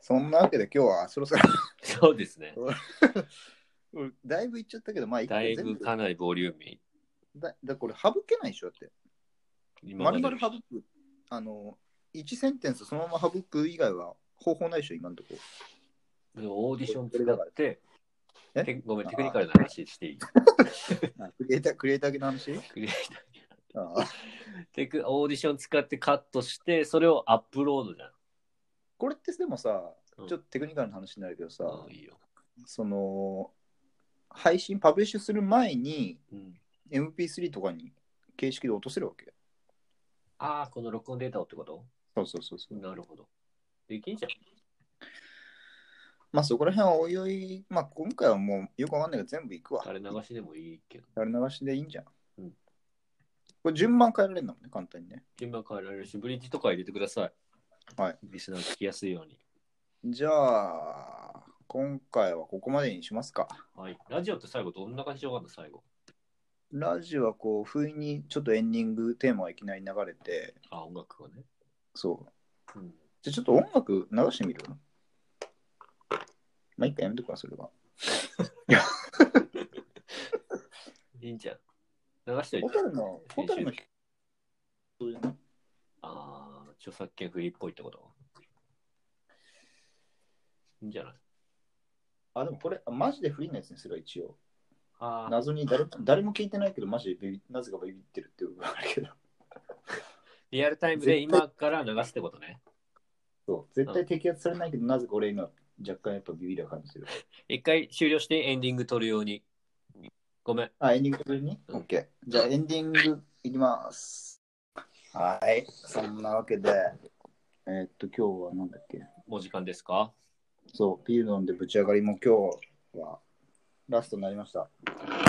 [SPEAKER 2] そんなわけで今日はそろそろ
[SPEAKER 3] そうですね。
[SPEAKER 2] 俺だいぶいっちゃったけどまあ一個
[SPEAKER 3] だい
[SPEAKER 2] 全
[SPEAKER 3] ぶ
[SPEAKER 2] 部
[SPEAKER 3] か
[SPEAKER 2] だ
[SPEAKER 3] なりボリューミ
[SPEAKER 2] だこれ省けないでしょだって
[SPEAKER 3] ー。今ま
[SPEAKER 2] まる
[SPEAKER 3] で
[SPEAKER 2] まる省くあの1センテンスそのまま省く以外は方法ないでしょ今の とこ
[SPEAKER 3] オーディション使って、
[SPEAKER 2] え
[SPEAKER 3] てごめん、テクニカルな話していい
[SPEAKER 2] あクリエイタークリエイター系の話
[SPEAKER 3] クリエイター
[SPEAKER 2] ああ
[SPEAKER 3] テクオーディション使ってカットして、それをアップロードじゃん。
[SPEAKER 2] これってでもさ、
[SPEAKER 3] うん
[SPEAKER 2] ちょっとテクニカルな話になるけどさ、
[SPEAKER 3] うんいいよ。
[SPEAKER 2] その配信パブリッシュする前に
[SPEAKER 3] うん、
[SPEAKER 2] MP3 とかに形式で落とせるわけ
[SPEAKER 3] ああ、この録音データをってこと
[SPEAKER 2] そうそうそうそう
[SPEAKER 3] なるほど。できんじゃん。
[SPEAKER 2] まあそこら辺はおいおいまあ今回はもうよくわかんないけど全部いくわ
[SPEAKER 3] 垂れ流しでもいいけど。
[SPEAKER 2] 垂れ流しでいいんじゃん、
[SPEAKER 3] うん
[SPEAKER 2] これ順番変えられるんだもんね簡単にね
[SPEAKER 3] 順番変えられるし、ブリッジとか入れてください。
[SPEAKER 2] はい。
[SPEAKER 3] リスナー聞きやすいように。
[SPEAKER 2] じゃあ今回はここまでにしますか
[SPEAKER 3] はい。ラジオって最後どんな感じで終わるの最後。
[SPEAKER 2] ラジオはこう不意にちょっとエンディングテーマがいきなり流れて
[SPEAKER 3] あ、音楽がね。
[SPEAKER 2] そう
[SPEAKER 3] うん。
[SPEAKER 2] じゃあちょっと音楽流してみるまあ、一回やめとくわ、それは。
[SPEAKER 3] いいんじゃん。流しとい
[SPEAKER 2] ホ
[SPEAKER 3] て
[SPEAKER 2] タ。ルの、ホタルの、そうじゃない
[SPEAKER 3] ああ、著作権フリーっぽいってこといいんじゃない
[SPEAKER 2] あ、でもこれ、あマジでフリーなやつにするわ、一応。
[SPEAKER 3] ああ、
[SPEAKER 2] 謎に誰誰も聞いてないけど、マジでビビなぜかビビってるっていう部分あるけど。
[SPEAKER 3] リアルタイムで今から流すってことね。
[SPEAKER 2] そう、絶対摘発されないけど、なぜか俺今、若干やっぱビビる感じする。
[SPEAKER 3] 一回終了してエンディング撮るように。ごめん。
[SPEAKER 2] あ、エンディングするに、
[SPEAKER 3] うん
[SPEAKER 2] オッケー。じゃあエンディングいきます。はい、そんなわけで、えーっと、今日はなんだっけ
[SPEAKER 3] もう時間ですか
[SPEAKER 2] そう、ピール飲んでぶち上がりも今日はラストになりました。
[SPEAKER 3] は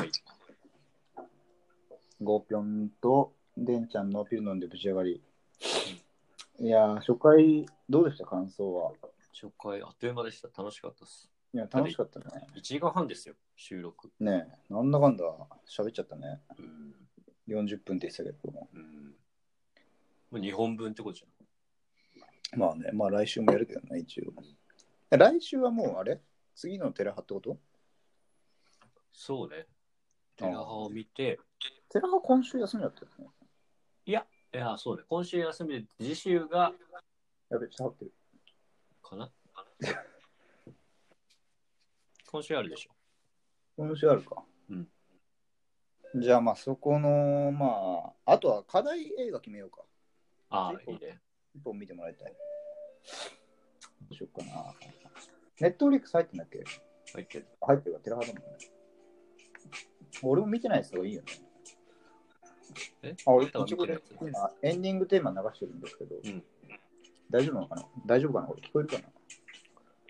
[SPEAKER 3] い。
[SPEAKER 2] ゴーピョンとデンちゃんのピール飲んでぶち上がり。いやー、初回どうでした感想は。
[SPEAKER 3] 紹介あっという間でした。楽しかったです。
[SPEAKER 2] いや、楽しかったね。
[SPEAKER 3] 1時間半ですよ、収録。
[SPEAKER 2] ねえ、なんだかんだ喋っちゃったね。
[SPEAKER 3] うん。
[SPEAKER 2] 40分って言ってたけど。
[SPEAKER 3] うん。もう2本分ってことじゃん。
[SPEAKER 2] まあね、まあ来週もやるけどね、一応。来週はもうあれ次のテラハってこと
[SPEAKER 3] そうね。テラハを見て、
[SPEAKER 2] 寺は今週休みだったよね。
[SPEAKER 3] いや、そうね。今週休みで、次週が、
[SPEAKER 2] やべ、下がってる。
[SPEAKER 3] か な今週あるでしょ。
[SPEAKER 2] 今週あるか。
[SPEAKER 3] うん。
[SPEAKER 2] じゃあ、まあ、そこの、まあ、あとは課題映画決めようか。
[SPEAKER 3] ああ、いいね。
[SPEAKER 2] 一本見てもらいたい。どうしようかな。ネットフリックス入ってんだっけ
[SPEAKER 3] 入ってる。
[SPEAKER 2] 入ってるか、テラハだもんね。俺も見てないですよ、いいよね。
[SPEAKER 3] え
[SPEAKER 2] あ、俺、
[SPEAKER 3] あなたは
[SPEAKER 2] 一
[SPEAKER 3] 見
[SPEAKER 2] 応
[SPEAKER 3] て
[SPEAKER 2] で
[SPEAKER 3] るや
[SPEAKER 2] 今、エンディングテーマ流してるんですけど、
[SPEAKER 3] うん
[SPEAKER 2] 大丈夫なのかな大丈夫かなこれ聞こえるかな
[SPEAKER 3] つ。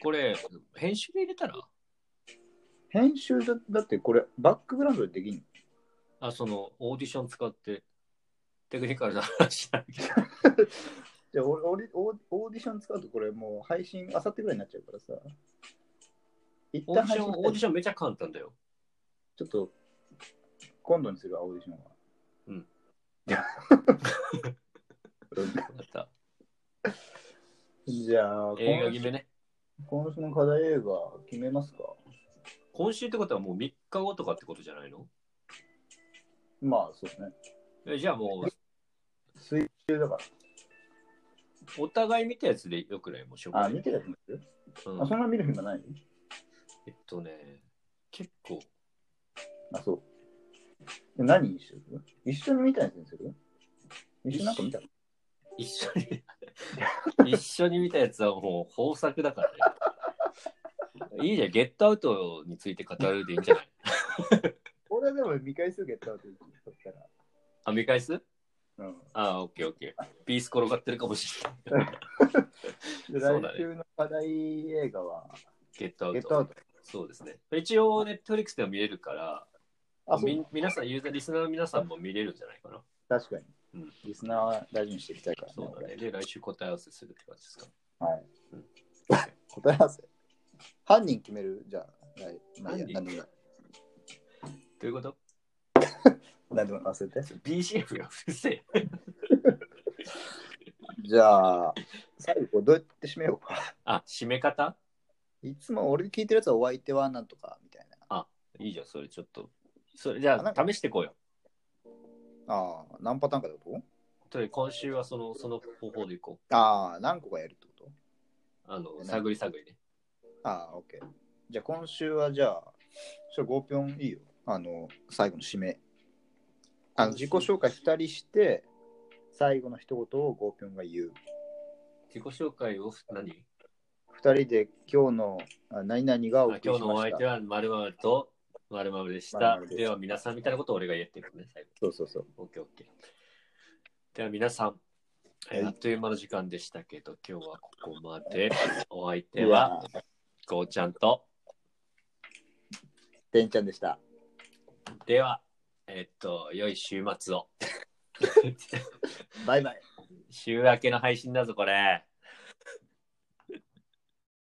[SPEAKER 3] これ、編集で入れたら
[SPEAKER 2] 編集だだってこれ、バックグラウンドでできんの
[SPEAKER 3] あ、その、オーディション使って、テクニカルな話だけど。
[SPEAKER 2] じゃあ俺俺オーオーディション使うとこれもう配信あさってぐらいになっちゃうからさ。一
[SPEAKER 3] オー
[SPEAKER 2] 旦
[SPEAKER 3] ディシ
[SPEAKER 2] 配
[SPEAKER 3] ョ
[SPEAKER 2] 信
[SPEAKER 3] ン、オーディションめちゃ簡単だよ。
[SPEAKER 2] ちょっと今度にするわオーディションは。
[SPEAKER 3] うん。また、
[SPEAKER 2] じゃあ
[SPEAKER 3] 映画
[SPEAKER 2] 今
[SPEAKER 3] 決
[SPEAKER 2] 週
[SPEAKER 3] めね。
[SPEAKER 2] 今週の課題映画決めますか
[SPEAKER 3] 今週ってことはもう3日後とかってことじゃないの
[SPEAKER 2] まあそうですね。
[SPEAKER 3] えじゃあもう、
[SPEAKER 2] 水中だか
[SPEAKER 3] お互い見たやつでよくないもう紹
[SPEAKER 2] ら。
[SPEAKER 3] 介
[SPEAKER 2] あ、見てたやつ見てる、
[SPEAKER 3] うん
[SPEAKER 2] あ、そんな見る暇ない
[SPEAKER 3] えっとね、結構、
[SPEAKER 2] あ、そう。で何にしよう一緒に見たやつにする一緒になんか見た
[SPEAKER 3] 一緒 に、一緒に見たやつはもう豊作だからね。いいじゃん、ゲットアウトについて語るでいいんじゃない
[SPEAKER 2] 俺はでも見返すよ、ゲットアウトにそしたら。
[SPEAKER 3] あ、見返す
[SPEAKER 2] うん。
[SPEAKER 3] あ、オッケーオッケー。ピース転がってるかもしれない。
[SPEAKER 2] で
[SPEAKER 3] そうだね
[SPEAKER 2] 来週の課題映画は、
[SPEAKER 3] ゲットアウ
[SPEAKER 2] ゲ
[SPEAKER 3] ト。
[SPEAKER 2] ットアウト。
[SPEAKER 3] そうですね。一応、ネットフリックスでは見れるから、
[SPEAKER 2] あ、そう
[SPEAKER 3] み皆さん、ユーザー、リスナーの皆さんも見れるんじゃないかな。
[SPEAKER 2] 確か
[SPEAKER 3] う
[SPEAKER 2] に
[SPEAKER 3] ん。
[SPEAKER 2] リスナーは大事にしていきたいからね。
[SPEAKER 3] そうだね。で、来週答え合わせするって感じですか。
[SPEAKER 2] 俺はい
[SPEAKER 3] うん。
[SPEAKER 2] 答え合わせ。犯人決めるじゃあ、はい。まあ、いい
[SPEAKER 3] 犯
[SPEAKER 2] や、
[SPEAKER 3] 人
[SPEAKER 2] 何でもない。
[SPEAKER 3] ということ
[SPEAKER 2] 何でも忘れて。
[SPEAKER 3] ?BCF がうるせえ。
[SPEAKER 2] じゃあ、最後、どうやって締めようか。
[SPEAKER 3] あ、締め方
[SPEAKER 2] いつも俺聞いてるやつはお相手はなんとかみたいな。
[SPEAKER 3] いいじゃん、それちょっと。それじゃ
[SPEAKER 2] あなん
[SPEAKER 3] あ、試していこうよ。
[SPEAKER 2] ああ、何パターンかってこと
[SPEAKER 3] とりあえず今週はそのその方法でいこ
[SPEAKER 2] ああ、何個かやるってこと
[SPEAKER 3] う。あの、
[SPEAKER 2] ね
[SPEAKER 3] 探り探りね。
[SPEAKER 2] ああ、オッケー。じゃあ今週はじゃあ、ちょ、ゴーピョンいいよ。あの、最後の締め。あの、自己紹介2人して、最後の一言をゴーピョンが言う。
[SPEAKER 3] 自己紹介を何
[SPEAKER 2] 2人で今日のあ何々がお
[SPEAKER 3] あ
[SPEAKER 2] 送り
[SPEAKER 3] 今
[SPEAKER 2] し
[SPEAKER 3] 日のお
[SPEAKER 2] ま
[SPEAKER 3] 相
[SPEAKER 2] した
[SPEAKER 3] 手。はまるまるとまるまるでし
[SPEAKER 2] 〇
[SPEAKER 3] た。
[SPEAKER 2] 〇です
[SPEAKER 3] では皆さんみたいなことを俺が言ってるのね、最後。
[SPEAKER 2] そうそうそう。
[SPEAKER 3] オッケーオッケー。では皆さん、えー
[SPEAKER 2] はい
[SPEAKER 3] あっという間の時間でしたけど、今日はここま で。お相手は、
[SPEAKER 2] いやー、
[SPEAKER 3] こうちゃんと。
[SPEAKER 2] てんちゃんでした。
[SPEAKER 3] では、えっと、良い週末を。
[SPEAKER 2] バイバイ。
[SPEAKER 3] 週明けの配信だぞ、これ。